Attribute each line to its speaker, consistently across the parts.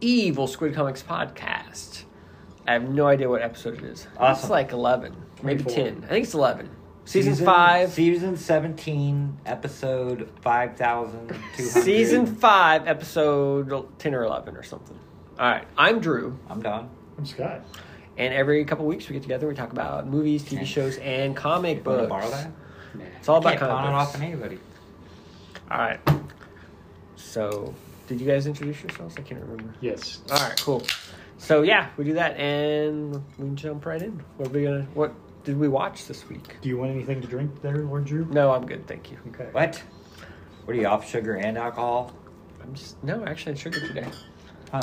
Speaker 1: evil Squid Comics podcast. I have no idea what episode it is. I think It's
Speaker 2: Awesome.
Speaker 1: like 11, maybe
Speaker 2: 24.
Speaker 1: 10. I think it's 11. Season, 5.
Speaker 2: Season 17, episode 5,200.
Speaker 1: Season 5, episode 10 or 11 or something. All right. I'm Drew,
Speaker 2: I'm done.
Speaker 3: I'm Scott.
Speaker 1: and every couple weeks we get together, we talk about movies, TV shows, and comic
Speaker 2: Wanna
Speaker 1: books.
Speaker 2: borrow that?
Speaker 1: It's all
Speaker 2: I
Speaker 1: about
Speaker 2: can't pawn it
Speaker 1: comic
Speaker 2: off on
Speaker 1: books.
Speaker 2: anybody.
Speaker 1: All right. So, did you guys introduce yourselves? I can't remember.
Speaker 3: Yes. Uh,
Speaker 1: All right, cool. So yeah, we do that, and we jump right in. What are we gonna? What did we watch this week?
Speaker 3: Do you want anything to drink there, Lord Drew?
Speaker 1: No, I'm good, thank you.
Speaker 3: Okay.
Speaker 2: What? What are you off sugar and alcohol?
Speaker 1: I'm just no, actually, I sugar today.
Speaker 2: Huh?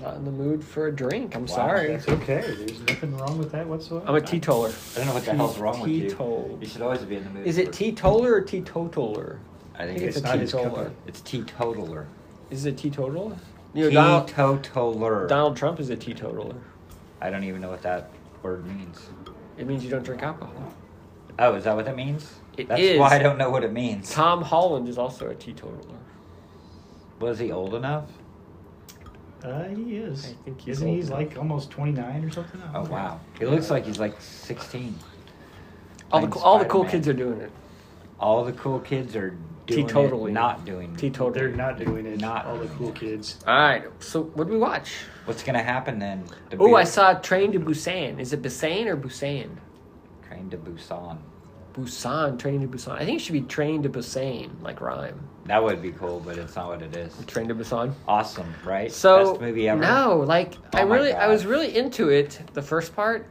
Speaker 1: Not in the mood for a drink. I'm
Speaker 2: Wow,
Speaker 1: sorry.
Speaker 3: That's okay. There's nothing wrong with that whatsoever.
Speaker 1: I'm a teetotaler.
Speaker 2: I don't know what the hell's wrong with you.
Speaker 1: Teetotal.
Speaker 2: You should always be in the mood.
Speaker 1: Is it
Speaker 2: for-
Speaker 1: teetotaler or teetotaler?
Speaker 2: I think
Speaker 3: it's
Speaker 2: it's,
Speaker 3: not
Speaker 1: a
Speaker 3: his cup
Speaker 1: teetotaler.
Speaker 3: of-
Speaker 2: it's teetotaler.
Speaker 1: Is it teetotaler? You know, Donald,
Speaker 2: Teetotaler.
Speaker 1: Donald Trump is a teetotaler.
Speaker 2: I don't even know what that word means.
Speaker 1: It means you don't drink alcohol.
Speaker 2: Oh, is that what that means?
Speaker 1: It
Speaker 2: That's
Speaker 1: is.
Speaker 2: why I don't know what it means.
Speaker 1: Tom Holland is also a teetotaler.
Speaker 2: Was he old enough?
Speaker 3: Uh, he is.
Speaker 1: I think he's
Speaker 3: Isn't
Speaker 1: old
Speaker 3: he
Speaker 1: now.
Speaker 3: like almost 29 or something? I
Speaker 2: Oh
Speaker 3: don't know.
Speaker 2: wow, he looks like he's like 16.
Speaker 1: All the
Speaker 2: Playing
Speaker 1: co- all the cool
Speaker 2: Spider-Man.
Speaker 1: kids are doing it.
Speaker 2: All the cool kids are doing
Speaker 1: Teetotally.
Speaker 2: it, not doing. it.
Speaker 1: Teetotaler.
Speaker 3: They're not doing it.
Speaker 2: Not
Speaker 3: all the
Speaker 2: doing
Speaker 3: cool
Speaker 2: it.
Speaker 3: kids.
Speaker 1: All right. So what did we watch?
Speaker 2: What's gonna happen then? The
Speaker 1: Oh, I
Speaker 2: beer-
Speaker 1: saw Train to Busan. Is it Busan or Busan?
Speaker 2: Train to Busan.
Speaker 1: Busan, Train to Busan. I think it should be Train to Busan, like rhyme.
Speaker 2: That would be cool, but it's not what it is.
Speaker 1: Train to Busan.
Speaker 2: Awesome, right?
Speaker 1: So
Speaker 2: best movie ever.
Speaker 1: no, like
Speaker 2: Oh
Speaker 1: I
Speaker 2: my
Speaker 1: really, I
Speaker 2: God.
Speaker 1: was really into it the first part,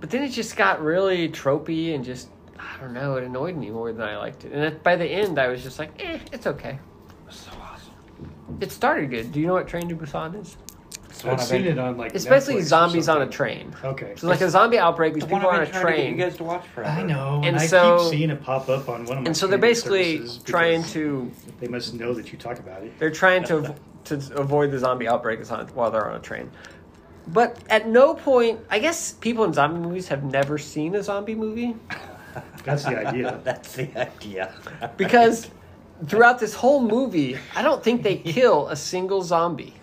Speaker 1: but then it just got really tropey and just I don't know. It annoyed me more than I liked it. And it, by the end, I was just like, eh, it's okay.
Speaker 2: so awesome.
Speaker 1: It started good. Do you know what Train to Busan is?
Speaker 2: It's one
Speaker 3: I've
Speaker 2: of
Speaker 3: seen
Speaker 2: it-
Speaker 3: it on like.
Speaker 1: It's basically
Speaker 3: Netflix or
Speaker 1: zombies on a
Speaker 3: something.
Speaker 1: train.
Speaker 3: Okay.
Speaker 1: So like a zombie outbreak. These
Speaker 2: It's one
Speaker 1: people are on
Speaker 2: I've
Speaker 1: a
Speaker 2: been trying to get
Speaker 1: train.
Speaker 2: You guys to watch forever.
Speaker 3: I know, and,
Speaker 1: And
Speaker 3: I
Speaker 1: so-
Speaker 3: keep seeing it pop up on one of my.
Speaker 1: And so they're
Speaker 3: streaming
Speaker 1: basically
Speaker 3: services
Speaker 1: trying
Speaker 3: because
Speaker 1: to
Speaker 3: They must know that you talk about it.
Speaker 1: They're trying to av- to avoid the zombie outbreak that's on- while they're on a train. But at no point, I guess people in zombie movies have never seen a zombie movie
Speaker 3: That's the idea.
Speaker 2: That's the idea.
Speaker 1: because throughout this whole movie, I don't think they kill a single zombie.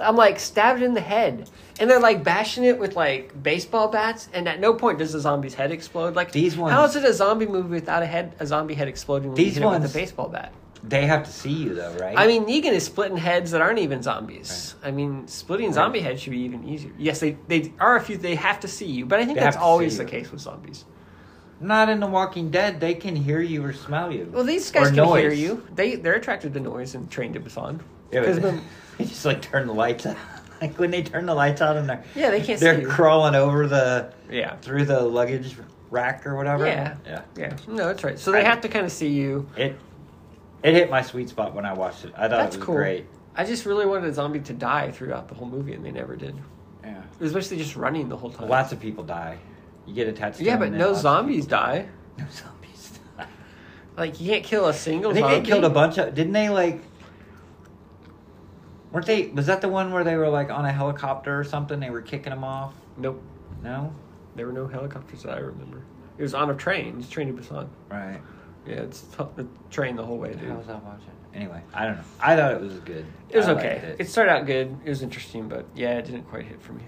Speaker 1: I'm like stabbed in the head, and they're like bashing it with like baseball bats, and at no point does the zombie's head explode. Like
Speaker 2: These
Speaker 1: how
Speaker 2: ones-
Speaker 1: is it a zombie movie without a head, a zombie head exploding when
Speaker 2: These
Speaker 1: you hit it
Speaker 2: ones-
Speaker 1: with a baseball bat?
Speaker 2: they have to see you though, right?
Speaker 1: I mean, Negan is splitting heads that aren't even zombies. I mean, splitting zombie heads should be even easier. Yes, they, they are a few. They have to see you, but I think
Speaker 2: They
Speaker 1: that's
Speaker 2: have to see
Speaker 1: always the
Speaker 2: you.
Speaker 1: case with zombies.
Speaker 2: not in The Walking Dead. They can hear you or smell you.
Speaker 1: Well, these guys can
Speaker 2: Or
Speaker 1: hear
Speaker 2: noise.
Speaker 1: you. They they're attracted to noise and trained to Busan.
Speaker 2: Yeah,
Speaker 1: Because
Speaker 2: but
Speaker 1: when-
Speaker 2: they just like turn the lights out. Like when they turn the lights out and they're
Speaker 1: Yeah, they can't see
Speaker 2: they're
Speaker 1: you.
Speaker 2: crawling over the
Speaker 1: yeah,
Speaker 2: through the luggage rack or whatever.
Speaker 1: yeah,
Speaker 2: yeah.
Speaker 1: yeah. No, that's right. So they have to kind of see you.
Speaker 2: It it hit my sweet spot when I watched it. I thought
Speaker 1: That's
Speaker 2: it was
Speaker 1: cool.
Speaker 2: great.
Speaker 1: I just really wanted a zombie to die throughout the whole movie, and they never did. It
Speaker 2: Yeah.
Speaker 1: was basically just running the whole time.
Speaker 2: Lots of people die. You get attached. to
Speaker 1: yeah,
Speaker 2: them
Speaker 1: but
Speaker 2: and
Speaker 1: no
Speaker 2: lots of
Speaker 1: zombies
Speaker 2: people-
Speaker 1: die.
Speaker 2: No zombies. Die.
Speaker 1: Like you can't kill a single.
Speaker 2: I think
Speaker 1: zombie.
Speaker 2: they killed a bunch of. Didn't they like? Weren't they? Was that the one where they were like on a helicopter or something? They were kicking them off.
Speaker 1: Nope.
Speaker 2: No.
Speaker 1: There were no helicopters that I remember. It was on a train. It's train to Busan.
Speaker 2: Right.
Speaker 1: Yeah, it's t- the train the whole way,
Speaker 2: How
Speaker 1: dude.
Speaker 2: was I watching? Anyway, I don't know. I thought it was good.
Speaker 1: It was
Speaker 2: I
Speaker 1: okay.
Speaker 2: liked
Speaker 1: It.
Speaker 2: It.
Speaker 1: started out good. It was interesting, but yeah, it didn't quite hit for me.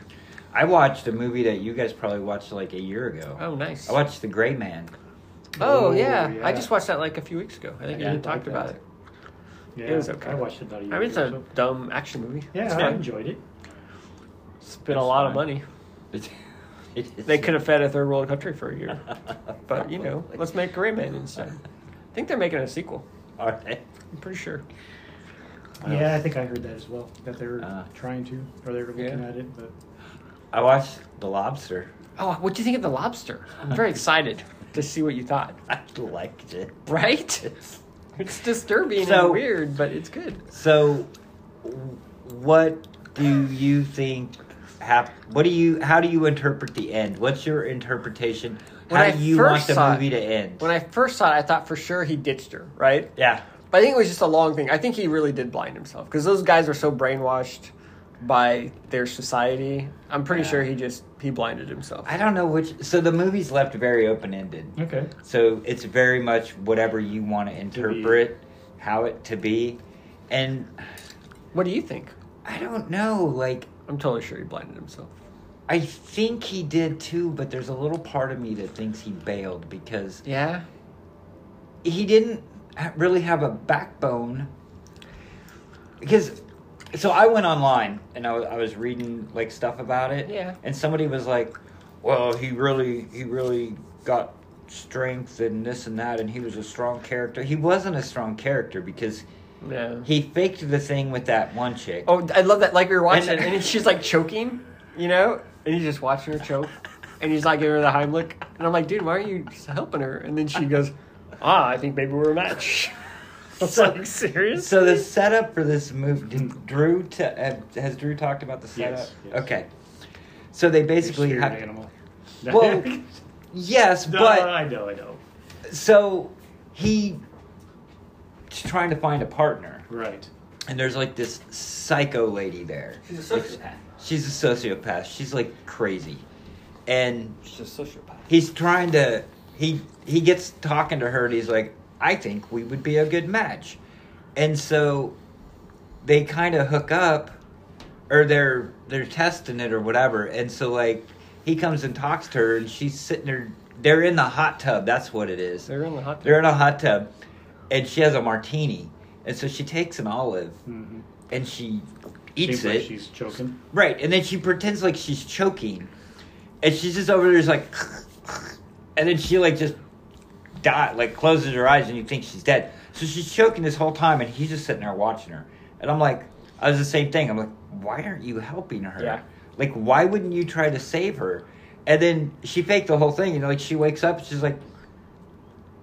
Speaker 2: I watched a movie that you guys probably watched like a year ago.
Speaker 1: Oh, nice.
Speaker 2: I watched The Gray Man.
Speaker 1: oh
Speaker 3: Oh,
Speaker 1: yeah.
Speaker 3: yeah.
Speaker 1: I just watched that like a few weeks ago. I think
Speaker 3: Yeah,
Speaker 1: you
Speaker 3: I
Speaker 1: talked
Speaker 3: like
Speaker 1: about
Speaker 3: that.
Speaker 1: it.
Speaker 3: Yeah,
Speaker 1: was okay.
Speaker 3: I watched it about a year
Speaker 1: I mean, it's
Speaker 3: ago,
Speaker 1: a
Speaker 3: so-
Speaker 1: dumb action movie.
Speaker 3: Yeah,
Speaker 1: It's
Speaker 3: I
Speaker 1: fine.
Speaker 3: enjoyed it.
Speaker 1: Spent a
Speaker 2: It's
Speaker 1: lot
Speaker 2: fine.
Speaker 1: of money.
Speaker 2: It- it-
Speaker 1: They could have fed a third world country for a year, but you know, let's make Gray Man instead. I think they're making a sequel.
Speaker 2: Are they?
Speaker 1: I'm pretty sure.
Speaker 3: Yeah, I think I heard that as well. That they were
Speaker 2: Uh.
Speaker 3: trying to, or they were looking
Speaker 1: Yeah.
Speaker 3: at it. But
Speaker 2: I watched The Lobster.
Speaker 1: Oh, what do you think of the lobster? I'm very excited to see what you thought.
Speaker 2: I liked it.
Speaker 1: Right? It's disturbing
Speaker 2: So-
Speaker 1: and weird, but it's good.
Speaker 2: So, w- what do you think? Hap- what do you? How do you interpret the end? What's your interpretation?
Speaker 1: When
Speaker 2: how
Speaker 1: I
Speaker 2: do you want
Speaker 1: first
Speaker 2: the
Speaker 1: saw
Speaker 2: movie
Speaker 1: it-
Speaker 2: to end?
Speaker 1: When I first saw it, I thought for sure he ditched her, right?
Speaker 2: yeah,
Speaker 1: But I think it was just a long thing. I think he really did blind himself because those guys are so brainwashed by their society. I'm pretty
Speaker 2: Yeah.
Speaker 1: sure he just he blinded himself.
Speaker 2: I don't know which. So the movie's left very open ended.
Speaker 3: okay,
Speaker 2: So it's very much whatever you want to interpret how it to be. And
Speaker 1: what do you think?
Speaker 2: I don't know. Like,
Speaker 1: I'm totally sure he blinded himself.
Speaker 2: I think he did too, but there's a little part of me that thinks he bailed because
Speaker 1: Yeah.
Speaker 2: he didn't ha- really have a backbone because so i went online and I wa- I was reading like stuff about it
Speaker 1: Yeah.
Speaker 2: and somebody was like well he really he really got strength and this and that and he was a strong character he wasn't a strong character because
Speaker 1: Yeah.
Speaker 2: he faked the thing with that one chick
Speaker 1: Oh, I love that. Like we were watching,
Speaker 2: And-
Speaker 1: and, she's like choking, you know, and he's just watching her choke, and he's like giving her the Heimlich, and I'm like, dude, why aren't you just helping her? And then she goes, Ah, I think maybe we're a match. It's like serious.
Speaker 2: so the setup for this move did drew t- uh, has drew talked about the setup
Speaker 3: Yes, yes.
Speaker 2: okay so they basically
Speaker 3: Exterior
Speaker 2: have
Speaker 3: animal.
Speaker 2: Well, yes
Speaker 3: Duh,
Speaker 2: but
Speaker 3: I know, I know.
Speaker 2: so he's trying to find a partner
Speaker 3: Right.
Speaker 2: and there's like this psycho lady there
Speaker 1: She's a sociopath.
Speaker 2: she's a sociopath she's like crazy and
Speaker 1: She's a sociopath.
Speaker 2: he's trying to he he gets talking to her and he's like i think we would be a good match and so they kind of hook up or they're they're testing it or whatever and so like he comes and talks to her and she's sitting there they're in the hot tub that's what it is
Speaker 1: They're in the hot.
Speaker 2: they're in a hot tub, and she has a martini, and so she takes an olive
Speaker 3: Mm-hmm.
Speaker 2: and she eats
Speaker 3: Seems like
Speaker 2: it.
Speaker 3: she's choking.
Speaker 2: Right, and then she pretends like she's choking, and she's just over there, just like, and then she like just dot like closes her eyes, and you think she's dead. So she's choking this whole time, and he's just sitting there watching her. And I'm like, I was the same thing. I'm like, why aren't you helping her?
Speaker 1: Yeah.
Speaker 2: Like, why wouldn't you try to save her? And then she faked the whole thing, and like she wakes up, she's like,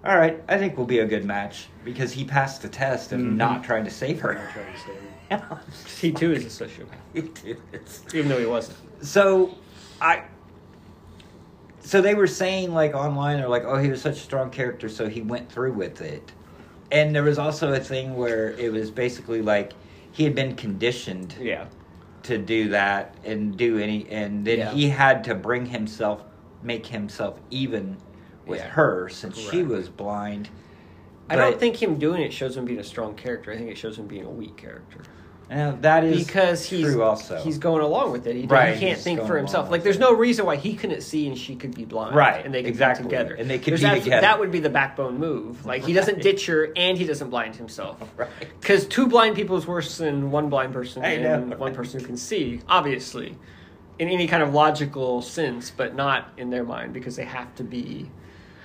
Speaker 2: all right, I think we'll be a good match because he passed the test of
Speaker 3: Mhm.
Speaker 2: not trying to save
Speaker 3: I'm
Speaker 2: her.
Speaker 3: not trying to say it.
Speaker 1: He too is a sociopath,
Speaker 2: It is.
Speaker 1: even though he wasn't.
Speaker 2: So, I. So they were saying like online, they're like, "Oh, he was such a strong character, so he went through with it." And there was also a thing where it was basically like he had been conditioned
Speaker 1: Yeah.
Speaker 2: to do that and do any, and then
Speaker 1: Yeah.
Speaker 2: he had to bring himself, make himself even with
Speaker 1: Yeah.
Speaker 2: her since she
Speaker 1: Correct.
Speaker 2: was blind.
Speaker 1: I don't
Speaker 2: But,
Speaker 1: think him doing it shows him being a strong character. I think it shows him being a weak character.
Speaker 2: uh, that is
Speaker 1: because he's
Speaker 2: true also
Speaker 1: he's going along with it. He, he
Speaker 2: Right,
Speaker 1: can't
Speaker 2: he's
Speaker 1: think
Speaker 2: going
Speaker 1: for
Speaker 2: along
Speaker 1: himself.
Speaker 2: with
Speaker 1: Like there's
Speaker 2: it.
Speaker 1: no reason why he couldn't see and she could be blind.
Speaker 2: Right,
Speaker 1: And they could
Speaker 2: exactly.
Speaker 1: be together.
Speaker 2: And they could
Speaker 1: There's
Speaker 2: be
Speaker 1: absolute-
Speaker 2: together.
Speaker 1: That would be the backbone move. Like he doesn't
Speaker 2: Right.
Speaker 1: ditch her and he doesn't blind himself.
Speaker 2: right.
Speaker 1: Because two blind people is worse than one blind person
Speaker 2: I
Speaker 1: and
Speaker 2: know,
Speaker 1: one
Speaker 2: right.
Speaker 1: person who can see, obviously. In any kind of logical sense, but not in their mind because they have to be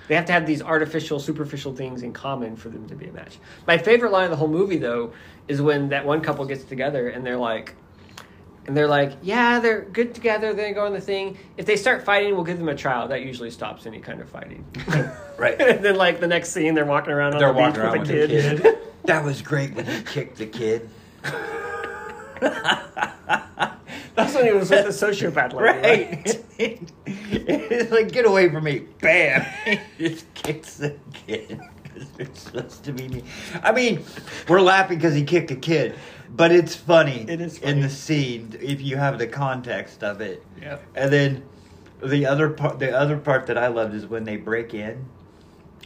Speaker 1: they have to have these artificial, superficial things in common for them to be a match. My favorite line of the whole movie, though, is when that one couple gets together and they're like, and they're like, yeah, they're good together. They go on the thing. If they start fighting, we'll give them a trial. That usually stops any kind of fighting.
Speaker 2: Right.
Speaker 1: and then, like the next scene, they're walking around on
Speaker 2: They're
Speaker 1: the beach
Speaker 2: walking
Speaker 1: with a
Speaker 2: around with
Speaker 1: kid.
Speaker 2: the kid. that was great when he kicked the kid.
Speaker 1: That's when he was with the sociopath lady.
Speaker 2: Right. it's like, get away from me. Bam. He just kicks the kid. 'Cause they're supposed to be mean. I mean, we're laughing because he kicked a kid, but it's funny.
Speaker 1: It is
Speaker 2: in
Speaker 1: funny.
Speaker 2: the scene if you have the context of it.
Speaker 1: Yeah.
Speaker 2: And then the other part, the other part that I loved is when they break in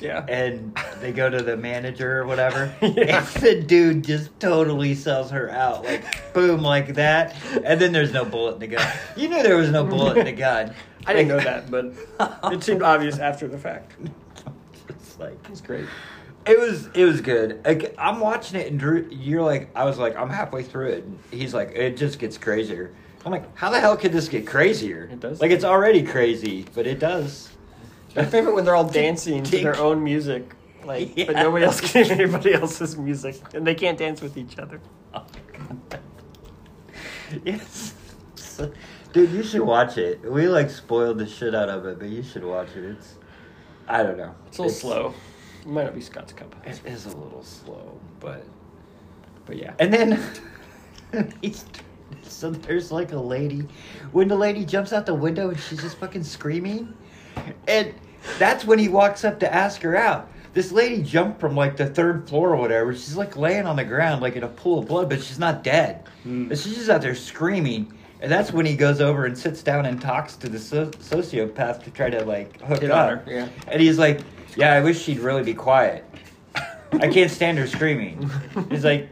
Speaker 1: Yeah.
Speaker 2: and they go to the manager or whatever.
Speaker 1: Yeah.
Speaker 2: And the dude just totally sells her out, like boom, like that. And then there's no bullet in the gun. You knew there was no bullet in the gun.
Speaker 1: I didn't know that, but it seemed obvious after the fact.
Speaker 2: It's like
Speaker 1: It's great.
Speaker 2: it was. It was good. Like, I'm watching it, and Drew, you're like, I was like, I'm halfway through it. And he's like, it just gets crazier. I'm like, how the hell could this get crazier?
Speaker 1: It does.
Speaker 2: Like it's already crazy, but it does.
Speaker 1: My favorite when they're all dancing to their
Speaker 2: Tink.
Speaker 1: own music, like, but
Speaker 2: Yeah.
Speaker 1: nobody else can hear anybody else's music, and they can't dance with each other.
Speaker 2: yes. Dude, you should watch it. We like spoiled the shit out of it, but you should watch it. It's, I don't know.
Speaker 1: It's a little slow. It might not be Scott's cup,
Speaker 2: It is a little slow, but
Speaker 1: but yeah.
Speaker 2: and then he's so there's like a lady when the lady jumps out the window and she's just fucking screaming, and that's when he walks up to ask her out. This lady jumped from like the third floor or whatever. She's like laying on the ground, like in a pool of blood, but she's not dead.
Speaker 1: Hmm.
Speaker 3: Mm.
Speaker 2: But she's just out there screaming. And that's when he goes over and sits down and talks to the so- sociopath to try to like hook
Speaker 1: Hit on
Speaker 2: up.
Speaker 1: her, yeah.
Speaker 2: And he's like, "Yeah, I wish she'd really be quiet. I can't stand her screaming." He's like,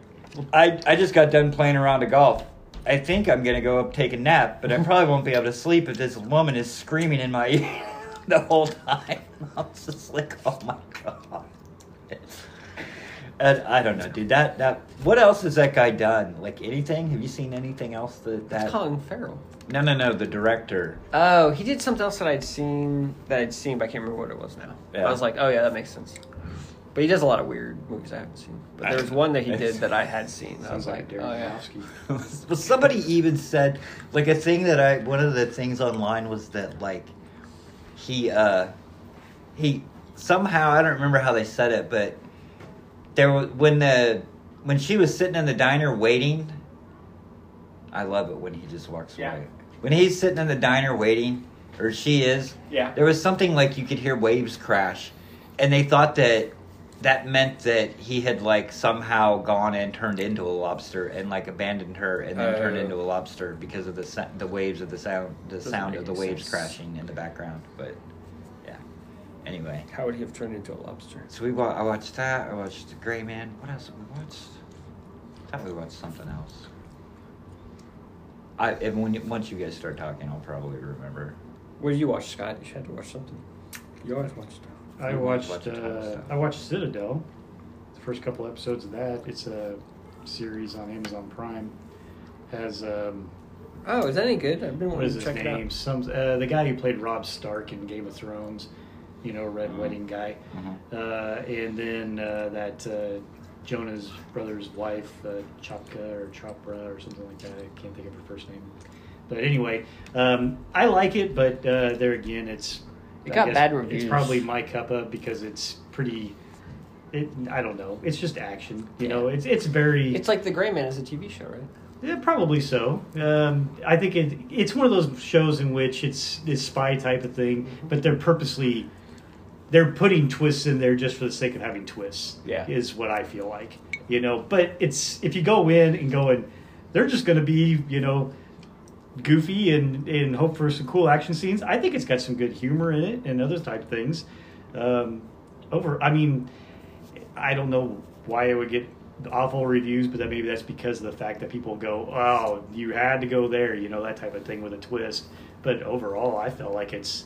Speaker 2: "I I just got done playing around a golf. I think I'm gonna go up take a nap, but I probably won't be able to sleep if this woman is screaming in my ear the whole time. I'm just like, oh my god. And I don't know, dude. That that what else has that guy done? Like anything? Have you seen anything else that that?
Speaker 1: It's Colin Farrell.
Speaker 2: No, no, no. The director.
Speaker 1: Oh, he did something else that I'd seen that I'd seen, but I can't remember what it was now.
Speaker 2: Yeah.
Speaker 1: I was like, oh yeah, that makes sense. But he does a lot of weird movies I haven't seen. But there was one that he did that I had seen. that I was
Speaker 3: Sounds
Speaker 1: like,
Speaker 3: like
Speaker 1: oh yeah.
Speaker 3: Darren
Speaker 2: well, somebody even said like a thing that I one of the things online was that like he uh he somehow I don't remember how they said it, but there was when the when she was sitting in the diner waiting. I love it when he just walks
Speaker 3: Yeah.
Speaker 2: away. When he's sitting in the diner waiting, or she is,
Speaker 3: Yeah.
Speaker 2: there was something like you could hear waves crash, and they thought that that meant that he had like somehow gone and turned into a lobster and like abandoned her and then turned
Speaker 1: Oh.
Speaker 2: into a lobster because of the sa- the waves of the sound the
Speaker 1: Doesn't
Speaker 2: sound
Speaker 1: make
Speaker 2: of the
Speaker 1: any
Speaker 2: waves
Speaker 1: sense.
Speaker 2: crashing in the background. But yeah, anyway,
Speaker 1: How would he have turned into a lobster?
Speaker 2: so we wa- I watched that. I watched The Gray Man. What else did we watched? I thought we watched something else. I and when you, once you guys start talking, I'll probably remember.
Speaker 1: What did you watch, Scott? You had to watch something. You always watch stuff.
Speaker 3: I
Speaker 2: We watched
Speaker 3: watched
Speaker 2: a ton of
Speaker 3: uh,
Speaker 2: stuff.
Speaker 3: I watched Citadel. The first couple episodes of that. It's a series on Amazon Prime. Has um,
Speaker 1: Oh, is that any good? I've been
Speaker 3: what
Speaker 1: wanting
Speaker 3: is
Speaker 1: to
Speaker 3: his
Speaker 1: check it
Speaker 3: name?
Speaker 1: out.
Speaker 3: Some uh, the guy who played Rob Stark in Game of Thrones. You know, Red
Speaker 2: Mhm.
Speaker 1: Uh-huh.
Speaker 3: Wedding guy.
Speaker 2: Mhm.
Speaker 3: Uh, and then uh, that uh, Jonah's brother's wife, uh, Chopka or Chopra or something like that. I can't think of her first name. But anyway, um, I like it, but uh, there again, it's
Speaker 1: It
Speaker 3: I
Speaker 1: got
Speaker 3: guess
Speaker 1: bad reviews.
Speaker 3: It's probably my cuppa because it's pretty. It, I don't know. It's just action, you know.
Speaker 1: Yeah.
Speaker 3: It's it's very.
Speaker 1: It's like The Gray Man is a TV show, right?
Speaker 3: Yeah, probably so. Um, I think it, it's one of those shows in which it's this spy type of thing, but they're purposely they're putting twists in there just for the sake of having twists.
Speaker 1: Yeah.
Speaker 3: is what I feel like, you know. But it's if you go in and go and they're just going to be, you know, goofy and and hope for some cool action scenes. I think it's got some good humor in it and other type things. Um, over, I mean, I don't know why it would get awful reviews, but that maybe that's because of the fact that people go, "Oh, you had to go there," you know, that type of thing with a twist. But overall, I felt like it's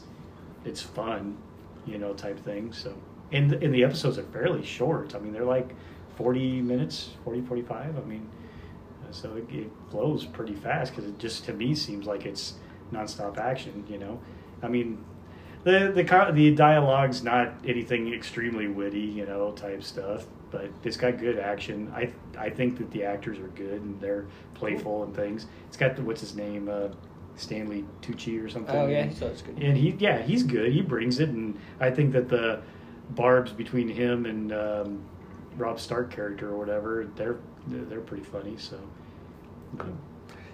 Speaker 3: it's fun, you know, type thing. So, and and the episodes are fairly short. I mean, they're like forty minutes, 40, 45. I mean, uh, so it, it flows pretty fast because it just to me seems like it's nonstop action. You know, I mean, the the co- the dialogue's not anything extremely witty, you know, type stuff. But it's got good action. I I think that the actors are good and they're playful and things. It's got the, what's his name, uh, Stanley Tucci or something.
Speaker 1: Oh yeah, so it's good.
Speaker 3: And he, yeah, he's good. He brings it, and I think that the barbs between him and um, Rob Stark character or whatever, they're they're pretty funny. So, you know.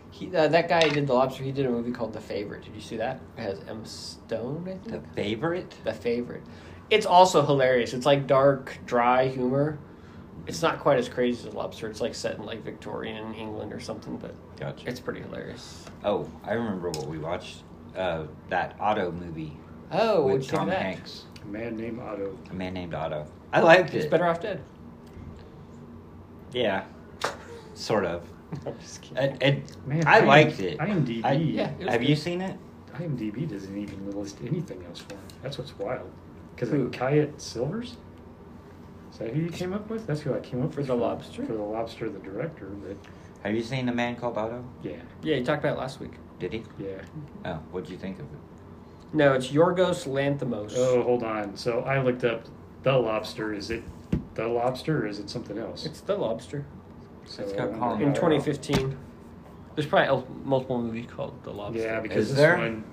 Speaker 1: He, uh, that guy did the lobster. He did a movie called The Favorite. Did you see that? It has M. Stone, I
Speaker 2: The
Speaker 1: think.
Speaker 2: favorite.
Speaker 1: The Favorite. It's also hilarious. It's like dark, dry humor. It's not quite as crazy as Lobster. It's like set in like Victorian England or something, but
Speaker 2: Gotcha.
Speaker 1: it's pretty hilarious.
Speaker 2: Oh, I remember what we watched. Uh, that Otto movie
Speaker 1: Oh, what'd
Speaker 2: with
Speaker 1: you think of
Speaker 2: Tom
Speaker 1: that?
Speaker 2: Hanks.
Speaker 3: a man named Otto.
Speaker 2: A man named Otto. I liked
Speaker 1: He's
Speaker 2: it.
Speaker 1: better off dead.
Speaker 2: Yeah, sort of.
Speaker 1: I'm just kidding.
Speaker 2: And, and
Speaker 3: Man,
Speaker 2: I
Speaker 3: IM-
Speaker 2: liked it.
Speaker 3: IMDb.
Speaker 2: I-
Speaker 1: Yeah. It was
Speaker 2: have
Speaker 1: good.
Speaker 2: you seen it?
Speaker 3: IMDb doesn't even list anything else for him. That's what's wild. Because
Speaker 1: Who?
Speaker 3: of Kayet Silvers. Is that who you came up with? That's who I came up
Speaker 1: For
Speaker 3: with
Speaker 1: the lobster?
Speaker 3: For the lobster, the director. But
Speaker 2: Have you seen a man called Otto?
Speaker 3: yeah,
Speaker 1: Yeah, you talked about it last week.
Speaker 2: Did he?
Speaker 3: yeah.
Speaker 2: Oh, what'd you think of it?
Speaker 1: No, it's Yorgos Lanthimos.
Speaker 3: Oh, hold on. So I looked up the lobster. Is it the lobster or is it something else?
Speaker 1: It's The Lobster.
Speaker 3: So
Speaker 2: It's got
Speaker 3: I wonder
Speaker 2: Colin
Speaker 3: how-
Speaker 1: In 2015. There's probably el- multiple movies called The Lobster.
Speaker 3: Yeah, because
Speaker 2: Is
Speaker 3: this
Speaker 2: there?
Speaker 3: one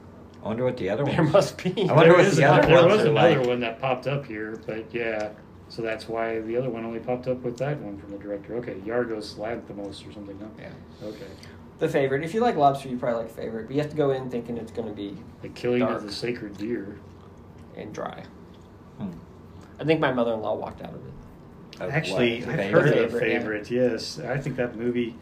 Speaker 2: I wonder what the other
Speaker 1: There
Speaker 2: one.
Speaker 1: must be.
Speaker 2: I wonder
Speaker 3: there
Speaker 2: what
Speaker 3: is
Speaker 2: the
Speaker 3: another-
Speaker 2: other
Speaker 3: there
Speaker 2: ones
Speaker 3: was
Speaker 2: are
Speaker 3: another
Speaker 2: like.
Speaker 3: one that popped up here, but yeah. So that's why the other one only popped up with that one from the director. Okay, Yargos Lanthimos or something. No?
Speaker 1: Yeah.
Speaker 3: Okay.
Speaker 1: The favorite. If you like lobster, you probably like favorite. But you have to go in thinking it's going to be
Speaker 3: The killing
Speaker 1: Dark.
Speaker 3: of the sacred deer.
Speaker 1: and dry.
Speaker 2: Hmm.
Speaker 1: I think my mother in law walked out of it.
Speaker 2: Of what?
Speaker 3: Actually,
Speaker 2: The
Speaker 3: I've
Speaker 2: favorite?
Speaker 3: heard of
Speaker 1: Favorite, yeah.
Speaker 3: Favorite. Yes, I think that movie.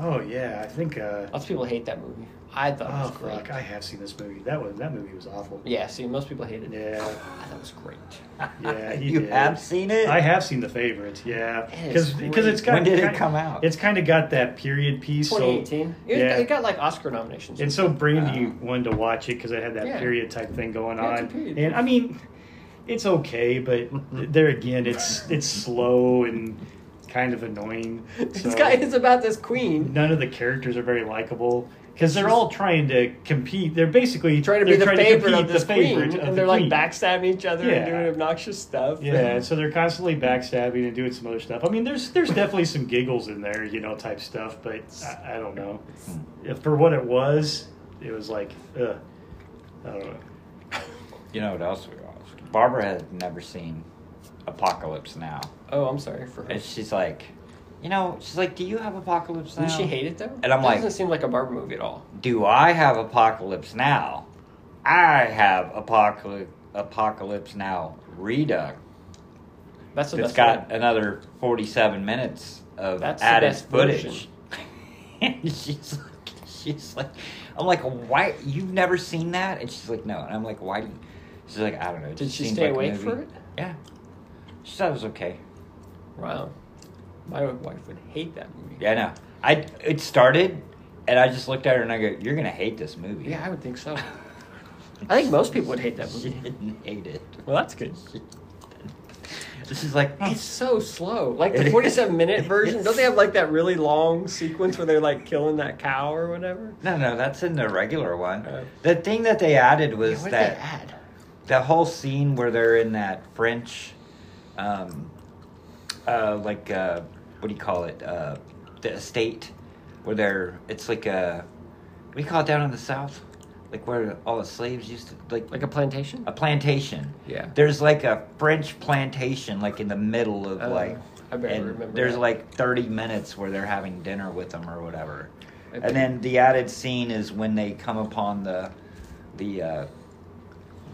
Speaker 3: Oh yeah, I think. Uh,
Speaker 1: Lots of people hate that movie. I thought it
Speaker 3: oh
Speaker 1: was great.
Speaker 3: fuck, I have seen this movie. That was that movie was awful.
Speaker 1: Yeah, see, most people hate it.
Speaker 3: Yeah,
Speaker 1: I thought it was great.
Speaker 3: yeah, he
Speaker 2: you
Speaker 3: did.
Speaker 2: have seen it.
Speaker 3: I have seen the favorite. Yeah,
Speaker 1: It
Speaker 3: because
Speaker 1: is
Speaker 3: because it's
Speaker 1: great.
Speaker 3: got
Speaker 2: When did it
Speaker 3: kinda-
Speaker 2: come out?
Speaker 3: It's kind of got that period piece. So
Speaker 1: 2018. It, was-
Speaker 3: yeah.
Speaker 1: it got like Oscar nominations.
Speaker 3: And so Brandy
Speaker 2: Wow.
Speaker 3: wanted to watch it because it had that
Speaker 1: Yeah.
Speaker 3: period type thing going
Speaker 1: Yeah, it's a
Speaker 3: on.
Speaker 1: period.
Speaker 3: And I mean, it's okay, but there again, it's it's slow and kind of annoying.
Speaker 1: this
Speaker 3: So
Speaker 1: guy is about this queen.
Speaker 3: none of the characters are very likable because they're all trying to compete. They're basically
Speaker 1: Trying to be
Speaker 3: they're
Speaker 1: the favorite
Speaker 3: compete
Speaker 1: of this
Speaker 3: the
Speaker 1: queen,
Speaker 3: favorite
Speaker 1: and
Speaker 3: of the
Speaker 1: they're like
Speaker 3: queen.
Speaker 1: backstabbing each other and
Speaker 3: Yeah.
Speaker 1: doing obnoxious stuff.
Speaker 3: Yeah, and so they're constantly backstabbing and doing some other stuff. I mean, there's there's definitely some giggles in there, you know, type stuff, but I, I don't know.
Speaker 2: Hmm.
Speaker 3: If for what it was, it was like, ugh, I don't know.
Speaker 2: You know what else we watched? Barbara has never seen Apocalypse Now,
Speaker 1: Oh, I'm sorry for her.
Speaker 2: and she's like, you know, she's like, do you have Apocalypse Now?
Speaker 1: Didn't she hate it though?
Speaker 2: And I'm
Speaker 1: That
Speaker 2: like-
Speaker 1: doesn't seem like a Barbie movie at all.
Speaker 2: Do I have Apocalypse Now? I have Apocalypse Apocalypse Now Redux.
Speaker 1: That's the
Speaker 2: It's
Speaker 1: best.
Speaker 2: got
Speaker 1: one.
Speaker 2: another 47 minutes of
Speaker 1: That's the
Speaker 2: added
Speaker 1: best
Speaker 2: footage. and she's like, she's like, I'm like, why? You've never seen that? And she's like, no. And I'm like, why? Do you? She's like, I don't know. it
Speaker 1: Did
Speaker 2: just
Speaker 1: she
Speaker 2: seems
Speaker 1: stay
Speaker 2: like a
Speaker 1: awake
Speaker 2: movie."
Speaker 1: for it?
Speaker 2: Yeah. She thought it was okay.
Speaker 1: Wow, my wife would hate that movie.
Speaker 2: Yeah, I know. I it started, and I just looked at her and I go, "You're gonna hate this movie."
Speaker 1: Yeah, I would think so. I think most people would hate that
Speaker 2: She
Speaker 1: movie.
Speaker 2: didn't hate it.
Speaker 1: Well, that's good.
Speaker 2: This is like
Speaker 1: It's so slow. Like
Speaker 2: It
Speaker 1: the
Speaker 2: is.
Speaker 1: 47 minute version, don't they have like that really long sequence where they're like killing that cow or whatever?
Speaker 2: no, no. That's in the regular one.
Speaker 1: Oh.
Speaker 2: the thing that they added
Speaker 1: Yeah,
Speaker 2: was
Speaker 1: what did
Speaker 2: that
Speaker 1: they add?
Speaker 2: the whole scene where they're in that French, um, uh, like uh, what do you call it? Uh, the estate where they're it's like a what do you call it down in the south? Like where all the slaves used to like
Speaker 1: Like a plantation?
Speaker 2: a plantation.
Speaker 1: Yeah.
Speaker 2: There's like a French plantation like in the middle of
Speaker 1: Oh,
Speaker 2: like
Speaker 1: I barely
Speaker 2: and
Speaker 1: remember
Speaker 2: There's
Speaker 1: that.
Speaker 2: like 30 minutes where they're having dinner with them or whatever.
Speaker 1: Okay.
Speaker 2: And then the added scene is when they come upon the the uh,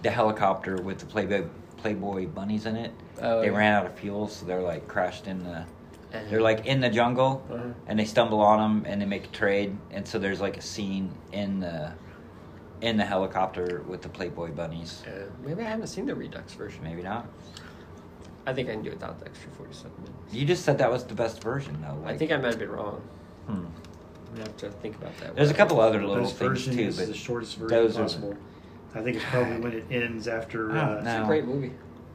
Speaker 2: the helicopter with the Playboy Playboy bunnies in it.
Speaker 1: Oh,
Speaker 2: they
Speaker 1: yeah.
Speaker 2: ran out of fuel, so they're like crashed in the
Speaker 1: And-
Speaker 2: they're like in the jungle
Speaker 1: Uh-huh.
Speaker 2: and they stumble on them and they make a trade and so there's like a scene in the in the helicopter with the Playboy bunnies.
Speaker 1: Uh, maybe I haven't seen the Redux version.
Speaker 2: Maybe not.
Speaker 1: I think I can do without the extra 47 minutes.
Speaker 2: You just said that was the best version, though.
Speaker 1: I
Speaker 2: Like,
Speaker 1: think I might be wrong.
Speaker 2: hmm.
Speaker 1: I'm gonna have to think about that.
Speaker 2: There's a
Speaker 1: one.
Speaker 2: couple other little
Speaker 3: This
Speaker 2: things
Speaker 3: version
Speaker 2: too,
Speaker 3: is
Speaker 2: but
Speaker 3: the shortest version
Speaker 2: those are Oh, the-
Speaker 3: possible. I think it's probably when it ends after.
Speaker 2: I
Speaker 3: Uh,
Speaker 2: don't
Speaker 1: It's
Speaker 2: know.
Speaker 1: a great movie.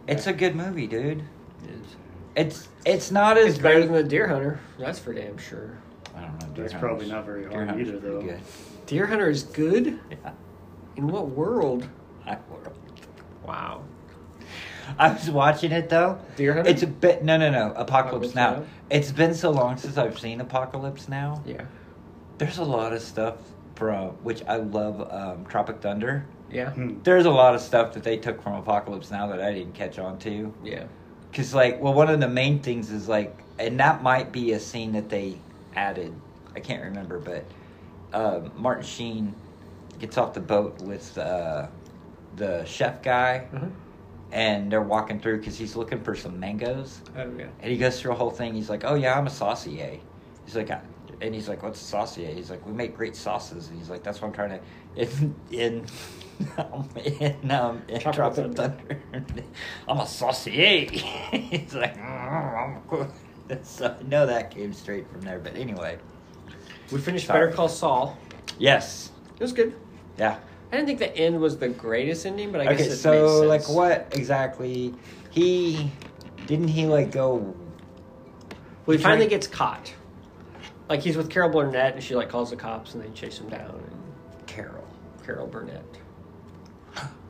Speaker 2: it's a good movie, dude. It's it's not as
Speaker 1: It's better
Speaker 2: great.
Speaker 1: than the Deer Hunter. That's for damn sure.
Speaker 2: I don't know. Deer
Speaker 3: That's
Speaker 2: Hunter's-
Speaker 3: probably not very
Speaker 2: Deer
Speaker 3: hard
Speaker 2: Hunter's
Speaker 3: either,
Speaker 2: pretty
Speaker 3: though.
Speaker 1: Deer Hunter is good.
Speaker 2: Good. Yeah.
Speaker 1: In what world?
Speaker 2: I, were-
Speaker 1: Wow.
Speaker 2: I was watching it though.
Speaker 1: Deer Hunter?
Speaker 2: It's a bit. No, no, no.
Speaker 1: Apocalypse
Speaker 2: Apocalypse now.
Speaker 1: Now?
Speaker 2: It's been so long since I've seen Apocalypse Now.
Speaker 1: Yeah.
Speaker 2: There's a lot of stuff from which I love. Um, Tropic Thunder.
Speaker 1: Yeah.
Speaker 3: Hmm.
Speaker 2: There's a lot of stuff that they took from Apocalypse Now that I didn't catch on to.
Speaker 1: Yeah.
Speaker 2: Because, like, well, one of the main things is, like, and that might be a scene that they added. I can't remember, but uh, Martin Sheen gets off the boat with uh, the chef guy,
Speaker 1: Uh-huh.
Speaker 2: and they're walking through because he's looking for some mangoes.
Speaker 1: Oh yeah.
Speaker 2: And he goes through a whole thing. He's like, "Oh yeah, I'm a saucier." He's like, I, and he's like, "What's a saucier?" He's like, "We make great sauces." And he's like, "That's what I'm trying to." In in in um in
Speaker 1: Tropical
Speaker 2: Tropic Thunder.
Speaker 1: Thunder.
Speaker 2: I'm a saucier. he's like, "Mm, "I'm cool." So I know that came straight from there. But anyway,
Speaker 1: We finished
Speaker 2: Sorry.
Speaker 1: Better Call Saul.
Speaker 2: yes,
Speaker 1: It was good.
Speaker 2: yeah.
Speaker 1: I didn't think the end was the greatest ending, but I guess
Speaker 2: Okay,
Speaker 1: it
Speaker 2: so
Speaker 1: made
Speaker 2: like,
Speaker 1: sense.
Speaker 2: what exactly? He didn't he like go?
Speaker 1: Well,
Speaker 2: He
Speaker 1: he finally
Speaker 2: tried-
Speaker 1: gets caught. Like he's with Carol Burnett, and she like calls the cops, and they chase him down.
Speaker 2: Carol.
Speaker 1: And Carol Burnett.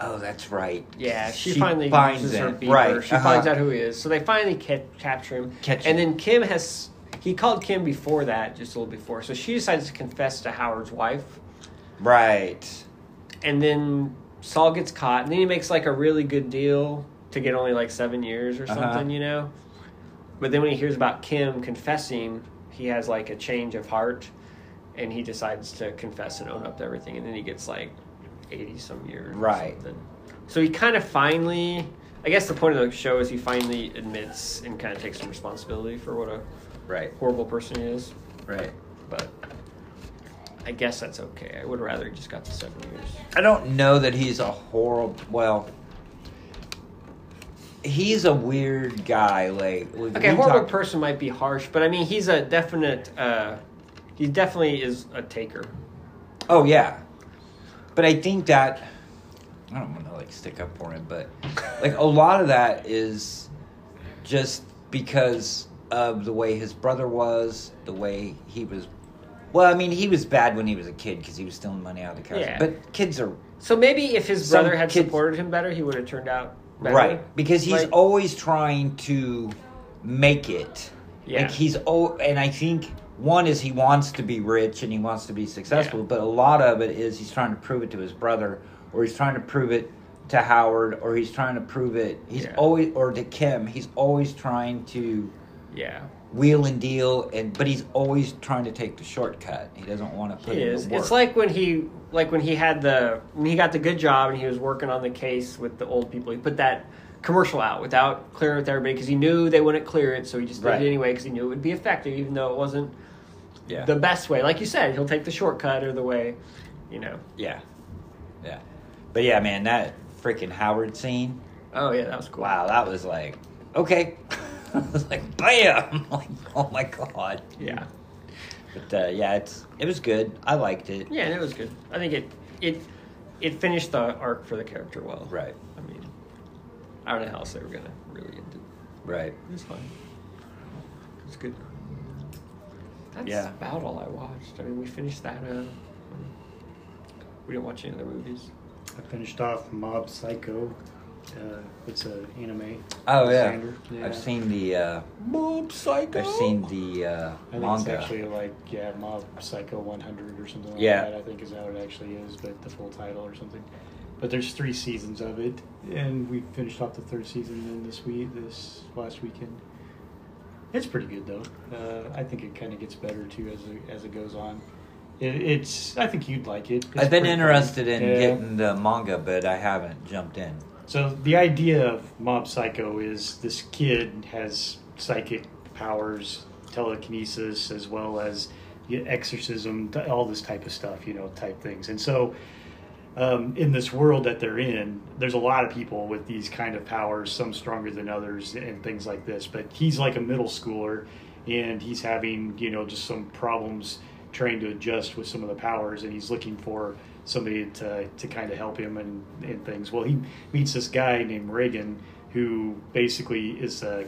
Speaker 2: Oh, that's right.
Speaker 1: Yeah, she, finally uses her
Speaker 2: him.
Speaker 1: beeper. She
Speaker 2: uh-huh.
Speaker 1: finds out who he is. So they finally ca- capture him.
Speaker 2: Catch
Speaker 1: and
Speaker 2: him.
Speaker 1: then Kim has he called Kim before that, just a little before. So she decides to confess to Howard's wife.
Speaker 2: Right.
Speaker 1: and then Saul gets caught, and then he makes like a really good deal to get only like seven years or
Speaker 2: Uh-huh.
Speaker 1: something, you know. But then when he hears about Kim confessing, he has like a change of heart, and he decides to confess and own up to everything, and then he gets like eighty some years, or
Speaker 2: Right.
Speaker 1: something. So he kind of finally, I guess the point of the show is he finally admits and kind of takes some responsibility for what a
Speaker 2: Right.
Speaker 1: horrible person he is.
Speaker 2: Right.
Speaker 1: but I guess that's okay. I would rather he just got the seven years.
Speaker 2: I don't know that he's a horrible. Well, he's a weird guy. Like we,
Speaker 1: Okay,
Speaker 2: we
Speaker 1: horrible
Speaker 2: talked-
Speaker 1: person might be harsh, but I mean he's a definite. Uh, he definitely is a taker.
Speaker 2: Oh yeah, but I think that I don't want to like stick up for him, but like a lot of that is just because of the way his brother was, the way he was. Well, I mean, he was bad when he was a kid because he was stealing money out of the couch.
Speaker 1: Yeah.
Speaker 2: But kids are
Speaker 1: So maybe if his
Speaker 2: Some
Speaker 1: brother had
Speaker 2: kids-
Speaker 1: supported him better, he would have turned out better.
Speaker 2: right because he's
Speaker 1: Like-
Speaker 2: always trying to make it
Speaker 1: Yeah.
Speaker 2: like he's oh and i think one is he wants to be rich and he wants to be successful
Speaker 1: Yeah.
Speaker 2: but a lot of it is he's trying to prove it to his brother or he's trying to prove it to howard or he's trying to prove it he's
Speaker 1: Yeah.
Speaker 2: always or to kim he's always trying to
Speaker 1: Yeah,
Speaker 2: wheel and deal and but he's always trying to take the shortcut he doesn't want to put
Speaker 1: he
Speaker 2: in the
Speaker 1: is.
Speaker 2: work.
Speaker 1: It's like when he like when he had the when he got the good job and he was working on the case with the old people. He put that commercial out without clearing it with everybody because he knew they wouldn't clear it, so he just did
Speaker 2: Right.
Speaker 1: it anyway because he knew it would be effective, even though it wasn't
Speaker 2: yeah
Speaker 1: the best way. Like you said, he'll take the shortcut or the way, you know.
Speaker 2: yeah yeah but yeah man that freaking howard scene
Speaker 1: Oh yeah, that was cool.
Speaker 2: Wow, that was like, okay. I was like, bam! Like, oh my god.
Speaker 1: Yeah,
Speaker 2: But uh, yeah, it's it was good. I liked it.
Speaker 1: yeah, and it was good. I think it it it finished the arc for the character well.
Speaker 2: Right,
Speaker 1: I mean, I don't know how else they were gonna really end it.
Speaker 2: right.
Speaker 1: It's fine. It's good. That's
Speaker 2: Yeah.
Speaker 1: about all I watched. I mean, we finished that. Uh, we didn't watch any other movies.
Speaker 3: I finished off Mob Psycho. Uh, it's an anime.
Speaker 2: Oh yeah.
Speaker 3: Xander, yeah.
Speaker 2: I've seen the uh,
Speaker 1: Mob Psycho.
Speaker 2: I've seen the uh,
Speaker 3: I think it's
Speaker 2: manga.
Speaker 3: actually like yeah, Mob Psycho 100 or something like
Speaker 2: Yeah.
Speaker 3: that. I think is how it actually is, but the full title or something. But there's three seasons of it, and we finished off the third season then this week, this last weekend. It's pretty good though. Uh, I think it kind of gets better too as it, as it goes on. It, it's I think you'd like it. It's
Speaker 2: I've been
Speaker 3: pretty fun.
Speaker 2: interested in
Speaker 3: Yeah.
Speaker 2: getting the manga, but I haven't jumped in.
Speaker 3: So the idea of Mob Psycho is this kid has psychic powers, telekinesis, as well as you know, exorcism, th- all this type of stuff, you know, type things. And so um, in this world that they're in, there's a lot of people with these kind of powers, some stronger than others, and things like this. But he's like a middle schooler, and he's having you know just some problems trying to adjust with some of the powers, and he's looking for somebody to to kind of help him and and things. Well, he meets this guy named Reagan, who basically is a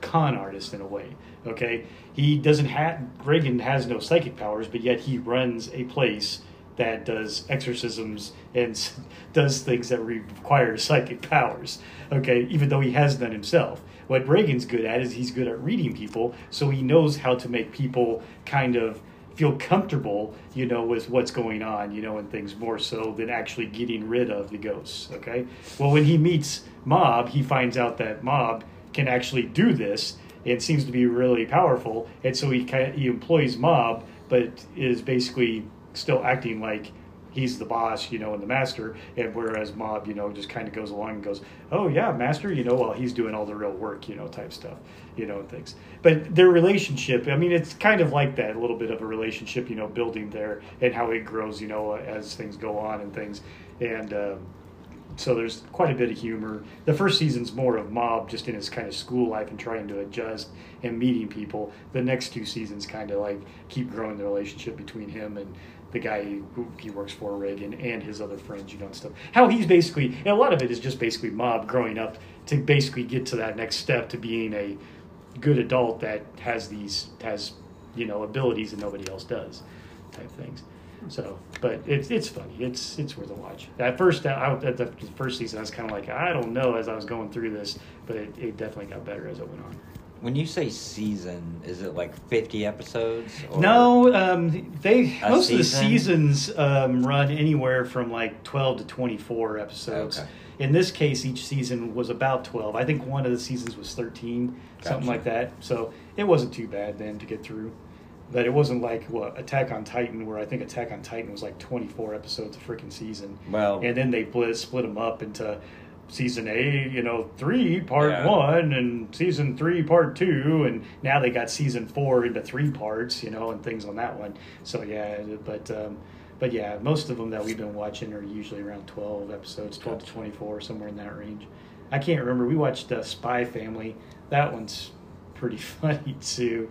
Speaker 3: con artist in a way. Okay, he doesn't have Reagan has no psychic powers, but yet he runs a place that does exorcisms and s- does things that require psychic powers. Okay, even though he has none himself. What Reagan's good at is he's good at reading people, so he knows how to make people kind of feel comfortable, you know, with what's going on, you know, and things more so than actually getting rid of the ghosts, okay? Well, when he meets Mob, he finds out that Mob can actually do this and seems to be really powerful. And so he kind he employs Mob, but is basically still acting like he's the boss, you know, and the master. And whereas Mob, you know, just kind of goes along and goes, "Oh yeah, master," you know, while he's doing all the real work, you know, type stuff, you know, and things. But their relationship, I mean, it's kind of like that, a little bit of a relationship, you know, building there and how it grows, you know, as things go on and things. And um, so there's quite a bit of humor. The first season's more of Mob just in his kind of school life and trying to adjust and meeting people. The next two seasons kind of like keep growing the relationship between him and the guy who he works for, Reagan, and his other friends, you know, and stuff. How he's basically, and a lot of it is just basically Mob growing up to basically get to that next step to being a good adult that has these, has, you know, abilities that nobody else does type things. So, but it's it's funny. It's it's worth a watch. At first, uh, I, at the first season, I was kind of like, I don't know, as I was going through this, but it, it definitely got better as it went on.
Speaker 2: When you say season, is it like fifty episodes? Or
Speaker 3: No,
Speaker 1: uh,
Speaker 3: um, they
Speaker 2: A
Speaker 3: most of the
Speaker 2: season?
Speaker 3: seasons um, run anywhere from like twelve to twenty-four episodes.
Speaker 2: Okay.
Speaker 3: In this case, each season was about twelve. I think one of the seasons was thirteen, something
Speaker 2: Gotcha.
Speaker 3: like that. So it wasn't too bad then to get through. But it wasn't like what Attack on Titan, where I think Attack on Titan was like twenty-four episodes a freaking season.
Speaker 2: Well-
Speaker 3: and then they split, split them up into season A, you know, three part
Speaker 2: Yeah.
Speaker 3: one and season three part two, and now they got season four into three parts, you know, and things on that one. So yeah, but um, but yeah, most of them that we've been watching are usually around twelve episodes, twelve to twenty four, somewhere in that range. I can't remember. We watched uh, Spy Family. That one's pretty funny too.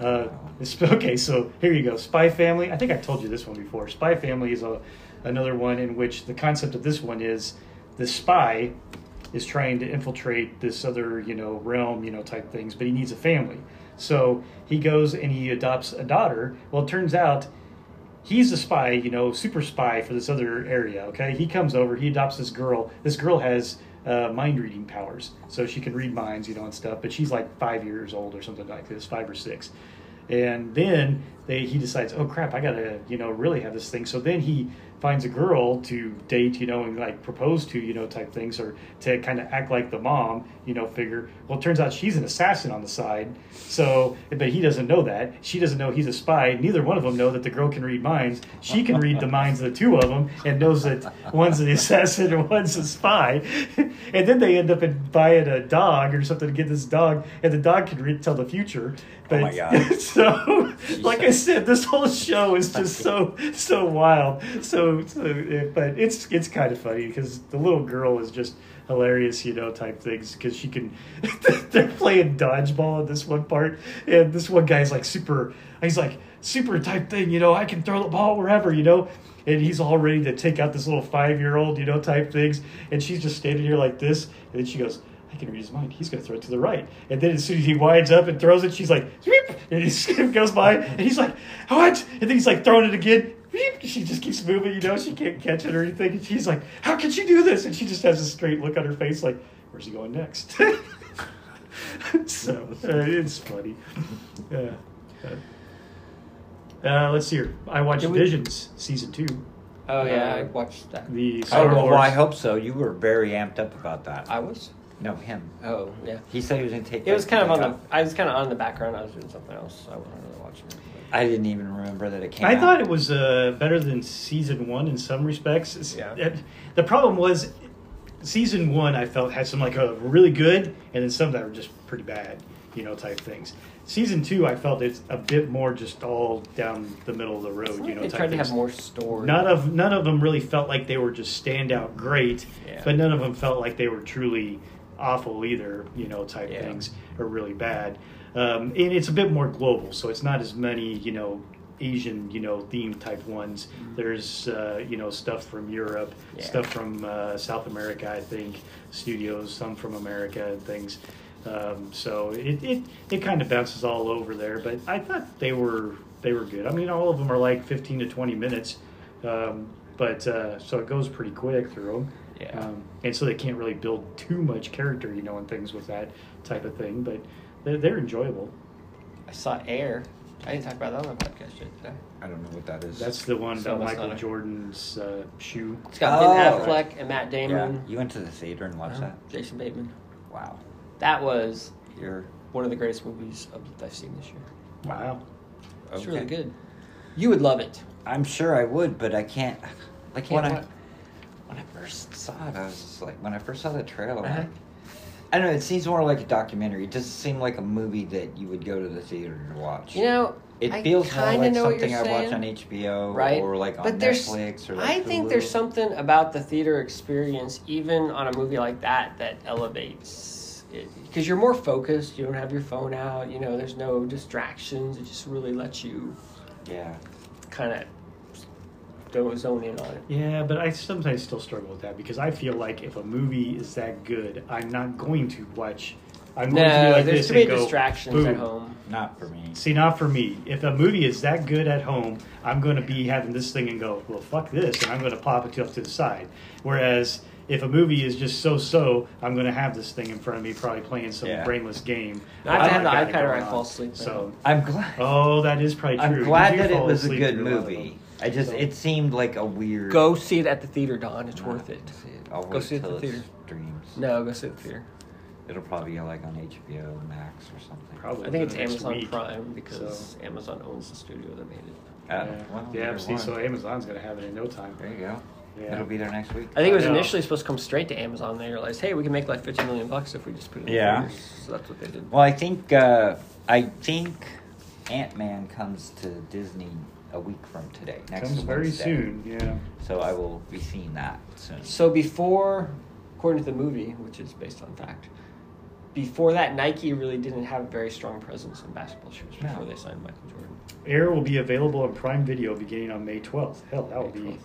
Speaker 3: Uh, it's- okay, so here you go. Spy Family. I think I told you this one before. Spy Family is a, another one in which the concept of this one is the spy is trying to infiltrate this other, you know, realm, you know, type things, but he needs a family. So he goes and he adopts a daughter. Well, it turns out he's a spy, you know, super spy for this other area. Okay, he comes over, he adopts this girl. This girl has uh, mind reading powers, so she can read minds, you know, and stuff. But she's like five years old or something like this, five or six. And then they, he decides, oh crap, I gotta, you know, really have this thing. So then he finds a girl to date, you know, and like propose to, you know, type things, or to kind of act like the mom, you know, figure. Well, it turns out she's an assassin on the side. So, but he doesn't know that. She doesn't know he's a spy. Neither one of them know that the girl can read minds. She can read the minds of the two of them and knows that one's an assassin and one's a spy. and then they end up in buying a dog or something to get this dog, and the dog can read, tell the future. But
Speaker 2: Oh my God.
Speaker 3: so, like I said, this whole show is just so so wild. So, so uh, but it's it's kind of funny because the little girl is just hilarious, you know, type things because she can. they're playing dodgeball in this one part, and this one guy's like super. He's like super type thing, you know. I can throw the ball wherever, you know. And he's all ready to take out this little five year old, you know, type things. And she's just standing here like this, and then she goes. I can read his mind. He's going to throw it to the right. And then as soon as he winds up and throws it, she's like, "Weep," and he goes by, and he's like, what? And then he's like throwing it again. Weep. She just keeps moving, you know, she can't catch it or anything. And she's like, how could she do this? And she just has a straight look on her face like, where's he going next? so uh, it's funny. Uh, uh, let's see here. I watched
Speaker 1: Did we-
Speaker 3: Visions season two.
Speaker 1: Oh yeah, I
Speaker 2: Uh,
Speaker 1: watched that.
Speaker 3: The Star
Speaker 2: Oh, well,
Speaker 3: Wars.
Speaker 2: I hope so. You were very amped up about that.
Speaker 1: I was.
Speaker 2: no, him.
Speaker 1: Oh yeah.
Speaker 2: He said he was going to take
Speaker 1: It was
Speaker 2: that
Speaker 1: kind of on
Speaker 2: back
Speaker 1: the.
Speaker 2: up.
Speaker 1: I was kind of on the background. I was doing something else. So I wasn't really watching it.
Speaker 2: I didn't even remember that it came
Speaker 3: I
Speaker 2: out.
Speaker 3: thought it was uh, better than season one in some respects. It's-
Speaker 1: Yeah.
Speaker 3: it- the problem was season one. I felt had some like a really good, and then some that were just pretty bad, you know, type things. Season two, I felt it's a bit more just all down the middle of the road,
Speaker 1: But
Speaker 3: Oh, you know.
Speaker 1: they
Speaker 3: type
Speaker 1: tried to
Speaker 3: things.
Speaker 1: have more story.
Speaker 3: None of none of them really felt like they were just standout great,
Speaker 1: Yeah.
Speaker 3: but none of them felt like they were truly awful either. You know, type
Speaker 1: Yeah.
Speaker 3: things or really bad. Um, and it's a bit more global, so it's not as many you know Asian you know theme type ones. There's uh, you know stuff from Europe,
Speaker 1: Yeah.
Speaker 3: stuff from uh, South America, I think studios, some from America and things. Um, so it, it it kind of bounces all over there, but I thought they were they were good. I mean, all of them are like fifteen to twenty minutes, um, but uh, so it goes pretty quick through them.
Speaker 1: Yeah.
Speaker 3: Um, and so they can't really build too much character, you know, and things with that type of thing. But they're, they're enjoyable.
Speaker 1: I saw Air. I didn't talk about that on the podcast yet. Did I?
Speaker 2: I don't know what that is.
Speaker 3: That's the one
Speaker 1: So
Speaker 3: about
Speaker 1: that's
Speaker 3: Michael
Speaker 1: not a-
Speaker 3: Jordan's uh, shoe.
Speaker 1: It's got Ben
Speaker 2: Oh.
Speaker 1: Affleck and Matt
Speaker 2: yeah.
Speaker 1: Damon.
Speaker 2: You went to the theater and watched
Speaker 1: Uh, Jason Bateman.
Speaker 2: that. Wow.
Speaker 1: That was
Speaker 2: You're
Speaker 1: one of the greatest movies of- that I've seen this year.
Speaker 3: Wow.
Speaker 1: It's
Speaker 2: okay.
Speaker 1: really good. You would love it.
Speaker 2: I'm sure I would, but I can't. Like
Speaker 1: Can't
Speaker 2: when I
Speaker 1: what?
Speaker 2: when I first saw it, I was just like, when I first saw the trailer,
Speaker 1: Uh-huh.
Speaker 2: like, I don't know. It seems more like a documentary. It doesn't seem like a movie that you would go to the theater to watch.
Speaker 1: You know,
Speaker 2: it
Speaker 1: I
Speaker 2: feels more
Speaker 1: kinda
Speaker 2: like
Speaker 1: know what
Speaker 2: something
Speaker 1: you're
Speaker 2: I watch
Speaker 1: saying,
Speaker 2: on HBO
Speaker 1: right?
Speaker 2: or like on
Speaker 1: but there's,
Speaker 2: Netflix or. Like
Speaker 1: I think
Speaker 2: Hulu.
Speaker 1: there's something about the theater experience, even on a movie like that, that elevates it because you're more focused. You don't have your phone out. You know, there's no distractions. It just really lets you
Speaker 2: Yeah.
Speaker 1: kind of don't zone in on it.
Speaker 3: Yeah, but I sometimes still struggle with that because I feel like if a movie is that good, I'm not going to watch. I'm going to
Speaker 1: No,
Speaker 3: do like
Speaker 1: there's
Speaker 3: this
Speaker 1: too many
Speaker 3: and go,
Speaker 1: distractions
Speaker 3: boom.
Speaker 1: at home.
Speaker 2: Not for me.
Speaker 3: See, not for me. If a movie is that good at home, I'm going to be having this thing and go, well, fuck this, and I'm going to pop it off to the side. Whereas if a movie is just so-so, I'm going to have this thing in front of me, probably playing some
Speaker 2: Yeah.
Speaker 3: brainless game.
Speaker 1: I have to
Speaker 3: Oh,
Speaker 1: have
Speaker 3: my
Speaker 1: the
Speaker 3: God,
Speaker 1: iPad or I
Speaker 3: going
Speaker 1: fall
Speaker 3: on.
Speaker 1: asleep.
Speaker 3: So,
Speaker 2: I'm glad.
Speaker 3: oh, that is probably true.
Speaker 2: I'm
Speaker 3: You do
Speaker 2: glad that it
Speaker 3: fall
Speaker 2: was a
Speaker 3: asleep
Speaker 2: good
Speaker 3: through lot of them.
Speaker 2: movie. I just
Speaker 3: So-
Speaker 2: it seemed like a weird.
Speaker 1: Go see it at the theater, Don. It's worth it.
Speaker 2: I'll
Speaker 1: Go
Speaker 2: wait
Speaker 1: see it at
Speaker 2: till
Speaker 1: the
Speaker 2: it's
Speaker 1: theater.
Speaker 2: streams.
Speaker 1: No, go see it at the theater.
Speaker 2: It'll probably be like on HBO Max or something.
Speaker 3: Probably
Speaker 1: I think it's
Speaker 3: within the next
Speaker 1: Amazon
Speaker 3: week.
Speaker 1: Prime because Amazon owns the studio that made it.
Speaker 2: Uh,
Speaker 3: yeah,
Speaker 2: well,
Speaker 3: yeah
Speaker 2: either
Speaker 3: see,
Speaker 2: one.
Speaker 3: so Amazon's going to have it in no time.
Speaker 2: There you go.
Speaker 3: Yeah.
Speaker 2: It'll be there next week.
Speaker 1: I think it was
Speaker 3: I know.
Speaker 1: initially supposed to come straight to Amazon. They realized, hey, we can make like 50 million bucks if we just put it in
Speaker 2: Yeah.
Speaker 1: theaters. So that's what they did.
Speaker 2: Well, I think uh, I think Ant Man comes to Disney a week from today. Next
Speaker 3: Comes very
Speaker 2: Wednesday.
Speaker 3: soon. Yeah.
Speaker 2: So I will be seeing that soon.
Speaker 1: So before, according to the movie, which is based on fact, before that, Nike really didn't have a very strong presence in basketball shoes
Speaker 2: No.
Speaker 1: before they signed Michael Jordan.
Speaker 3: Air will be available on Prime Video beginning on May 12th. Hell, that will
Speaker 1: May
Speaker 3: be
Speaker 1: 12th.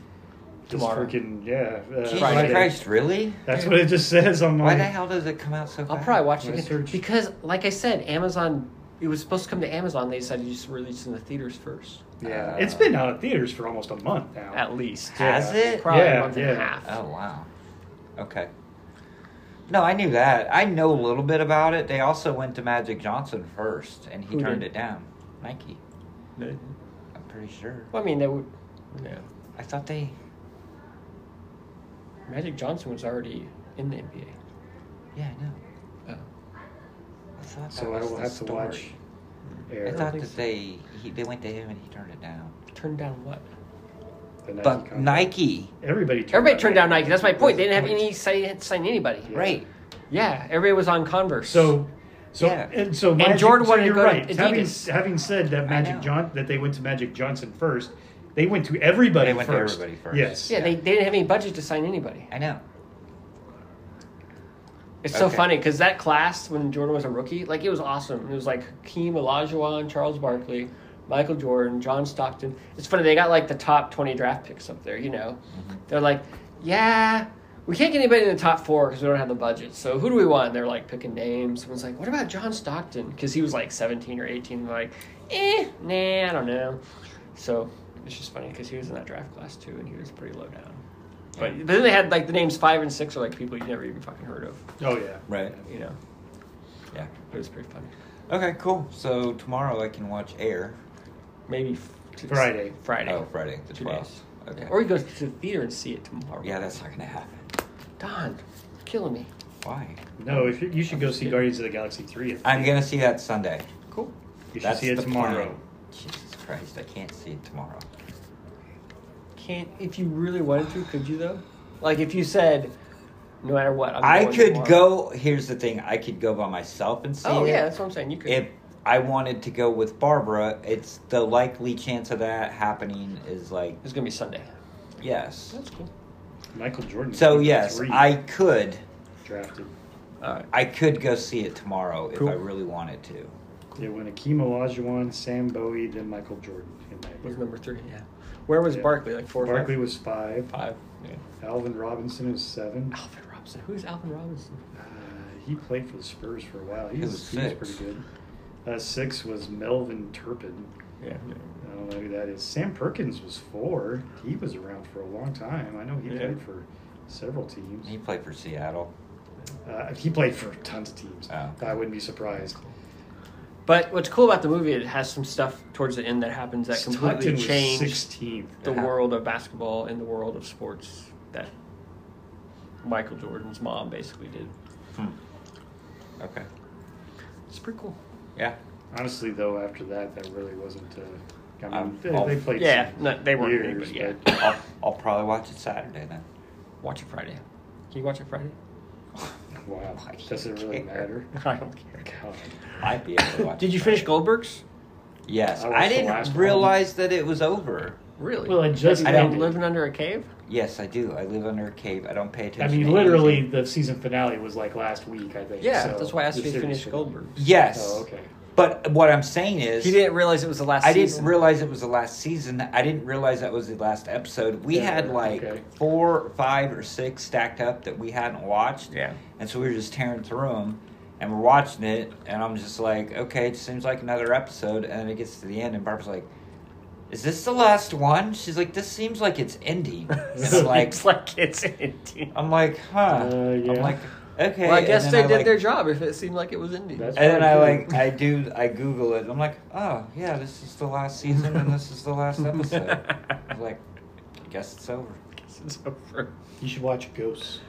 Speaker 3: just
Speaker 1: Tomorrow.
Speaker 3: freaking yeah. Uh,
Speaker 2: Jesus
Speaker 1: Friday.
Speaker 2: Christ, really?
Speaker 3: That's what it just says on my.
Speaker 2: Why the hell does it come out so
Speaker 1: I'll
Speaker 2: fast?
Speaker 1: probably watch it
Speaker 3: Wanna
Speaker 1: again.
Speaker 3: search?
Speaker 1: because, like I said, Amazon. It was supposed to come to Amazon. They decided to just release it in the theaters first,
Speaker 3: Yeah,
Speaker 2: Uh,
Speaker 3: it's been out of theaters for almost a month now.
Speaker 1: at least.
Speaker 2: Has
Speaker 3: Yeah.
Speaker 2: it?
Speaker 1: Probably
Speaker 3: Yeah,
Speaker 1: a month and
Speaker 3: yeah.
Speaker 1: a half.
Speaker 2: Oh wow. Okay. No, I knew that. I know a little bit about it. They also went to Magic Johnson first, and he
Speaker 1: Who
Speaker 2: turned
Speaker 1: did?
Speaker 2: it down. Nike,
Speaker 1: Well,
Speaker 2: I'm pretty sure.
Speaker 1: I mean, they would. Yeah.
Speaker 2: I thought they.
Speaker 1: Magic Johnson was already in the NBA.
Speaker 2: Yeah, I know.
Speaker 1: Oh.
Speaker 2: I thought that
Speaker 3: so I
Speaker 2: was
Speaker 3: will
Speaker 2: the
Speaker 3: have
Speaker 2: story.
Speaker 3: to watch. Air.
Speaker 2: I
Speaker 1: don't
Speaker 2: thought
Speaker 1: think
Speaker 2: that
Speaker 1: so.
Speaker 2: they he, they went to him and he turned it down.
Speaker 1: Turned down what?
Speaker 3: the Nike
Speaker 2: but
Speaker 3: contract.
Speaker 2: Nike,
Speaker 3: Everybody turned.
Speaker 1: Everybody
Speaker 3: out
Speaker 1: turned down Nike. That's my point. They
Speaker 3: That's
Speaker 1: didn't
Speaker 3: the
Speaker 1: have any sign, they didn't sign anybody.
Speaker 3: Yeah.
Speaker 2: right?
Speaker 1: Yeah, everybody was on Converse.
Speaker 3: So, so
Speaker 2: Yeah.
Speaker 3: and so
Speaker 1: And
Speaker 3: Magic,
Speaker 1: Jordan
Speaker 3: so
Speaker 1: wanted to
Speaker 3: you're
Speaker 1: go to
Speaker 3: right. having
Speaker 1: Adidas.
Speaker 3: having said that, Magic
Speaker 2: know.
Speaker 3: John that they went to Magic Johnson first. They went to everybody.
Speaker 2: They went to
Speaker 3: first.
Speaker 2: everybody first.
Speaker 3: Yes.
Speaker 1: yeah, They, they didn't have any budget to sign anybody.
Speaker 2: I know.
Speaker 1: It's so
Speaker 2: Okay.
Speaker 1: funny because that class when Jordan was a rookie, like it was awesome. It was like Hakeem Olajuwon, Charles Barkley, Michael Jordan, John Stockton. It's funny they got like the top twenty draft picks up there. You know, they're like, yeah, we can't get anybody in the top four because we don't have the budget. So who do we want? And they're like picking names. Someone's like, what about John Stockton? Because he was like seventeen or 18 They're like, eh, nah, I don't know. So it's just funny because he was in that draft class too, and he was pretty low down. But, but then they had like the names five and six are like people you never even fucking heard of
Speaker 3: Oh yeah.
Speaker 2: Right.
Speaker 1: you know,
Speaker 2: Yeah.
Speaker 1: it was pretty funny.
Speaker 2: Okay. Cool. So tomorrow I can watch Air.
Speaker 1: Maybe f- t-
Speaker 3: Friday.
Speaker 1: Friday.
Speaker 2: Oh, Friday the
Speaker 1: Two
Speaker 2: twelfth. Okay.
Speaker 1: Or he goes to the theater and see it tomorrow.
Speaker 2: yeah, that's not gonna happen.
Speaker 1: Don, killing me.
Speaker 2: Why?
Speaker 3: No, if you, you should go see
Speaker 1: kidding.
Speaker 3: Guardians of the Galaxy three. if-
Speaker 2: I'm gonna see that Sunday.
Speaker 1: Cool.
Speaker 3: You should
Speaker 2: That's
Speaker 3: see it
Speaker 2: the
Speaker 3: tomorrow.
Speaker 2: plan. Jesus Christ! I can't see it tomorrow.
Speaker 1: Can't if you really wanted to, could you though? Like if you said, no matter what, I'm
Speaker 2: I
Speaker 1: going
Speaker 2: could
Speaker 1: tomorrow.
Speaker 2: go. Here's the thing. I could go by myself and see
Speaker 1: Oh
Speaker 2: it.
Speaker 1: yeah, that's what I'm saying. You could.
Speaker 2: If I wanted to go with Barbara, it's the likely chance of that happening is like
Speaker 1: it's gonna be Sunday.
Speaker 2: yes.
Speaker 1: That's cool.
Speaker 3: Michael Jordan.
Speaker 2: So
Speaker 3: was
Speaker 2: yes,
Speaker 3: three
Speaker 2: I could.
Speaker 3: drafted.
Speaker 1: All right.
Speaker 2: I could go see it tomorrow if
Speaker 1: Cool.
Speaker 2: I really wanted to.
Speaker 3: They went Akeem Olajuwon, Sam Bowie, then Michael Jordan. In that
Speaker 1: Was
Speaker 3: year.
Speaker 1: number three? Yeah. Where was
Speaker 3: Yeah.
Speaker 1: Barkley? Like four. or
Speaker 3: Barkley
Speaker 1: five?
Speaker 3: was five.
Speaker 1: five. Yeah.
Speaker 3: Alvin Robinson was seven.
Speaker 1: Alvin Robinson. Who's Alvin Robinson?
Speaker 3: Uh, he played for the Spurs for a while. He
Speaker 2: He
Speaker 3: was,
Speaker 2: was
Speaker 3: he was
Speaker 2: six.
Speaker 3: pretty good. Uh, six was Melvin Turpin.
Speaker 1: Yeah.
Speaker 3: I don't know who that is. Sam Perkins was four. He was around for a long time. I know he
Speaker 1: Yeah.
Speaker 3: played for several teams.
Speaker 2: He played for Seattle.
Speaker 3: Uh, he played for tons of teams.
Speaker 2: Oh.
Speaker 3: I wouldn't be surprised.
Speaker 1: But what's cool about the movie, it has some stuff towards the end that happens that completely
Speaker 3: Stockton was
Speaker 1: changed
Speaker 3: 16th.
Speaker 1: the
Speaker 2: Yeah.
Speaker 1: world of basketball and the world of sports that Michael Jordan's mom basically did.
Speaker 2: Hmm. Okay.
Speaker 1: It's pretty cool.
Speaker 2: Yeah.
Speaker 3: Honestly, though, after that, that really wasn't. Uh, I mean,
Speaker 2: Um,
Speaker 3: they,
Speaker 2: I'll-
Speaker 3: they played.
Speaker 1: Yeah,
Speaker 3: some
Speaker 1: no, they weren't
Speaker 3: years,
Speaker 1: good, but yeah.
Speaker 3: but-
Speaker 2: I'll, I'll probably watch it Saturday then.
Speaker 1: Watch it Friday. Can you watch it Friday?
Speaker 3: wow,
Speaker 1: Oh,
Speaker 2: I
Speaker 3: does it really
Speaker 2: care.
Speaker 3: matter?
Speaker 1: I don't care.
Speaker 3: God.
Speaker 2: I'd be able to watch.
Speaker 1: Did
Speaker 2: it
Speaker 1: you finish
Speaker 2: Friday.
Speaker 1: Goldberg's?
Speaker 2: Yes. I,
Speaker 3: I watched Oh, the last
Speaker 2: didn't
Speaker 3: one.
Speaker 2: realize that it was over.
Speaker 1: Really?
Speaker 3: Well, I just
Speaker 1: Have you been
Speaker 3: ended.
Speaker 1: living under a cave?
Speaker 2: Yes, I do. I live under a cave. I don't pay attention.
Speaker 3: I mean,
Speaker 2: to
Speaker 3: literally,
Speaker 2: anything.
Speaker 3: the season finale was like last week, I think.
Speaker 1: Yeah,
Speaker 3: so
Speaker 1: that's why I asked
Speaker 3: the
Speaker 1: you to
Speaker 3: series
Speaker 1: finish
Speaker 3: finale.
Speaker 1: Goldberg's.
Speaker 2: Yes.
Speaker 3: Oh, okay.
Speaker 2: But what I'm saying is,
Speaker 1: He didn't realize it was the last
Speaker 2: I
Speaker 1: season.
Speaker 2: didn't realize it was the last season. I didn't realize that was the last episode. We
Speaker 3: Yeah,
Speaker 2: had like
Speaker 3: okay.
Speaker 2: four, five, or six stacked up that we hadn't watched.
Speaker 1: Yeah.
Speaker 2: And so we were just tearing through them, and we're watching it, and I'm just like, okay, it seems like another episode, and then it gets to the end, and Barbara's like, is this the last one? She's like, this seems like it's ending. And I'm like,
Speaker 1: it's like it's ending.
Speaker 2: I'm like, huh?
Speaker 3: Uh,
Speaker 2: I'm
Speaker 3: yeah.
Speaker 2: like, okay.
Speaker 1: Well, I
Speaker 2: and
Speaker 1: guess
Speaker 2: then
Speaker 1: they did
Speaker 2: like-
Speaker 1: their job if it seemed like it was ending.
Speaker 3: That's-
Speaker 2: and then I
Speaker 3: Probably
Speaker 2: like I do I Google it. I'm like, oh yeah, this is the last season and this is the last episode. I was like, I guess it's over.
Speaker 1: It's over.
Speaker 3: You should watch Ghosts.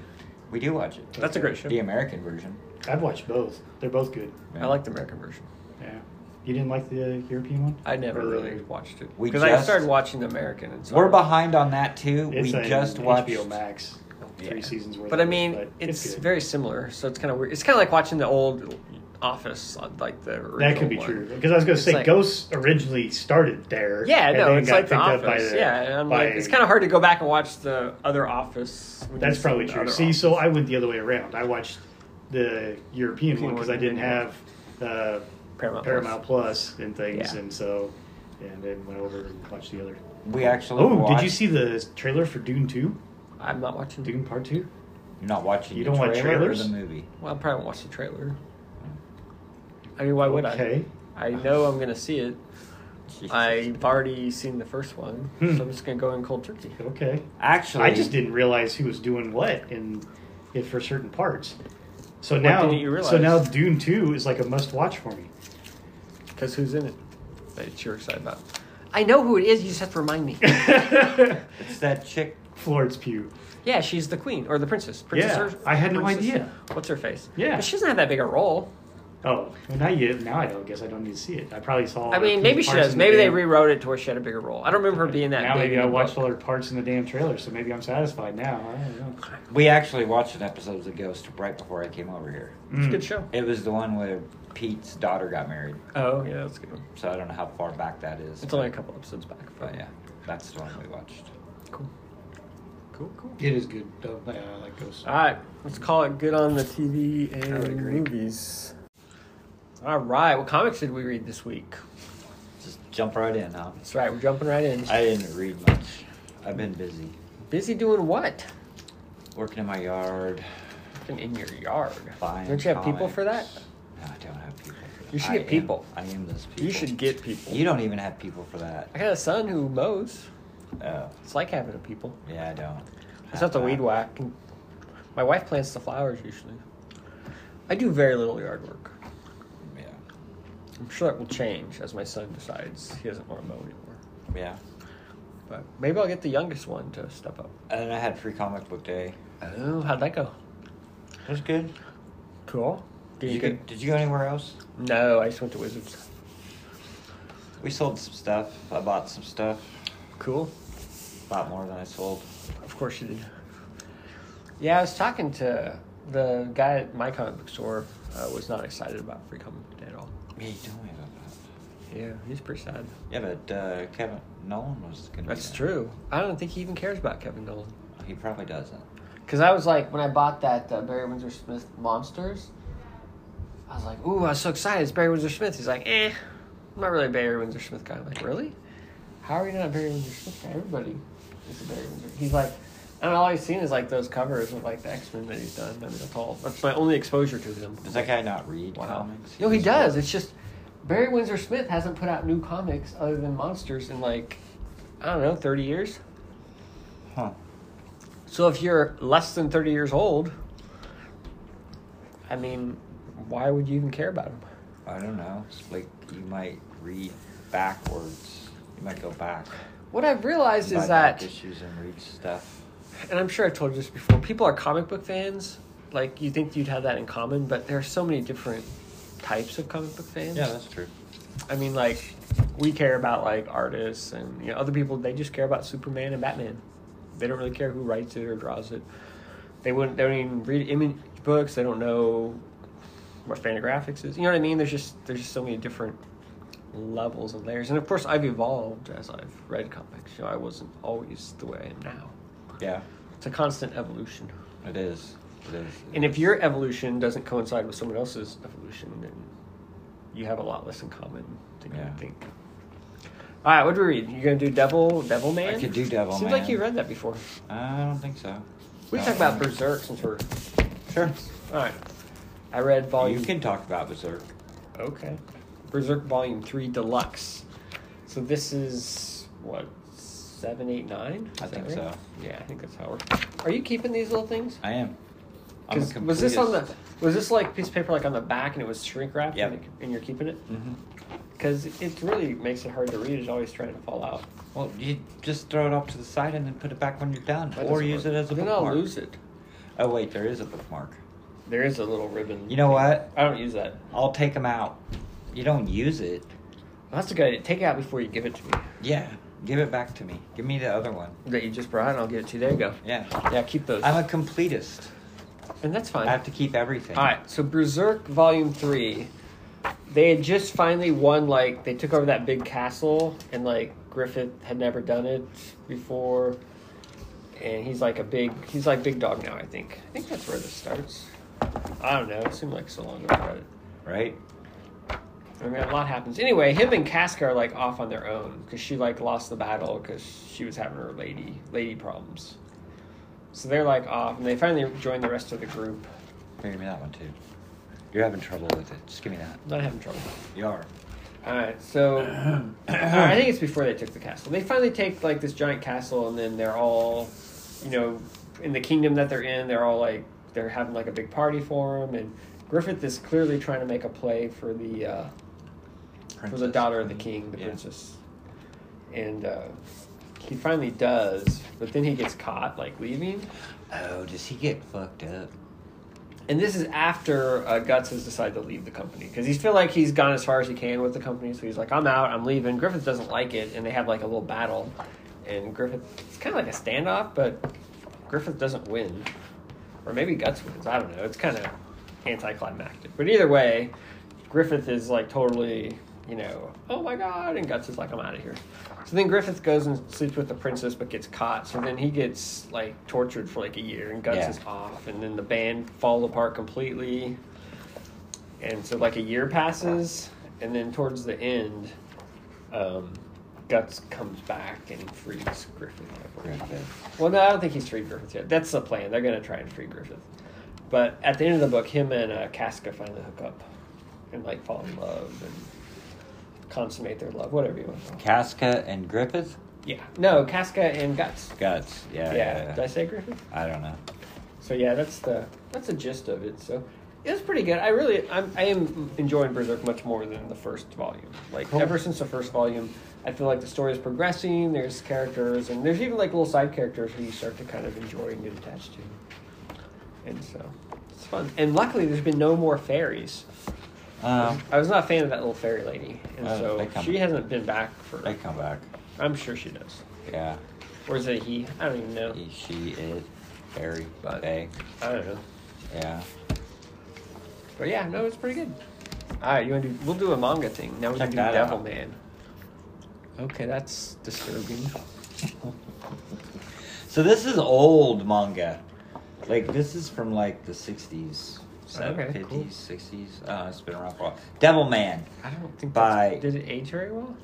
Speaker 2: We do watch it,
Speaker 1: That's a great show.
Speaker 2: the American version.
Speaker 3: I've watched both. They're both good.
Speaker 1: I like the American version.
Speaker 3: Yeah. You didn't like the European one?
Speaker 1: I never
Speaker 3: Or-
Speaker 1: really watched it
Speaker 2: We
Speaker 1: because I
Speaker 2: just-
Speaker 1: started watching the American. And so
Speaker 2: We're behind on that too.
Speaker 3: It's
Speaker 2: we
Speaker 3: on
Speaker 2: just watched.
Speaker 3: HBO Max.
Speaker 2: Yeah.
Speaker 3: Three seasons worth.
Speaker 1: But I
Speaker 3: of it,
Speaker 1: mean,
Speaker 3: but
Speaker 1: it's,
Speaker 3: good.
Speaker 1: very similar, so it's kind of weird. It's kind of like watching the old Office, on, like the original
Speaker 3: That could be
Speaker 1: one.
Speaker 3: true because I was going to
Speaker 1: It's
Speaker 3: say
Speaker 1: like-
Speaker 3: Ghosts originally started there.
Speaker 1: Yeah,
Speaker 3: and
Speaker 1: no,
Speaker 3: then
Speaker 1: it's
Speaker 3: got
Speaker 1: like the
Speaker 3: picked up by
Speaker 1: Office.
Speaker 3: the-
Speaker 1: yeah, and I'm
Speaker 3: by-
Speaker 1: like, it's kind of hard to go back and watch the other Office. when
Speaker 3: That's
Speaker 1: you've
Speaker 3: probably
Speaker 1: seen the
Speaker 3: true.
Speaker 1: other
Speaker 3: See,
Speaker 1: Office.
Speaker 3: so I went the other way around. I watched the European one because I didn't have uh,
Speaker 1: Paramount.
Speaker 3: Paramount Plus and things,
Speaker 1: Yeah.
Speaker 3: and so and then went over and watched the other.
Speaker 2: We actually.
Speaker 3: Oh, did you
Speaker 2: watched-
Speaker 3: see the trailer for Dune Two?
Speaker 1: Plus. I'm not watching.
Speaker 3: Dune Part Two?
Speaker 2: You're not watching.
Speaker 3: You
Speaker 2: the
Speaker 3: don't watch
Speaker 2: trailer
Speaker 3: trailers?
Speaker 2: Or the movie.
Speaker 1: Well, I probably won't watch the trailer. I mean, why would
Speaker 3: okay.
Speaker 1: I? I know I'm gonna see it. I've already seen the first one,
Speaker 3: Hmm.
Speaker 1: so I'm just gonna go in cold turkey.
Speaker 3: Okay.
Speaker 2: actually.
Speaker 3: I just didn't realize who was doing what in it for certain parts. So
Speaker 1: What
Speaker 3: now,
Speaker 1: didn't you realize?
Speaker 3: so now Dune Two is like a must-watch for me.
Speaker 1: Because who's in it? That you're excited about. I know who it is. You just have to remind me.
Speaker 2: It's that chick.
Speaker 3: Florence Pugh.
Speaker 1: yeah, she's the queen or the princess. Princess.
Speaker 3: Yeah,
Speaker 1: Ur-
Speaker 3: I had no
Speaker 1: princess-
Speaker 3: idea.
Speaker 1: What's her face?
Speaker 3: Yeah.
Speaker 1: but she doesn't have that big a role.
Speaker 3: Oh, well, now you now I don't guess I don't need to see it. I probably saw.
Speaker 1: I
Speaker 3: her
Speaker 1: mean, maybe
Speaker 3: parts
Speaker 1: she
Speaker 3: in
Speaker 1: does.
Speaker 3: the
Speaker 1: Maybe they
Speaker 3: damn-
Speaker 1: rewrote it to where she had a bigger role. I don't remember her being that.
Speaker 3: Now
Speaker 1: big
Speaker 3: maybe
Speaker 1: in
Speaker 3: I
Speaker 1: the
Speaker 3: watched
Speaker 1: book.
Speaker 3: all her parts in the damn trailer, so maybe I'm satisfied now. I don't know.
Speaker 2: We actually watched an episode of The Ghost right before I came over here.
Speaker 1: It's a
Speaker 3: Mm.
Speaker 1: good show.
Speaker 2: It was the one where Pete's daughter got married.
Speaker 1: Hmm. Oh yeah, that's a good one.
Speaker 2: So I don't know how far back that is.
Speaker 1: It's only a couple episodes back.
Speaker 2: But yeah, that's the one we watched.
Speaker 1: Cool. Cool. Cool.
Speaker 3: It is good though. Yeah, I like Ghost.
Speaker 1: All right, let's call it good on the TV
Speaker 2: I would
Speaker 1: and
Speaker 2: agree.
Speaker 1: movies. All right, what comics did we read this week?
Speaker 2: Just jump right in, huh?
Speaker 1: That's right, we're jumping right in.
Speaker 2: I didn't read much. I've been busy
Speaker 1: Busy doing what?
Speaker 2: working in my yard.
Speaker 1: Fucking in your yard.
Speaker 2: Buying
Speaker 1: Don't you have people
Speaker 2: comics.
Speaker 1: for that?
Speaker 2: No, I don't have people. For that.
Speaker 1: You should
Speaker 2: I
Speaker 1: get
Speaker 2: am-
Speaker 1: people.
Speaker 2: I am those people.
Speaker 1: You should get people.
Speaker 2: You don't even have people for that.
Speaker 1: I got a son who mows.
Speaker 2: Oh,
Speaker 1: It's like having a people.
Speaker 2: yeah, I don't.
Speaker 1: It's not the
Speaker 2: that.
Speaker 1: weed whack. My wife plants the flowers usually. I do very little yard work.
Speaker 2: Yeah,
Speaker 1: I'm sure that will change as my son decides he doesn't want to mow anymore.
Speaker 2: yeah.
Speaker 1: But maybe I'll get the youngest one to step up.
Speaker 2: And then I had free comic book day.
Speaker 1: Oh, how'd that go?
Speaker 2: That's good.
Speaker 1: Cool.
Speaker 2: Did you, go, did you go anywhere else?
Speaker 1: No, I just went to Wizards.
Speaker 2: We sold some stuff. I bought some stuff.
Speaker 1: Cool.
Speaker 2: Bought more than I sold.
Speaker 1: Of course you did. Yeah, I was talking to the guy at my comic book store. Uh, was not excited about free comic book day at all.
Speaker 2: Yeah, you told me about that.
Speaker 1: Yeah, he's pretty sad.
Speaker 2: Yeah, but uh, Kevin Nolan was gonna.
Speaker 1: That's
Speaker 2: be there.
Speaker 1: true. I don't think he even cares about Kevin Nolan.
Speaker 2: He probably doesn't.
Speaker 1: Because I was like, when I bought that uh, Barry Windsor Smith Monsters, I was like, ooh, I was so excited. It's Barry Windsor Smith. He's like, eh, I'm not really a Barry Windsor Smith guy. I'm like, really? How are you not a Barry Windsor Smith guy? Everybody is a Barry Windsor. He's like, I don't know, all I've seen is like those covers of like the X Men that he's done. I mean, that's all. That's my only exposure to him.
Speaker 2: Does that guy not read
Speaker 1: Wow.
Speaker 2: comics?
Speaker 1: No, he
Speaker 2: just
Speaker 1: does.
Speaker 2: works.
Speaker 1: It's just Barry Windsor Smith hasn't put out new comics other than Monsters in like, I don't know, 30 years.
Speaker 2: Huh.
Speaker 1: So if you're less than 30 years old, I mean, why would you even care about him?
Speaker 2: I don't know. It's like you might read backwards. You might go back.
Speaker 1: What I've realized
Speaker 2: buy
Speaker 1: is
Speaker 2: back
Speaker 1: that,
Speaker 2: issues and read stuff?
Speaker 1: and I'm sure I've told you this before, people are comic book fans. Like, you think you'd have that in common, but there are so many different types of comic book fans.
Speaker 2: Yeah, that's true.
Speaker 1: I mean, like, we care about, like, artists and, you know, other people, they just care about Superman and Batman. They don't really care who writes it or draws it. They wouldn't, they don't even read image books. They don't know what fanographics is. You know what I mean? There's just, there's just so many different levels and layers. And of course, I've evolved as I've read comics. You know, I wasn't always the way I am now.
Speaker 2: Yeah,
Speaker 1: It's a constant evolution.
Speaker 2: it is. It is. it
Speaker 1: And if
Speaker 2: is.
Speaker 1: your evolution doesn't coincide with someone else's evolution, then you have a lot less in common than
Speaker 2: Yeah.
Speaker 1: you think. All right, what do we read? You're gonna do Devil, Devil Man.
Speaker 2: could do Devil
Speaker 1: Seems
Speaker 2: Man.
Speaker 1: like you read that before.
Speaker 2: I don't think so.
Speaker 1: We can
Speaker 2: No.
Speaker 1: talk about Berserk since we're.
Speaker 2: Sure.
Speaker 1: All right, I read volume.
Speaker 2: You can talk about Berserk.
Speaker 1: Okay. Berserk Volume Three Deluxe. So this is what seven, eight, nine.
Speaker 2: I
Speaker 1: Is that
Speaker 2: think so.
Speaker 1: Yeah, I think that's how we're. Are you keeping these little things?
Speaker 2: I am. I'm a
Speaker 1: Because was this on the
Speaker 2: completist.
Speaker 1: was this like piece of paper like on the back and it was shrink wrapped
Speaker 2: Yep.
Speaker 1: and, it- and you're keeping it
Speaker 2: Mhm.
Speaker 1: because it really makes it hard to read. It's always trying to fall out.
Speaker 2: Well, you just throw it off to the side and then put it back when you're done,
Speaker 1: That
Speaker 2: or
Speaker 1: doesn't
Speaker 2: use
Speaker 1: work.
Speaker 2: it as a
Speaker 1: then
Speaker 2: bookmark.
Speaker 1: I'll lose it.
Speaker 2: Oh wait, there is a bookmark.
Speaker 1: There is a little ribbon.
Speaker 2: You know what?
Speaker 1: I don't use that.
Speaker 2: I'll take them out. you don't use it.
Speaker 1: That's a good idea. Take it out before you give it to me.
Speaker 2: Yeah, give it back to me. Give me the other one.
Speaker 1: That you just brought, and I'll give it to you. There you go.
Speaker 2: Yeah,
Speaker 1: Yeah, keep those.
Speaker 2: I'm a completist.
Speaker 1: and that's fine.
Speaker 2: I have to keep everything.
Speaker 1: All right, so Berserk Volume Three, they had just finally won. Like they took over that big castle, and like Griffith had never done it before, and he's like a big, he's like big dog now. I think. I think that's where this starts. I don't know. It seemed like so long ago. I read it.
Speaker 2: right.
Speaker 1: I mean, a lot happens. Anyway, him and Casca are like off on their own because she like lost the battle because she was having her lady lady problems. So they're like off, and they finally join the rest of the group.
Speaker 2: Here, give me that one too. You're having trouble with it. Just give me that.
Speaker 1: Not having trouble.
Speaker 2: You are.
Speaker 1: All right, so I think it's before they took the castle. They finally take like this giant castle, and then they're all, you know, in the kingdom that they're in. They're all like they're having like a big party for him, and Griffith is clearly trying to make a play for the uh, for the
Speaker 2: Princess.
Speaker 1: daughter of the king, the
Speaker 2: Yeah.
Speaker 1: princess, and uh, he finally does, but then he gets caught like leaving.
Speaker 2: Oh, does he get fucked up?
Speaker 1: And this is after uh, Guts has decided to leave the company because he's feel like he's gone as far as he can with the company. So he's like, "I'm out, I'm leaving." Griffith doesn't like it, and they have like a little battle. And Griffith, it's kind of like a standoff, but Griffith doesn't win, or maybe Guts wins. I don't know. It's kind of anticlimactic. But either way, Griffith is like totally, you know, oh my god, and Guts is like, I'm out of here. So then Griffith goes and sleeps with the princess, but gets caught. So then he gets like tortured for like a year, and Guts
Speaker 2: Yeah.
Speaker 1: is off, and then the band falls apart completely. And so like a year passes, and then towards the end, um, Guts comes back and frees Griffith. I believe. Well, no, I don't think he's freed Griffith yet. That's the plan. They're going to try and free Griffith. But at the end of the book, him and uh, Casca finally hook up and like fall in love and consummate their love, whatever you want. to call it.
Speaker 2: Casca and Griffith?
Speaker 1: Yeah. No, Casca and Guts.
Speaker 2: Guts. Yeah.
Speaker 1: Yeah.
Speaker 2: Yeah.
Speaker 1: Did I say Griffith?
Speaker 2: I don't know.
Speaker 1: So yeah, that's the that's the gist of it. So it was pretty good. I really I'm, I am enjoying Berserk much more than the first volume. Like
Speaker 2: Cool.
Speaker 1: ever since the first volume, I feel like the story is progressing. There's characters and there's even like little side characters who you start to kind of enjoy and get attached to. And so it's fun. And luckily, there's been no more fairies.
Speaker 2: Um,
Speaker 1: I was not a fan of that little fairy lady, and
Speaker 2: Oh, they
Speaker 1: so
Speaker 2: come-
Speaker 1: she hasn't been back for.
Speaker 2: they come back.
Speaker 1: I'm sure she does.
Speaker 2: Yeah.
Speaker 1: Or is it he? I don't even know.
Speaker 2: He, she, it, very,
Speaker 1: But-
Speaker 2: they.
Speaker 1: I don't know.
Speaker 2: Yeah.
Speaker 1: But yeah, no, it's pretty good. All right, you want to? Do, we'll do a manga thing. Now we
Speaker 2: Check
Speaker 1: can do
Speaker 2: that
Speaker 1: Devil
Speaker 2: out.
Speaker 1: Man. Okay, that's disturbing.
Speaker 2: So this is old manga. Like this is from like the sixties.
Speaker 1: Okay, cool.
Speaker 2: fifties, sixties. Uh, it's been around for a while. Devil Man
Speaker 1: I don't think.
Speaker 2: By-
Speaker 1: that's- Did it age very well?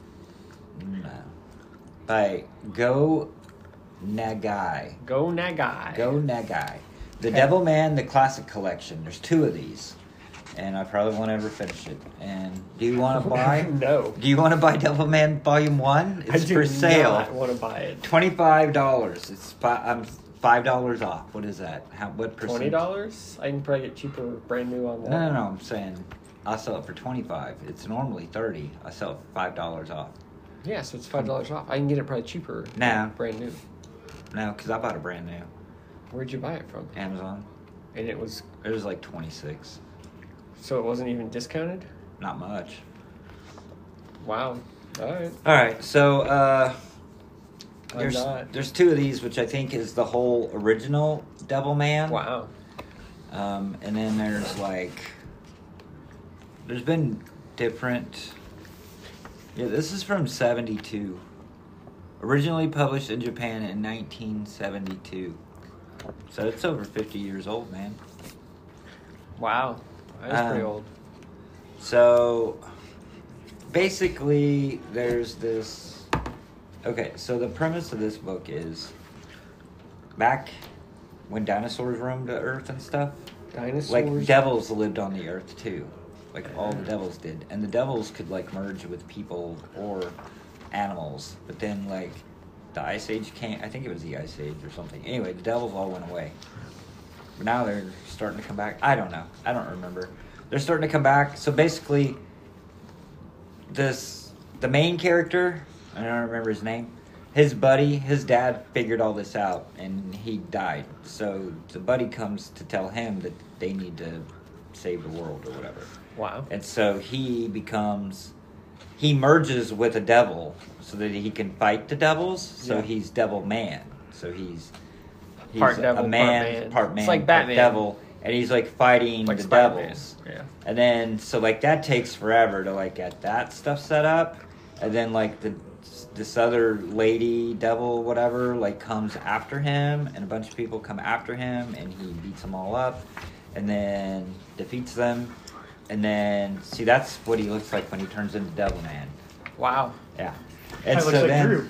Speaker 2: no. Mm. by Go Nagai.
Speaker 1: Go Nagai.
Speaker 2: Go Nagai. The
Speaker 1: Okay.
Speaker 2: Devil Man, the classic collection. There's two of these, and I probably won't ever finish it. And do you want to buy?
Speaker 1: no,
Speaker 2: Do you want to buy Devil Man Volume One?
Speaker 1: I
Speaker 2: It's
Speaker 1: do
Speaker 2: for sale.
Speaker 1: not want to buy it.
Speaker 2: Twenty-five dollars. It's five. I'm five dollars off. What is that? How? What percent?
Speaker 1: Twenty dollars? I can probably get cheaper, brand new on that.
Speaker 2: No, no, no. I'm saying I sell it for twenty-five. It's normally thirty. I sell it for five dollars off.
Speaker 1: Yeah, so it's five dollars off. I can get it probably cheaper,
Speaker 2: Now,
Speaker 1: brand new.
Speaker 2: no, because I bought a brand new
Speaker 1: Where'd you buy it from?
Speaker 2: Amazon.
Speaker 1: And it was
Speaker 2: It was like twenty-six.
Speaker 1: so it wasn't even discounted.
Speaker 2: Not much.
Speaker 1: Wow. All right.
Speaker 2: All right, so uh,
Speaker 1: I'm
Speaker 2: there's
Speaker 1: not.
Speaker 2: there's two of these, which I think is the whole original Devil Man.
Speaker 1: Wow.
Speaker 2: Um, and then there's like, there's been different. Yeah, this is from '72. Originally published in Japan in 1972, so it's over 50 years old, man.
Speaker 1: Wow. That's pretty
Speaker 2: Um,
Speaker 1: old.
Speaker 2: So basically, there's this. Okay, so the premise of this book is back when dinosaurs roamed the earth and stuff,
Speaker 1: Dinosaurs.
Speaker 2: like devils lived on the earth too. Like all the devils did. And the devils could like merge with people or animals. But then, like, the Ice Age came. I think it was the Ice Age or something. Anyway, the devils all went away. But now they're starting to come back. I don't know. I don't remember. They're starting to come back. So basically, this the main character. I don't remember his name. His buddy, his dad figured all this out, and he died. So the buddy comes to tell him that they need to save the world or whatever.
Speaker 1: Wow.
Speaker 2: And so he becomes, he merges with a devil so that he can fight the devils. So
Speaker 1: Yeah.
Speaker 2: he's devil man. So he's, he's
Speaker 1: Part devil, part man.
Speaker 2: part
Speaker 1: It's
Speaker 2: man,
Speaker 1: like
Speaker 2: part
Speaker 1: Batman.
Speaker 2: devil, and he's like fighting
Speaker 1: Like
Speaker 2: the
Speaker 1: Spider-Man.
Speaker 2: devils.
Speaker 1: Yeah.
Speaker 2: And then so like that takes forever to like get that stuff set up, and then like the this other lady devil whatever like comes after him, and a bunch of people come after him, and he beats them all up, and then defeats them, and then see that's what he looks like when he turns into Devil Man.
Speaker 1: Wow.
Speaker 2: Yeah, and
Speaker 3: Kinda looks like Drew.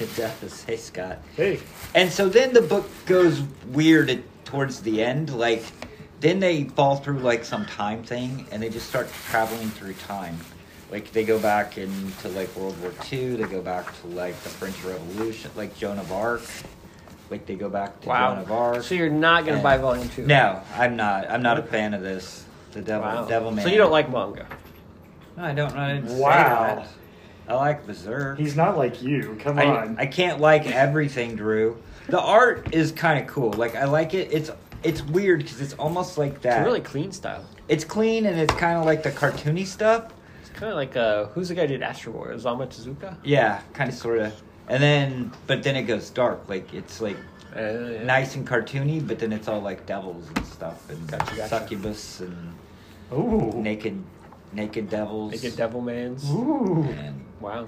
Speaker 2: it does. Hey Scott.
Speaker 3: Hey,
Speaker 2: And so then the book goes weird at, towards the end. Like, then they fall through like some time thing, and they just start traveling through time. Like they go back into like World War II. They go back to like the French Revolution, like Joan of Arc. Like they go back to Joan of
Speaker 1: Wow.
Speaker 2: Arc.
Speaker 1: So you're not gonna
Speaker 2: And-
Speaker 1: buy volume two?
Speaker 2: No, I'm not. I'm not a fan of this. The Devil,
Speaker 1: Wow.
Speaker 2: Devil Man.
Speaker 1: So you don't like manga?
Speaker 2: No, I don't. I didn't say
Speaker 3: Wow.
Speaker 2: that. I like Berserk.
Speaker 3: he's not like you. Come
Speaker 2: I,
Speaker 3: on.
Speaker 2: I can't like everything, Drew. The art is kind of cool. Like I like it. It's it's weird because it's almost like that.
Speaker 1: It's a really clean style.
Speaker 2: it's clean and it's kind of like the cartoony stuff.
Speaker 1: It's kind of like uh, who's the guy who did Astro War? Zama Tezuka?
Speaker 2: Yeah, kind of sort of. And then, but then it goes dark. Like it's like
Speaker 1: Uh, yeah.
Speaker 2: nice and cartoony, but then it's all like devils and stuff and
Speaker 1: Gotcha, gotcha.
Speaker 2: succubus and
Speaker 3: Ooh.
Speaker 2: naked, naked devils.
Speaker 1: They get Devil Mans.
Speaker 3: Ooh.
Speaker 2: And
Speaker 1: Wow.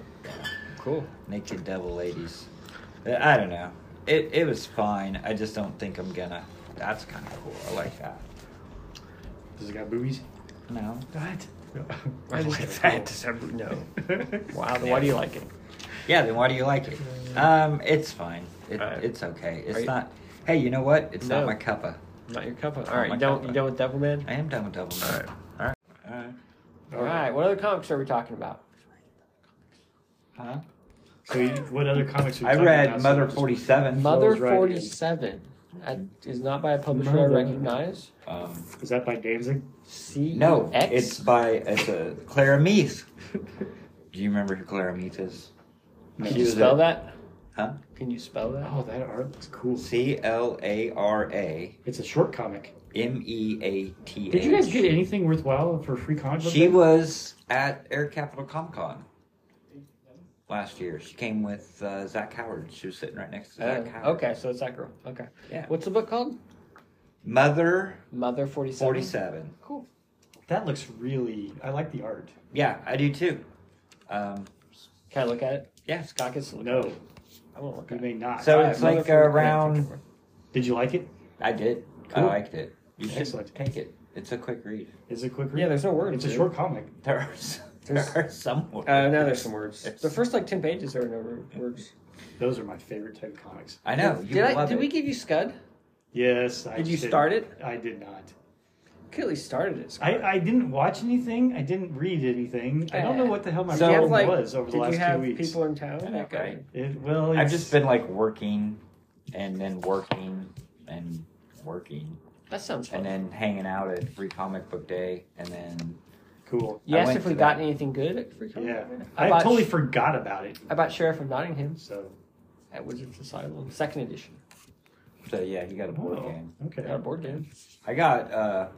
Speaker 1: Cool.
Speaker 2: naked devil ladies. Uh, I don't know. It it was fine. I just don't think I'm gonna. That's kind of cool. I like that.
Speaker 3: Does it got boobies?
Speaker 2: No.
Speaker 3: What?
Speaker 1: I like that. Does everyone know? Wow. then Why do you like it?
Speaker 2: Yeah. Then why do you like it? Um, it's fine. It,
Speaker 1: Alright.
Speaker 2: It's okay. It's
Speaker 1: Are you-
Speaker 2: not. Hey, you know what? It's
Speaker 1: No.
Speaker 2: not my cuppa.
Speaker 1: Not your cup of.
Speaker 2: Oh
Speaker 1: All right.
Speaker 2: my
Speaker 1: You don't.
Speaker 2: God.
Speaker 1: You done with Devil Man?
Speaker 2: I am done with double.
Speaker 1: Alright.
Speaker 2: All right. All right.
Speaker 1: All right. What other comics are we talking about?
Speaker 2: Huh?
Speaker 3: So you, what other comics? Are you
Speaker 2: I
Speaker 3: talking
Speaker 2: read
Speaker 3: about?
Speaker 2: Mother Forty Seven.
Speaker 1: Mother
Speaker 3: right again.
Speaker 1: Forty Seven. That is not by a publisher
Speaker 3: Mother.
Speaker 1: I recognize.
Speaker 2: Um,
Speaker 3: Is that by Danzig?
Speaker 1: C E
Speaker 2: no,
Speaker 1: X.
Speaker 2: it's by it's a Clara Meath. Do you remember who Clara Meath is?
Speaker 1: Can
Speaker 2: she
Speaker 1: you
Speaker 2: was
Speaker 1: spell
Speaker 2: a-
Speaker 1: that?
Speaker 2: Huh?
Speaker 1: Can you spell that?
Speaker 3: Oh, that art looks cool.
Speaker 2: C L A R A
Speaker 3: It's a short comic.
Speaker 2: M E A T H.
Speaker 3: Did you guys get anything worthwhile for free comic book
Speaker 2: She
Speaker 3: day?
Speaker 2: was at Air Capital Comic Con last year. She came with uh, Zach Howard. She was sitting right next to
Speaker 1: Oh,
Speaker 2: Zach Howard.
Speaker 1: okay, so it's that girl. Okay.
Speaker 2: Yeah.
Speaker 1: What's the book called?
Speaker 2: Mother
Speaker 1: Mother Forty Seven.
Speaker 2: 47.
Speaker 1: Cool.
Speaker 3: That looks really. I like the art.
Speaker 2: Yeah, I do too. Um,
Speaker 1: Can I look at it?
Speaker 2: yeah.
Speaker 1: Scott gets to look at
Speaker 3: No,
Speaker 1: it. I want to look
Speaker 3: you
Speaker 1: at it.
Speaker 3: may not.
Speaker 2: So
Speaker 1: All right,
Speaker 2: it's
Speaker 1: Mother
Speaker 2: like uh,
Speaker 1: 47.
Speaker 2: around.
Speaker 3: Did you like it?
Speaker 2: I did. I
Speaker 3: Cool.
Speaker 2: liked it. You should
Speaker 3: Excellent.
Speaker 2: take it. It's a quick read.
Speaker 3: Is it quick read?
Speaker 1: Yeah, there's no words.
Speaker 3: It's a
Speaker 1: dude.
Speaker 3: short comic.
Speaker 2: There are, s- there
Speaker 1: There's-
Speaker 2: are some words.
Speaker 1: Uh, now there's some words.
Speaker 2: It's-
Speaker 1: The first like ten pages there are no wor- words.
Speaker 3: Those are my favorite type of comics.
Speaker 2: I know. You
Speaker 1: Did, did I?
Speaker 2: love
Speaker 1: Did
Speaker 2: it.
Speaker 1: we give you Scud?
Speaker 3: Yes. I
Speaker 1: Did you
Speaker 3: just didn't-
Speaker 1: start it?
Speaker 3: I did not.
Speaker 1: Could at least started it. Scott.
Speaker 3: I, I didn't watch anything. I didn't read anything. I don't know what the hell my
Speaker 1: Did you have,
Speaker 3: problem
Speaker 1: like,
Speaker 3: was over the
Speaker 1: did
Speaker 3: last
Speaker 1: you have
Speaker 3: two weeks.
Speaker 1: people in town?
Speaker 2: I know,
Speaker 1: Okay.
Speaker 2: right?
Speaker 3: It, well,
Speaker 2: I've
Speaker 3: it's-
Speaker 2: just been like working and then working and working.
Speaker 1: That sounds fun.
Speaker 2: and then hanging out at Free Comic Book Day, and then
Speaker 3: cool.
Speaker 1: you
Speaker 2: I
Speaker 1: asked
Speaker 2: went
Speaker 1: if we
Speaker 2: to
Speaker 1: got
Speaker 2: that.
Speaker 1: anything good at Free Comic
Speaker 3: Yeah,
Speaker 1: Book?
Speaker 3: I,
Speaker 1: bought-
Speaker 3: totally forgot about it.
Speaker 1: I bought Sheriff of Nottingham
Speaker 3: So
Speaker 1: at Wizards Asylum, second edition.
Speaker 2: so yeah, he got a
Speaker 3: Oh.
Speaker 2: board game.
Speaker 1: I got a
Speaker 3: okay.
Speaker 1: board game.
Speaker 2: I got uh,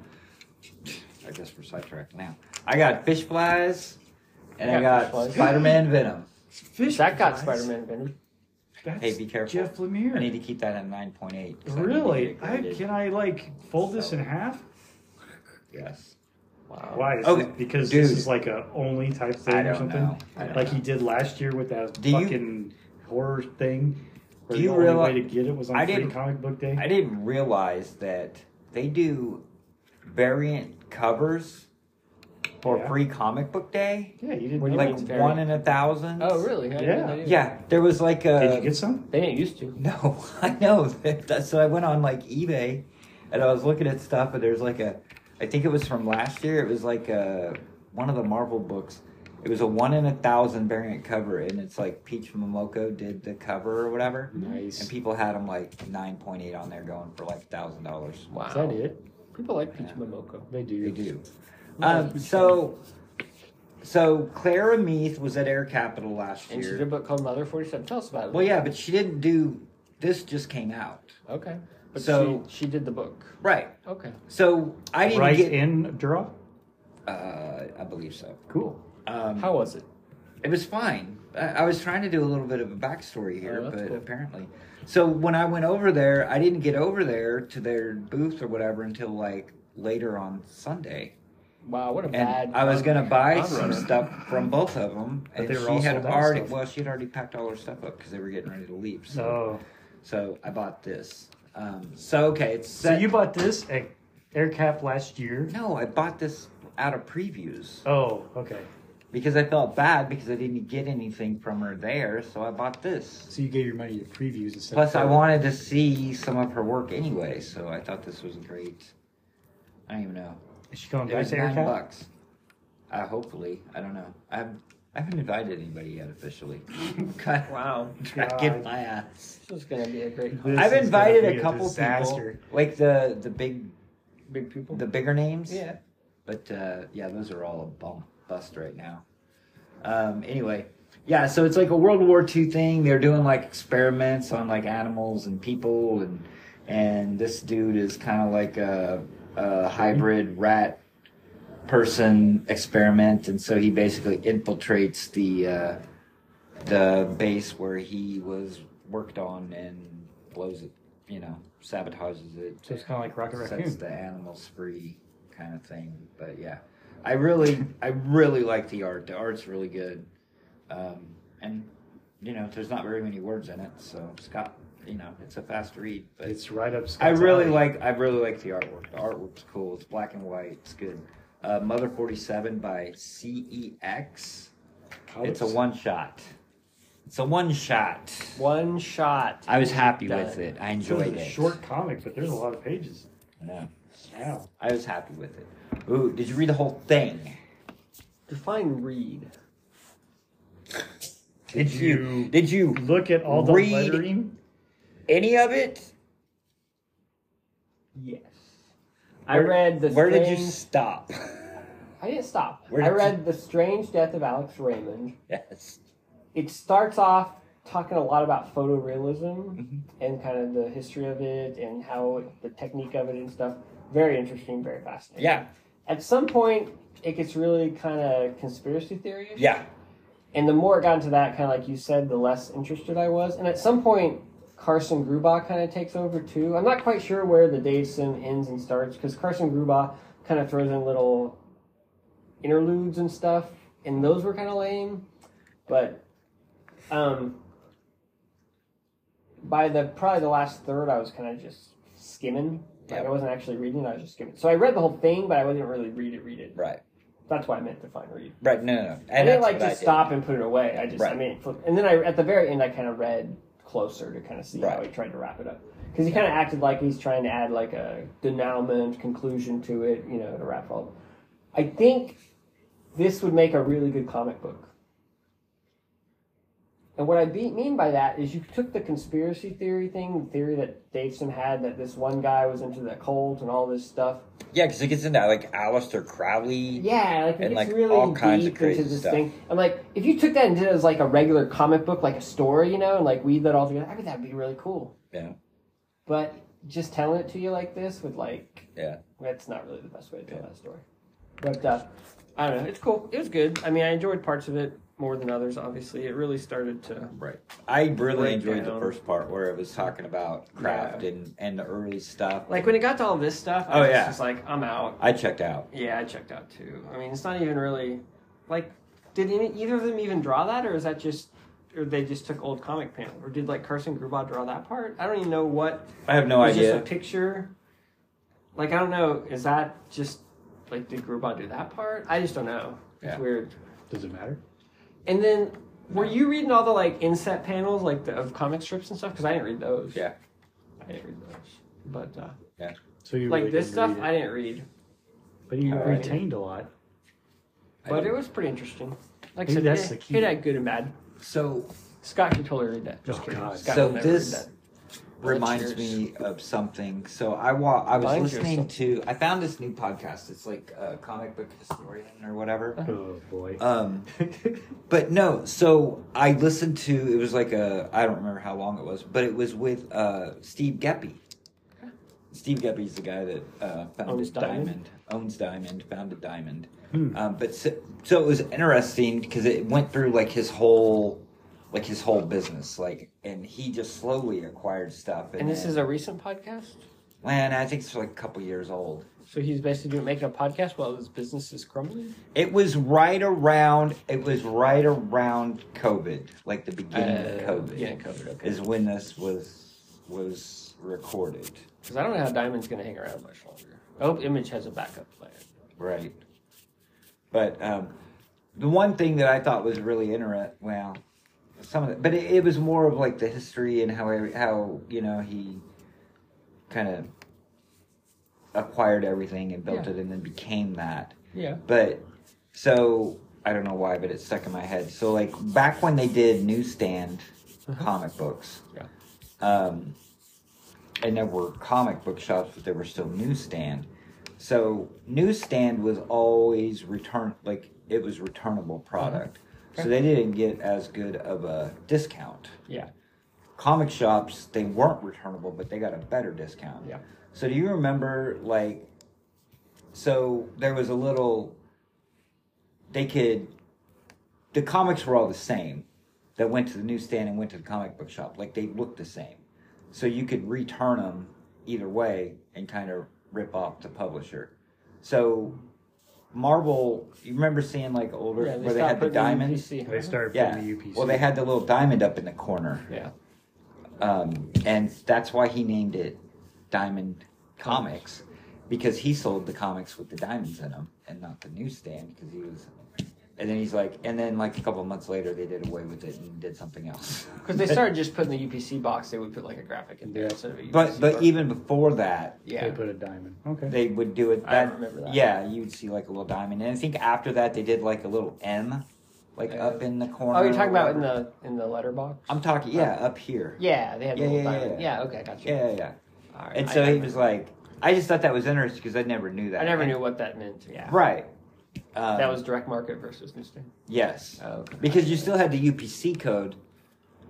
Speaker 2: I guess we're sidetracked now. I got Fish Flies, and
Speaker 1: I
Speaker 2: I
Speaker 1: got Fish
Speaker 2: got,
Speaker 1: Flies.
Speaker 2: Spider Man Venom.
Speaker 3: Fish
Speaker 1: That got
Speaker 3: flies?
Speaker 1: Spider Man Venom.
Speaker 3: That's
Speaker 2: Hey, be careful.
Speaker 3: Jeff Lemire.
Speaker 2: I need to keep that at nine point eight.
Speaker 3: really? I, can I like fold this in half?
Speaker 2: Yes.
Speaker 1: Wow.
Speaker 3: Why? Is
Speaker 2: Okay,
Speaker 3: it because
Speaker 2: dude.
Speaker 3: this is like a only type thing
Speaker 2: I
Speaker 3: or
Speaker 2: don't
Speaker 3: something.
Speaker 2: know. I don't
Speaker 3: like
Speaker 2: know.
Speaker 3: he did last year with that
Speaker 2: Do you-
Speaker 3: fucking horror thing. Where
Speaker 2: Do you
Speaker 3: the only
Speaker 2: realize-
Speaker 3: way to get it was on
Speaker 2: I
Speaker 3: free
Speaker 2: didn't-
Speaker 3: comic book day.
Speaker 2: I didn't realize that they do variant covers for
Speaker 3: Yeah.
Speaker 2: Free Comic Book Day,
Speaker 3: yeah, you didn't.
Speaker 1: What do you
Speaker 3: know.
Speaker 2: like
Speaker 1: mean
Speaker 2: one in a thousand.
Speaker 1: Oh, really? I didn't
Speaker 3: Yeah.
Speaker 1: know they did.
Speaker 2: Yeah, there was like uh, a.
Speaker 3: did you get some?
Speaker 1: They didn't used to.
Speaker 2: No, I know. That's, so I went on like eBay, and I was looking at stuff, and there's like a, I think it was from last year. It was like a one of the Marvel books. It was a one in a thousand variant cover, and it's like Peach Momoko did the cover or whatever, and
Speaker 3: Nice.
Speaker 2: people had them like nine point eight on there going for like thousand dollars.
Speaker 1: Wow.
Speaker 3: Is that it?
Speaker 1: People like Peach
Speaker 2: Yeah.
Speaker 1: Momoko.
Speaker 3: They do.
Speaker 2: They do. Um, so, so Clara Meath was at Air Capital last
Speaker 1: And she did a
Speaker 2: year.
Speaker 1: book called Mother 47. Tell us about it.
Speaker 2: Well, yeah, but she didn't do. This just came out.
Speaker 1: Okay. But
Speaker 2: So-
Speaker 1: she, she did the book.
Speaker 2: Right.
Speaker 1: Okay.
Speaker 2: So I didn't
Speaker 3: Right
Speaker 2: get.
Speaker 3: in draw.
Speaker 2: uh, I believe so.
Speaker 3: Cool.
Speaker 2: Um,
Speaker 1: How was it?
Speaker 2: It was fine. I, I was trying to do a little bit of a backstory here,
Speaker 1: Oh, that's
Speaker 2: but
Speaker 1: cool.
Speaker 2: apparently. So when I went over there, I didn't get over there to their booth or whatever until like later on Sunday.
Speaker 1: Wow, what a
Speaker 2: And
Speaker 1: bad.
Speaker 2: I was going to buy
Speaker 1: front
Speaker 2: some
Speaker 1: runner.
Speaker 2: stuff from both of them.
Speaker 3: But
Speaker 2: and
Speaker 3: they were
Speaker 2: she
Speaker 3: all
Speaker 2: had
Speaker 3: sold out
Speaker 2: already,
Speaker 3: stuff.
Speaker 2: well, she had already packed all her stuff up because they were getting ready to leave. So, so
Speaker 3: So,
Speaker 2: I bought this. Um, so, okay. It's
Speaker 3: so
Speaker 2: set-
Speaker 3: you bought this at AirCap last year?
Speaker 2: No, I bought this out of previews.
Speaker 3: Oh, okay.
Speaker 2: because I felt bad because I didn't get anything from her there, so I bought this.
Speaker 3: So you gave your money to previews instead.
Speaker 2: Plus, I
Speaker 3: of
Speaker 2: wanted to see some of her work anyway, so I thought this was great. I don't even know.
Speaker 3: Is she going
Speaker 2: It
Speaker 3: back
Speaker 2: was
Speaker 3: to
Speaker 2: nine
Speaker 3: AirCap?
Speaker 2: bucks. Uh, hopefully, I don't know. I haven't, I haven't invited anybody yet officially. God,
Speaker 1: Wow.
Speaker 2: Get my ass.
Speaker 1: This is going to be a great.
Speaker 3: This
Speaker 2: I've
Speaker 3: is gonna
Speaker 2: invited
Speaker 3: be
Speaker 2: a couple
Speaker 3: disaster.
Speaker 2: people, like the the big,
Speaker 1: Big people.
Speaker 2: the bigger names.
Speaker 1: yeah.
Speaker 2: But uh, yeah, those are all a bum bust right now. Um, anyway, yeah, so it's like a World War II thing. They're doing like experiments on like animals and people, and and this dude is kind of like a, a hybrid rat person experiment, and so he basically infiltrates the uh, the base where he was worked on and blows it, you know, sabotages it
Speaker 3: So it's kind of like Rocket
Speaker 2: sets
Speaker 3: Raccoon.
Speaker 2: the animals free kind of thing. But yeah, I really, I really like the art. The art's really good, um, and you know, there's not very many words in it, so Scott, you know, it's a fast read. But
Speaker 3: It's right up.
Speaker 2: I
Speaker 3: Scott's
Speaker 2: really
Speaker 3: alley.
Speaker 2: like, I really like the artwork. The artwork's cool. It's black and white. It's good. Uh, Mother Forty Seven by C E X. It's a
Speaker 3: Alex?
Speaker 2: one shot. It's a one shot.
Speaker 1: One shot.
Speaker 2: I was happy with
Speaker 1: Done.
Speaker 2: it. I
Speaker 3: It was
Speaker 2: enjoyed
Speaker 3: a
Speaker 2: it.
Speaker 3: short comic, but there's a lot of pages.
Speaker 2: Yeah.
Speaker 3: Wow.
Speaker 2: I was happy with it. Ooh, did you read the whole thing?
Speaker 1: Define read.
Speaker 2: Did
Speaker 3: Did
Speaker 2: you
Speaker 3: you-
Speaker 2: did you
Speaker 3: Look at all the
Speaker 2: Read.
Speaker 3: lettering.
Speaker 2: any of it?
Speaker 1: Yes. I read the.
Speaker 2: Where did you
Speaker 1: strange-
Speaker 2: stop?
Speaker 1: I didn't stop.
Speaker 2: Where
Speaker 1: I
Speaker 2: did
Speaker 1: read The Strange Death of Alex Raymond.
Speaker 2: yes.
Speaker 1: It starts off talking a lot about photorealism
Speaker 2: Mhm.
Speaker 1: and kind of the history of it and how the technique of it and stuff. Very interesting, very fascinating.
Speaker 2: Yeah.
Speaker 1: At some point, it gets really kind of conspiracy theory.
Speaker 2: Yeah.
Speaker 1: And the more it got into that, kind of like you said, the less interested I was. And at some point, Carson Grubaugh kind of takes over too. I'm not quite sure where the Dave Sim ends and starts because Carson Grubaugh kind of throws in little interludes and stuff, and those were kind of lame. But um, by the probably the last third, I was kind of just skimming. Like
Speaker 2: Yeah.
Speaker 1: I wasn't actually reading; I was just skimming. So I read the whole thing, but I wasn't really read it. Read it.
Speaker 2: Right.
Speaker 1: That's why I meant to find read.
Speaker 2: Right. No. No. no.
Speaker 1: I
Speaker 2: And
Speaker 1: didn't
Speaker 2: that's
Speaker 1: like
Speaker 2: what
Speaker 1: just
Speaker 2: did.
Speaker 1: stop and put it away. I just, I
Speaker 2: Right.
Speaker 1: mean, flip- and then I at the very end, I kind of read closer to kind of see how
Speaker 2: Right.
Speaker 1: he tried to wrap it up because he kind of acted like he's trying to add like a denouement conclusion to it, you know, to wrap all. I think this would make a really good comic book. And what I be, mean by that is you took the conspiracy theory thing, the theory that Daveson had that this one guy was into the cult and all this stuff,
Speaker 2: Yeah, because it gets into like Aleister Crowley.
Speaker 1: yeah, like it gets
Speaker 2: And, like,
Speaker 1: really
Speaker 2: all kinds of
Speaker 1: deep
Speaker 2: crazy
Speaker 1: into this
Speaker 2: stuff.
Speaker 1: thing. I'm like, if you took that and did it as like a regular comic book, like a story, you know, and like weave that all together, I think that'd be really cool.
Speaker 2: Yeah.
Speaker 1: But just telling it to you like this with like,
Speaker 2: Yeah.
Speaker 1: that's not really the best way to tell
Speaker 2: Yeah.
Speaker 1: that story. But uh, I don't know. It's cool. It was good. I mean, I enjoyed parts of it more than others. Obviously, it really started to.
Speaker 2: Right. I really
Speaker 1: Break
Speaker 2: enjoyed the
Speaker 1: down.
Speaker 2: first part where it was talking about craft and and the early stuff.
Speaker 1: Like when it got to all this stuff, I
Speaker 2: Oh,
Speaker 1: was
Speaker 2: yeah.
Speaker 1: just like, I'm out.
Speaker 2: I checked out.
Speaker 1: Yeah, I checked out too. I mean, it's not even really like did any, either of them even draw that, or is that just or they just took old comic panel, or did like Carson Grubaugh draw that part? I don't even know what.
Speaker 2: I have no
Speaker 1: it was
Speaker 2: idea.
Speaker 1: just a picture. Like I don't know, is that just like did Grubaugh do that part? I just don't know. It's
Speaker 2: Yeah.
Speaker 1: weird.
Speaker 3: Does it matter?
Speaker 1: And then were you reading all the like inset panels like the of comic strips and stuff? Because I didn't read those.
Speaker 2: Yeah.
Speaker 1: I didn't read those. But uh,
Speaker 3: So you
Speaker 1: like
Speaker 3: really
Speaker 1: this
Speaker 3: didn't
Speaker 1: stuff,
Speaker 3: read
Speaker 1: I
Speaker 3: it.
Speaker 1: didn't read,
Speaker 3: but you
Speaker 2: Alright.
Speaker 3: retained a lot.
Speaker 2: I
Speaker 1: but it
Speaker 2: didn't-
Speaker 1: was pretty interesting. Like I
Speaker 3: Maybe
Speaker 1: said,
Speaker 3: that's
Speaker 1: it-
Speaker 3: the key.
Speaker 1: it had good and bad.
Speaker 2: so
Speaker 1: Scott can totally read that.
Speaker 3: Oh,
Speaker 1: Just kidding.
Speaker 3: God.
Speaker 1: Scott
Speaker 2: So
Speaker 1: will never read
Speaker 2: this-
Speaker 1: that.
Speaker 2: reminds
Speaker 1: Cheers.
Speaker 2: me of something. So I wa- I was
Speaker 1: Mind
Speaker 2: listening
Speaker 1: yourself.
Speaker 2: to I found this new podcast. It's like a comic book historian or whatever.
Speaker 3: Oh boy. Hmm.
Speaker 2: Um, but no, so I listened to it was like a I don't remember how long it was, but it was with uh, Steve Geppy, Steve Guppy's the guy that uh, founded
Speaker 1: Owns
Speaker 2: Diamond.
Speaker 1: Diamond.
Speaker 2: owns Diamond, founded Diamond.
Speaker 3: Hmm.
Speaker 2: Um, but so, so it was interesting because it went through like his whole, like his whole business, like, and he just slowly acquired stuff.
Speaker 1: And this
Speaker 2: then-
Speaker 1: is a recent podcast?
Speaker 2: man, I think it's like a couple years old.
Speaker 1: So he's basically doing, making a podcast while his business is crumbling?
Speaker 2: It was right around. It was right around COVID, like the beginning
Speaker 1: Uh,
Speaker 2: of COVID.
Speaker 1: yeah, COVID, okay.
Speaker 2: is when this was was recorded,
Speaker 1: Because I don't know how Diamond's going to hang around much longer. I hope Image has a backup plan.
Speaker 2: right? But um, the one thing that I thought was really interesting, well, some of it, but it, it was more of like the history and how every- how you know he kind of acquired everything and built
Speaker 1: Yeah.
Speaker 2: it and then became that.
Speaker 1: Yeah.
Speaker 2: But so I don't know why, but it's stuck in my head. So like back when they did newsstand comic books,
Speaker 1: Yeah.
Speaker 2: um, and there were comic book shops, but there were still newsstand. So newsstand was always return like it was returnable product. So they didn't get as good of a discount.
Speaker 1: Yeah.
Speaker 2: Comic shops they weren't returnable, but they got a better discount.
Speaker 1: Yeah.
Speaker 2: So do you remember like so there was a little they could the comics were all the same that went to the newsstand and went to the comic book shop. Like they looked the same. So you could return them either way and kind of rip off the publisher. So Marvel, you remember seeing like older
Speaker 1: yeah
Speaker 2: where they had the diamonds?
Speaker 3: They started
Speaker 2: Yeah.
Speaker 3: putting the UPC.
Speaker 2: Well, they had the little diamond up in the corner
Speaker 1: Yeah.
Speaker 2: um, and that's why he named it Diamond Comics because he sold the comics with the diamonds in them and not the newsstand because he was. And then he's like, and then like a couple months later, they did away with it and did something else.
Speaker 1: Because they started just putting the UPC box, they would put like a graphic in there
Speaker 3: Yeah.
Speaker 1: instead of a UPC
Speaker 2: But but
Speaker 1: box.
Speaker 2: even before that,
Speaker 1: Yeah.
Speaker 3: They put a diamond. Okay.
Speaker 2: they would do it.
Speaker 1: I
Speaker 2: That,
Speaker 1: remember that.
Speaker 2: Yeah, you would see like a little diamond, and I think after that they did like a little M, like
Speaker 1: Yeah.
Speaker 2: up in the corner.
Speaker 1: Oh, you're talking about in
Speaker 2: whatever.
Speaker 1: the Oh. in the letterbox?
Speaker 2: I'm talking, yeah, up here.
Speaker 1: Yeah, they had
Speaker 2: Yeah,
Speaker 1: the little
Speaker 2: yeah,
Speaker 1: diamond.
Speaker 2: yeah.
Speaker 1: Yeah. okay, gotcha.
Speaker 2: yeah, yeah. yeah.
Speaker 1: All right.
Speaker 2: And
Speaker 1: I-
Speaker 2: so
Speaker 1: I,
Speaker 2: he was like, I just thought that was interesting because I never knew that.
Speaker 1: I never
Speaker 2: And-
Speaker 1: knew what that meant. Yeah.
Speaker 2: Right. Um,
Speaker 1: That was direct market versus newsstand.
Speaker 2: yes,
Speaker 1: Oh, okay.
Speaker 2: because you still had the UPC code,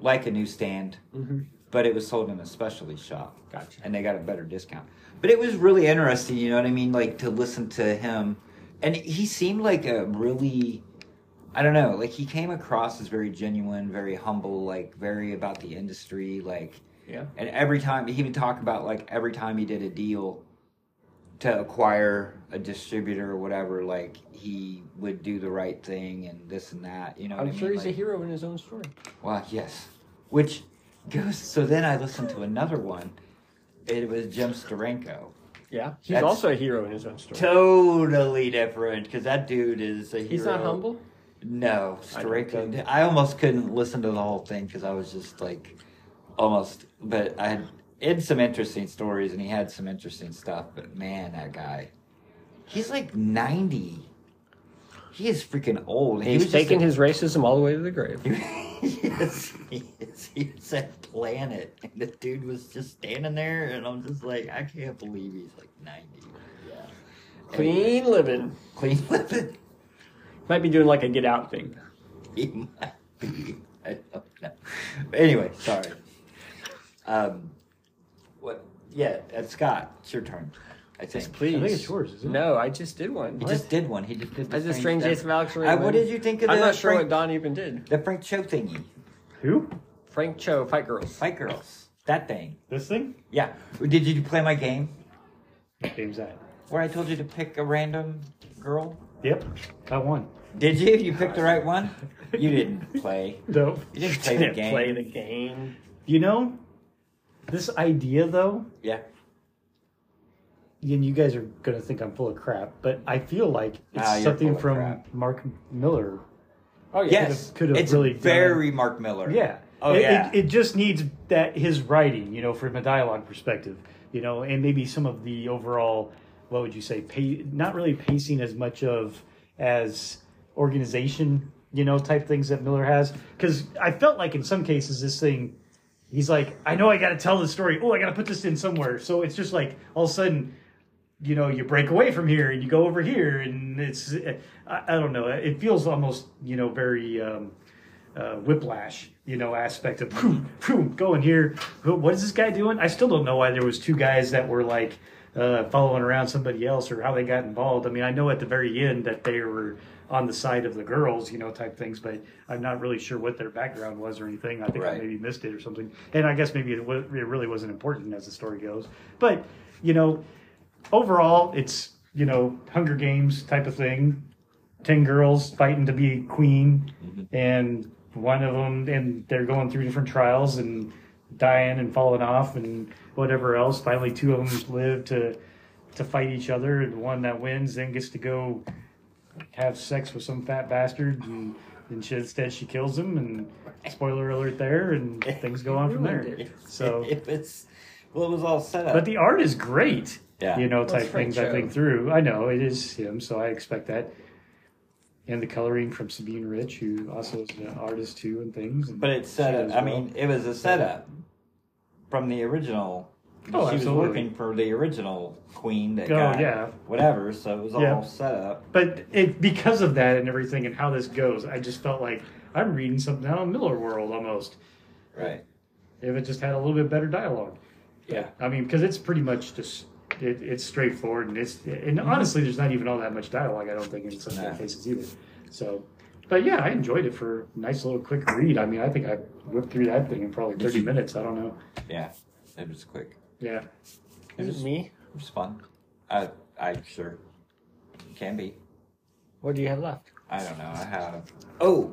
Speaker 2: like a newsstand,
Speaker 1: Mhm.
Speaker 2: but it was sold in a specialty shop,
Speaker 1: Gotcha.
Speaker 2: and they got a better discount. But it was really interesting, you know what I mean? Like to listen to him, and he seemed like a really, I don't know, like he came across as very genuine, very humble, like very about the industry, like
Speaker 1: Yeah.
Speaker 2: and every time he would talk about like every time he did a deal to acquire a distributor or whatever, like he would do the right thing and this and that. You know, what
Speaker 1: I'm
Speaker 2: I
Speaker 1: sure
Speaker 2: mean?
Speaker 1: he's a
Speaker 2: Like,
Speaker 1: hero in his own story.
Speaker 2: Well, yes. Which goes. So then I listened to another one. It was Jim Steranko.
Speaker 1: Yeah. He's
Speaker 2: That's-
Speaker 1: also a hero in his own story.
Speaker 2: Totally different because that dude is a hero.
Speaker 1: He's not humble?
Speaker 2: No,
Speaker 1: I know,
Speaker 2: Steranko. I, almost couldn't listen to the whole thing because I was just like, almost. But I had, had some interesting stories, and he had some interesting stuff. But man, that guy, he's like ninety. He is freaking old.
Speaker 1: He's
Speaker 2: was just
Speaker 1: taking
Speaker 2: a-
Speaker 1: his racism all the way to the grave.
Speaker 2: yes, he is. He said planet, and the dude was just standing there, and I'm just like, I can't believe he's like ninety. Yeah,
Speaker 1: Clean living.
Speaker 2: clean living.
Speaker 1: Might be doing like a get out thing.
Speaker 2: He might be. I don't know. But anyway, sorry. Um, what? Yeah, uh, Scott, it's your turn. I think.
Speaker 1: please.
Speaker 3: I think it's yours, isn't it?
Speaker 1: No, I just did one.
Speaker 2: He just did one. He just did. the
Speaker 1: That's the strange
Speaker 2: thing.
Speaker 1: case of Alex
Speaker 2: Uh,
Speaker 1: Raymond.
Speaker 2: what did you think of
Speaker 1: I'm
Speaker 2: the
Speaker 1: not sure what
Speaker 2: Frank,
Speaker 1: Don even did.
Speaker 2: the Frank Cho thingy?
Speaker 3: Who?
Speaker 1: Frank Cho, Fight Girls.
Speaker 2: Fight Girls. That thing.
Speaker 3: This thing?
Speaker 2: Yeah. Did you play my game
Speaker 3: Name's that.
Speaker 2: where I told you to pick a random girl?
Speaker 3: Yep. I won.
Speaker 2: Did you? You picked the right one. You didn't play.
Speaker 3: Nope.
Speaker 2: You didn't play the game.
Speaker 1: the game.
Speaker 3: You know, this idea though,
Speaker 2: Yeah.
Speaker 3: and you guys are gonna think I'm full of crap, but I feel like it's
Speaker 2: Nah, Ah, you're full
Speaker 3: something
Speaker 2: of
Speaker 3: from
Speaker 2: crap.
Speaker 3: Mark Miller.
Speaker 1: Oh, yeah.
Speaker 2: Yes.
Speaker 3: could've
Speaker 2: it's
Speaker 3: really done-
Speaker 2: very Mark Miller.
Speaker 3: Yeah.
Speaker 2: Oh
Speaker 3: it, it-
Speaker 2: yeah.
Speaker 3: It, just needs that his writing, you know, from a dialogue perspective, you know, and maybe some of the overall, what would you say, pay, not really pacing as much of as organization, you know, type things that Miller has. Because I felt like in some cases this thing he's like, I know I got to tell the story. Oh, I got to put this in somewhere. So it's just like all of a sudden, you know, you break away from here and you go over here, and it's I, I don't know. It feels almost you know very um, uh, whiplash, you know, aspect of "Phew, phew, going here. Who- What is this guy doing? I still don't know why there was two guys that were like uh, following around somebody else or how they got involved. I mean, I know at the very end that they were on the side of the girls, you know, type things, but I'm not really sure what their background was or anything. I think I
Speaker 2: Right.
Speaker 3: maybe missed it or something. And I guess maybe it, wa- it really wasn't important as the story goes. But you know, overall, it's you know Hunger Games type of thing. Ten girls fighting to be queen, and one of them, and they're going through different trials and dying and falling off and whatever else. Finally, two of them live to to fight each other, and the one that wins then gets to go have sex with some fat bastard, and, and she, instead she kills him. And spoiler alert there, and things go on from there.
Speaker 1: Ruined it.
Speaker 3: So,
Speaker 2: if it's well, it was all set up.
Speaker 3: but the art is great.
Speaker 2: Yeah.
Speaker 3: you know,
Speaker 1: it's
Speaker 3: type
Speaker 1: Frank
Speaker 3: things I think
Speaker 1: Cho.
Speaker 3: through. I know it is him, so I expect that. And the coloring from Sabine Rich, who also is an artist too, and things. And
Speaker 2: But it's set up. I mean, it was a setup from the original.
Speaker 3: Oh,
Speaker 2: she
Speaker 3: absolutely.
Speaker 2: was working for the original queen that
Speaker 3: Oh,
Speaker 2: got
Speaker 3: yeah.
Speaker 2: whatever, so it was
Speaker 3: Yeah.
Speaker 2: all set up.
Speaker 3: but it because of that and everything and how this goes, I just felt like I'm reading something out of Miller World almost.
Speaker 2: Right.
Speaker 3: If it just had a little bit better dialogue.
Speaker 2: Yeah.
Speaker 3: I mean, because it's pretty much just it, it's straightforward, and it's and
Speaker 1: Mm-hmm.
Speaker 3: honestly, there's not even all that much dialogue. I don't think in some
Speaker 2: No.
Speaker 3: cases either. So, but yeah, I enjoyed it for a nice little quick read. I mean, I think I whipped through that thing in probably 30 minutes. I don't know.
Speaker 2: Yeah. It was quick.
Speaker 3: Yeah,
Speaker 1: Is it me?
Speaker 2: It was fun. I I sure can be.
Speaker 1: What do you have left?
Speaker 2: I don't know. I have. Oh,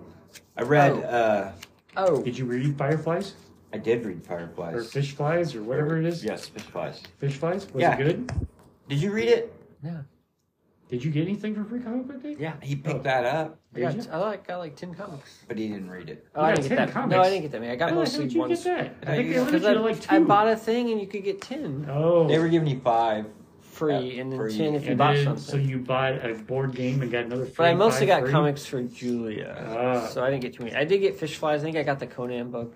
Speaker 2: I read.
Speaker 1: Oh.
Speaker 2: uh
Speaker 1: Oh,
Speaker 3: did you read Fireflies
Speaker 2: I did read
Speaker 3: or
Speaker 2: Fireflies.
Speaker 3: Fish Flies or whatever it is?
Speaker 2: Yes, fish flies.
Speaker 3: Fish Flies was
Speaker 2: Yeah.
Speaker 3: it good?
Speaker 2: Did you read it?
Speaker 1: yeah.
Speaker 3: Did you get anything for free comic book day?
Speaker 1: Yeah.
Speaker 2: He picked
Speaker 3: Oh.
Speaker 2: that up,
Speaker 1: I,
Speaker 3: Did
Speaker 1: got,
Speaker 3: you?
Speaker 1: I like I like ten comics.
Speaker 2: but he didn't read it.
Speaker 1: Oh,
Speaker 3: You
Speaker 1: I
Speaker 3: got
Speaker 1: didn't
Speaker 3: 10
Speaker 1: get that. No,
Speaker 3: comics?
Speaker 1: I didn't get that many. I got
Speaker 3: How
Speaker 1: mostly
Speaker 3: did Oh, you
Speaker 1: one.
Speaker 3: get that? I
Speaker 2: I
Speaker 3: think they
Speaker 2: used-
Speaker 3: limited
Speaker 1: Because
Speaker 3: you
Speaker 1: I,
Speaker 3: to like two.
Speaker 1: I bought a thing and you could get ten
Speaker 3: Oh,
Speaker 2: They were giving you five.
Speaker 1: free,
Speaker 2: Yeah,
Speaker 1: and then
Speaker 2: free.
Speaker 1: ten if you
Speaker 3: and
Speaker 1: bought
Speaker 3: then-
Speaker 1: something.
Speaker 3: so you bought a board game and got another. Free
Speaker 1: But I mostly
Speaker 3: five
Speaker 1: got
Speaker 3: free?
Speaker 1: comics for Julia,
Speaker 3: Ah.
Speaker 1: so I didn't get too many. I did get fish flies. I think I got the Conan book.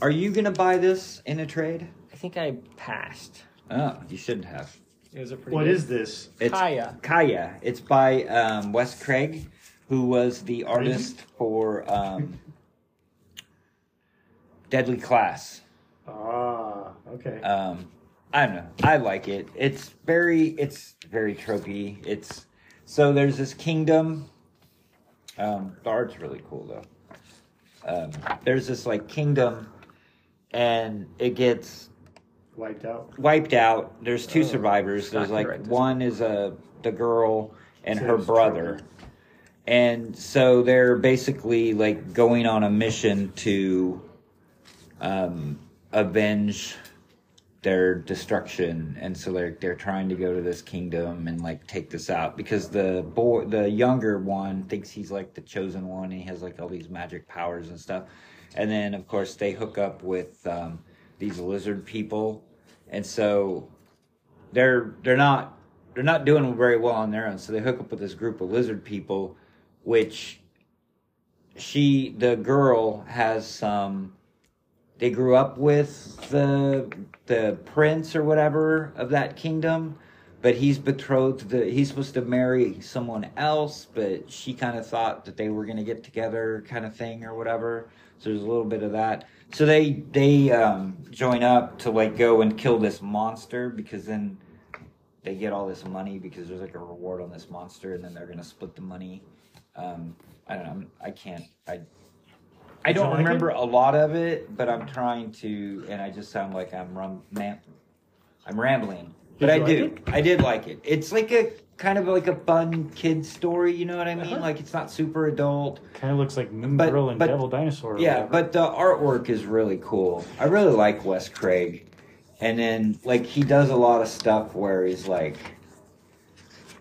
Speaker 2: Are you gonna buy this in a trade?
Speaker 1: I think I passed.
Speaker 2: Oh, you shouldn't have.
Speaker 1: It was a pretty.
Speaker 3: What
Speaker 1: good-
Speaker 3: is this?
Speaker 2: It's
Speaker 1: Kaya.
Speaker 2: Kaya. It's by um, Wes Craig, who was the artist for um, Deadly Class.
Speaker 3: Ah, okay.
Speaker 2: Um, I don't know. I like it. It's very, it's very tropey. It's so there's this kingdom. Um, the art's really cool though. Um, there's this like kingdom, and it gets
Speaker 3: Wiped out.
Speaker 2: wiped out. There's two survivors.
Speaker 1: Scott
Speaker 2: There's
Speaker 1: can
Speaker 2: like
Speaker 1: write this.
Speaker 2: one is a the girl and
Speaker 3: So
Speaker 2: her
Speaker 3: it's
Speaker 2: brother.
Speaker 3: trouble.
Speaker 2: And so they're basically like going on a mission to um, avenge their destruction, and so they're they're trying to go to this kingdom and like take this out because the boy, the younger one, thinks he's like the chosen one. And he has like all these magic powers and stuff, and then of course they hook up with um, these lizard people, and so they're they're not they're not doing very well on their own. So they hook up with this group of lizard people, which she the girl has some they grew up with the the prince or whatever of that kingdom but he's betrothed to, he's supposed to marry someone else but she kind of thought that they were going to get together kind of thing or whatever so there's a little bit of that so they they um, join up to like go and kill this monster because then they get all this money because there's like a reward on this monster and then they're going to split the money um, i don't know i can't i I
Speaker 3: Did you
Speaker 2: don't
Speaker 3: like it?
Speaker 2: remember a lot of it, but I'm trying to, and I just sound like I'm rum, man, I'm rambling. But
Speaker 3: you
Speaker 2: I
Speaker 3: like
Speaker 2: do,
Speaker 3: it?
Speaker 2: I did like it. It's like a kind of like a fun kid story. You know what I mean?
Speaker 3: Uh-huh.
Speaker 2: Like it's not super adult.
Speaker 3: Kind of looks like Moon
Speaker 2: But-
Speaker 3: Girl and
Speaker 2: but-
Speaker 3: Devil Dinosaur. or
Speaker 2: Yeah,
Speaker 3: whatever.
Speaker 2: but the artwork is really cool. I really like Wes Craig, and then like he does a lot of stuff where he's like,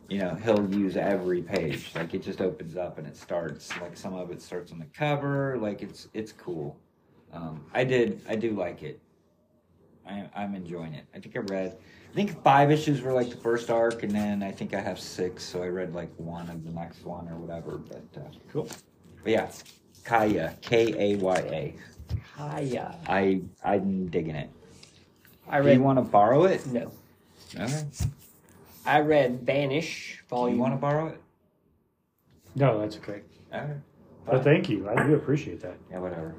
Speaker 2: you know, he'll use every page. Like it just opens up and it starts. Like some of it starts on the cover. Like it's it's cool. Um, I did I do like it. I, I'm enjoying it. I think I read. I think five issues were like the first arc, and then I think I have six, so I read like one of the next one or whatever. But uh,
Speaker 3: cool.
Speaker 2: but yeah, Kaya, K A Y A.
Speaker 1: Kaya.
Speaker 2: I I'm digging it.
Speaker 1: I
Speaker 2: Do
Speaker 1: read.
Speaker 2: you want to borrow it?
Speaker 1: no.
Speaker 2: Alright.
Speaker 1: I read Banish
Speaker 2: Do you
Speaker 1: Volume.
Speaker 2: want to borrow it?
Speaker 3: No, that's okay.
Speaker 2: Alright.
Speaker 3: But thank you. I do appreciate that.
Speaker 2: Yeah, whatever.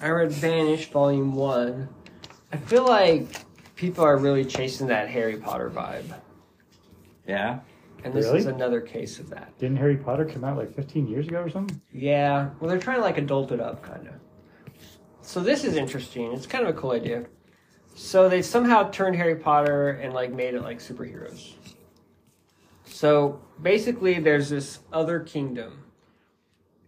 Speaker 1: I read Vanish Volume 1. I feel like people are really chasing that Harry Potter vibe.
Speaker 2: Yeah.
Speaker 1: And this
Speaker 3: Really?
Speaker 1: is another case of that.
Speaker 3: Didn't Harry Potter come out like 15 years ago or something?
Speaker 1: Yeah. Well, they're trying to like adult it up, kind of. So this is interesting. It's kind of a cool idea. So they somehow turned Harry Potter and like made it like superheroes. So basically, there's this other kingdom,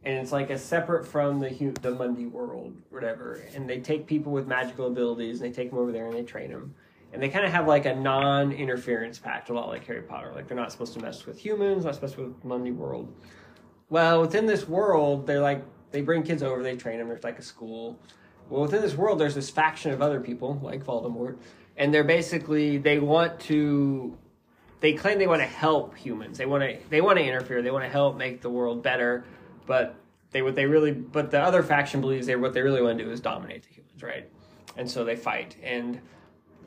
Speaker 1: and it's like a separate from the hu- the Mundi world, whatever. And they take people with magical abilities and they take them over there and they train them. And they kind of have like a non-interference pact, a lot like Harry Potter. Like they're not supposed to mess with humans, not supposed to with Mundi world. Well, within this world, they're like they bring kids over, they train them. There's like a school. Well, within this world, there's this faction of other people like Voldemort, and they're basically they want to. They claim they want to help humans. They want to they want to interfere. They want to help make the world better, but they what they really but the other faction believes they what they really want to do is dominate the humans, right? And so they fight. And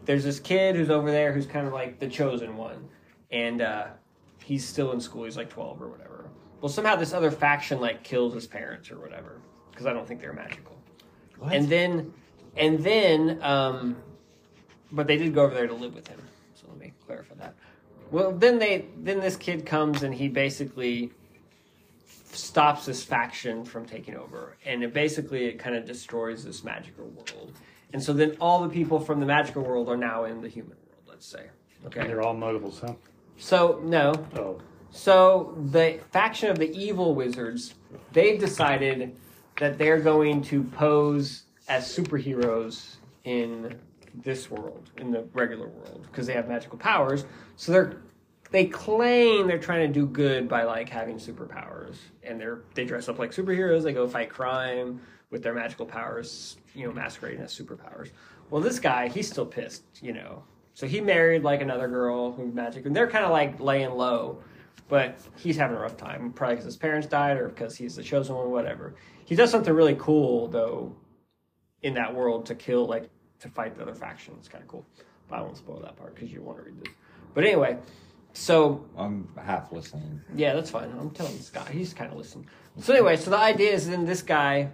Speaker 1: there's this kid who's over there who's kind of like the chosen one, and uh, he's still in school. He's like 12 or whatever. Well, somehow this other faction like kills his parents or whatever because I don't think they're magical.
Speaker 2: What?
Speaker 1: And then, and then, um, but they did go over there to live with him. So let me clarify that. Well, then they then this kid comes and he basically stops this faction from taking over, and it basically it kind of destroys this magical world. And so then all the people from the magical world are now in the human world. Let's say, okay.
Speaker 3: They're all muggles, huh?
Speaker 1: So no,
Speaker 3: Oh.
Speaker 1: so the faction of the evil wizards, they've decided that they're going to pose as superheroes in this world, in the regular world, because they have magical powers. So they're they claim they're trying to do good by like having superpowers, and they're they dress up like superheroes. They go fight crime with their magical powers, you know, masquerading as superpowers. Well, this guy, he's still pissed, you know. So he married like another girl who magic, and they're kind of like laying low but he's having a rough time, probably because his parents died or because he's the chosen one, whatever. He does something really cool though, in that world to kill like to fight the other faction. It's kind of cool, but I won't spoil that part because you want to read this. But anyway, so
Speaker 2: I'm half listening.
Speaker 1: yeah, that's fine. I'm telling this guy. He's kind of listening. So anyway, so the idea is then this guy,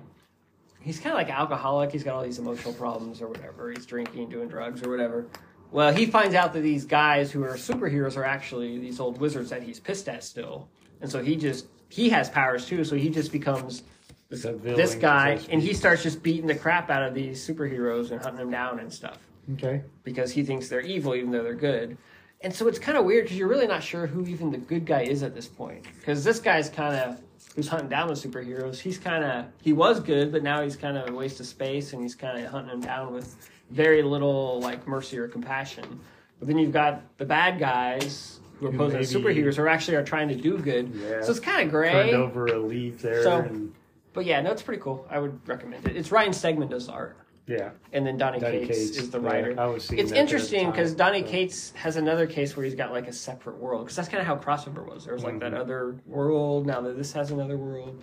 Speaker 1: he's kind of like alcoholic. He's got all these emotional problems or whatever. He's drinking, doing drugs or whatever. Well, he finds out that these guys who are superheroes are actually these old wizards that he's pissed at still, and so he just he has powers too. So he just becomes this,
Speaker 3: The villain,
Speaker 1: this guy,
Speaker 3: so to
Speaker 1: and he
Speaker 3: speak.
Speaker 1: starts just beating the crap out of these superheroes and hunting them down and stuff
Speaker 3: Okay.
Speaker 1: because he thinks they're evil even though they're good. And so it's kind of weird because you're really not sure who even the good guy is at this point. Because this guy's kind of who's hunting down the superheroes. He's kind of he was good, but now he's kind of a waste of space, and he's kind of hunting them down with very little like mercy or compassion. But then you've got the bad guys who are
Speaker 3: Who
Speaker 1: posing as
Speaker 3: maybe-
Speaker 1: superheroes, who actually are trying to do good.
Speaker 3: Yeah.
Speaker 1: So it's kind of
Speaker 3: Turned
Speaker 1: gray.
Speaker 3: over a leaf there.
Speaker 1: So-
Speaker 3: and
Speaker 1: But yeah, no, it's pretty cool. I would recommend it. It's Ryan Stegman does the art,
Speaker 3: Yeah.
Speaker 1: and then Donnie,
Speaker 3: Donny
Speaker 1: Cates,
Speaker 3: Cates,
Speaker 1: is the
Speaker 3: yeah,
Speaker 1: writer
Speaker 3: I was seeing
Speaker 1: it's
Speaker 3: that there at the
Speaker 1: interesting
Speaker 3: time,
Speaker 1: because Donny
Speaker 3: so.
Speaker 1: Cates has another case where he's got like a separate world because that's kind of how crossover was. There was like
Speaker 3: Mm-hmm.
Speaker 1: that other world. Now that this has another world,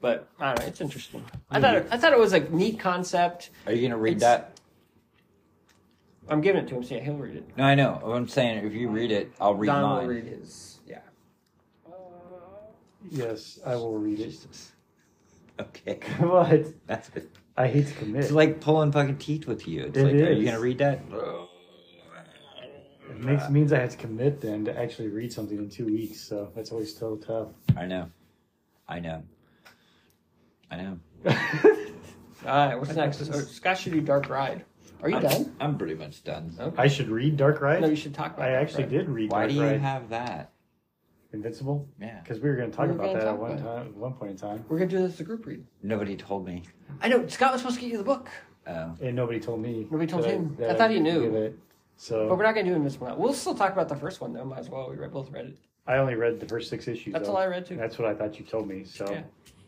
Speaker 1: but I don't know. It's interesting. I thought it, I thought it was a neat concept.
Speaker 2: Are you gonna read
Speaker 1: It's-
Speaker 2: that?
Speaker 1: I'm giving it to him. So yeah, he'll read it.
Speaker 2: No, I know. I'm saying if you read it, I'll read
Speaker 1: Don
Speaker 2: mine.
Speaker 1: will read his. Yeah.
Speaker 3: Yes, I will read it.
Speaker 2: Okay,
Speaker 3: What?
Speaker 2: that's it.
Speaker 3: I hate to commit.
Speaker 2: It's like pulling fucking teeth with you. It's
Speaker 3: It
Speaker 2: like, are you
Speaker 3: is.
Speaker 2: gonna read that?
Speaker 3: it makes, means I had to commit then to actually read something in two weeks, so that's always so tough.
Speaker 2: I know. I know. I know.
Speaker 1: All right. What's next? Oh, Scott should do Dark Ride. Are you
Speaker 2: I'm,
Speaker 1: done?
Speaker 2: I'm pretty much done.
Speaker 3: I should read Dark Ride.
Speaker 1: No, you should talk about.
Speaker 3: I
Speaker 1: Dark
Speaker 3: actually
Speaker 1: Ride.
Speaker 3: did read
Speaker 2: Why
Speaker 3: Dark
Speaker 2: do you
Speaker 3: Ride.
Speaker 2: have that?
Speaker 3: Invincible
Speaker 2: Yeah.
Speaker 3: because we were going to talk
Speaker 1: We were
Speaker 3: about
Speaker 1: gonna
Speaker 3: that at
Speaker 1: talk
Speaker 3: one
Speaker 1: about
Speaker 3: time, at one point in time,
Speaker 1: We're gonna do this as a group read.
Speaker 2: Nobody told me.
Speaker 1: I know Scott was supposed to get you the book,
Speaker 2: Oh.
Speaker 3: and nobody told me.
Speaker 1: Nobody told
Speaker 3: that
Speaker 1: him.
Speaker 3: that
Speaker 1: I thought he
Speaker 3: could
Speaker 1: knew.
Speaker 3: give it. So
Speaker 1: but we're not gonna do Invincible now. We'll still talk about the first one though. Might as well. We read, both read it.
Speaker 3: I only read the first six issues.
Speaker 1: That's
Speaker 3: though.
Speaker 1: all I read, too.
Speaker 3: That's what I thought you told me. So,
Speaker 1: Yeah.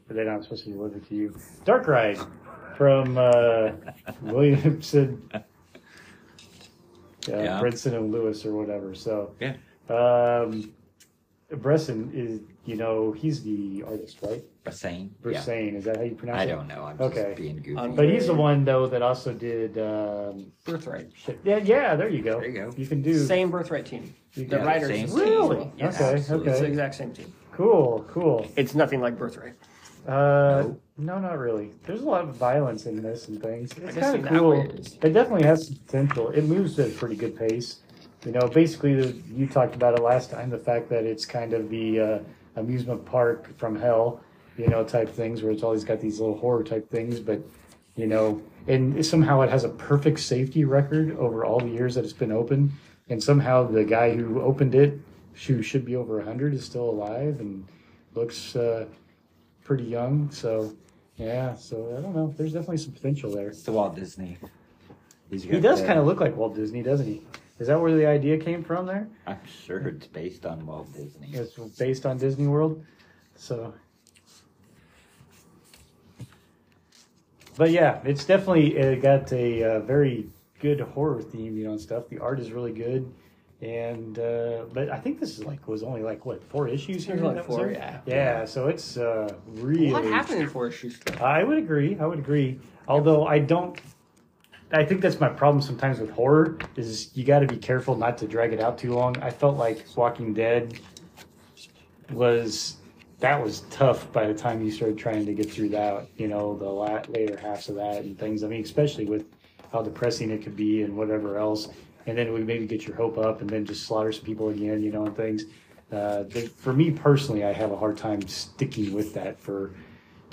Speaker 3: but then I'm supposed to be listening to you. Dark Ride from uh, Williamson, uh,
Speaker 2: Yeah.
Speaker 3: Brinson and Lewis, or whatever. So,
Speaker 2: Yeah.
Speaker 3: um, Bresson is, you know, he's the artist, right?
Speaker 2: Rassane? Yeah.
Speaker 3: Bresson, is that how you pronounce
Speaker 2: I
Speaker 3: it?
Speaker 2: don't know. I'm
Speaker 3: Okay.
Speaker 2: just being goofy.
Speaker 1: Um,
Speaker 3: But he's the one though that also did. Um,
Speaker 1: Birthright.
Speaker 3: shit. Yeah, yeah. There you go.
Speaker 2: There you go.
Speaker 3: You can do.
Speaker 1: Same birthright team.
Speaker 3: You
Speaker 1: The
Speaker 3: got it.
Speaker 1: writers.
Speaker 2: same
Speaker 1: is
Speaker 2: team.
Speaker 1: the same
Speaker 3: Really?
Speaker 1: team. Yes.
Speaker 3: Okay,
Speaker 2: absolutely.
Speaker 1: It's the
Speaker 3: okay.
Speaker 1: exact same team.
Speaker 3: Cool, cool.
Speaker 1: It's nothing like birthright.
Speaker 3: Uh, no. not really. There's a lot of violence in this and things.
Speaker 1: guess
Speaker 3: It's kind
Speaker 1: in
Speaker 3: of
Speaker 1: that
Speaker 3: cool.
Speaker 1: way it is.
Speaker 3: It definitely has some potential. It moves at a pretty good pace. You know, basically, the, you talked about it last time. The fact that it's kind of the uh, amusement park from hell, you know, type things where it's always got these little horror type things, but you know, and somehow it has a perfect safety record over all the years that it's been open, and somehow the guy who opened it, who should be over hundred, is still alive and looks. Uh, pretty young. So, yeah. So I don't know. There's definitely some potential there.
Speaker 2: It's the Walt Disney.
Speaker 3: He does kind of look like Walt Disney, doesn't he? Is that where the idea came from? There,
Speaker 2: I'm sure it's based on Walt Disney.
Speaker 3: it's based on Disney World. So, but yeah, it's definitely uh got a uh, very good horror theme, you know, and stuff. The art is really good. And uh, but I think this is like was only like what four issues here.
Speaker 1: There's only
Speaker 3: that was
Speaker 1: four,
Speaker 3: it?
Speaker 1: yeah.
Speaker 3: Yeah, so it's uh, really
Speaker 1: What happened in Forest Schuster?
Speaker 3: I would agree. I would agree. Although I don't. I think that's my problem sometimes with horror is you got to be careful not to drag it out too long. I felt like Walking Dead was that was tough by the time you started trying to get through that, you know, the la- later halves of that and things. I mean, especially with how depressing it could be and whatever else. And then we maybe get your hope up and then just slaughter some people again, you know, and things. Uh, they, for me personally, I have a hard time sticking with that for,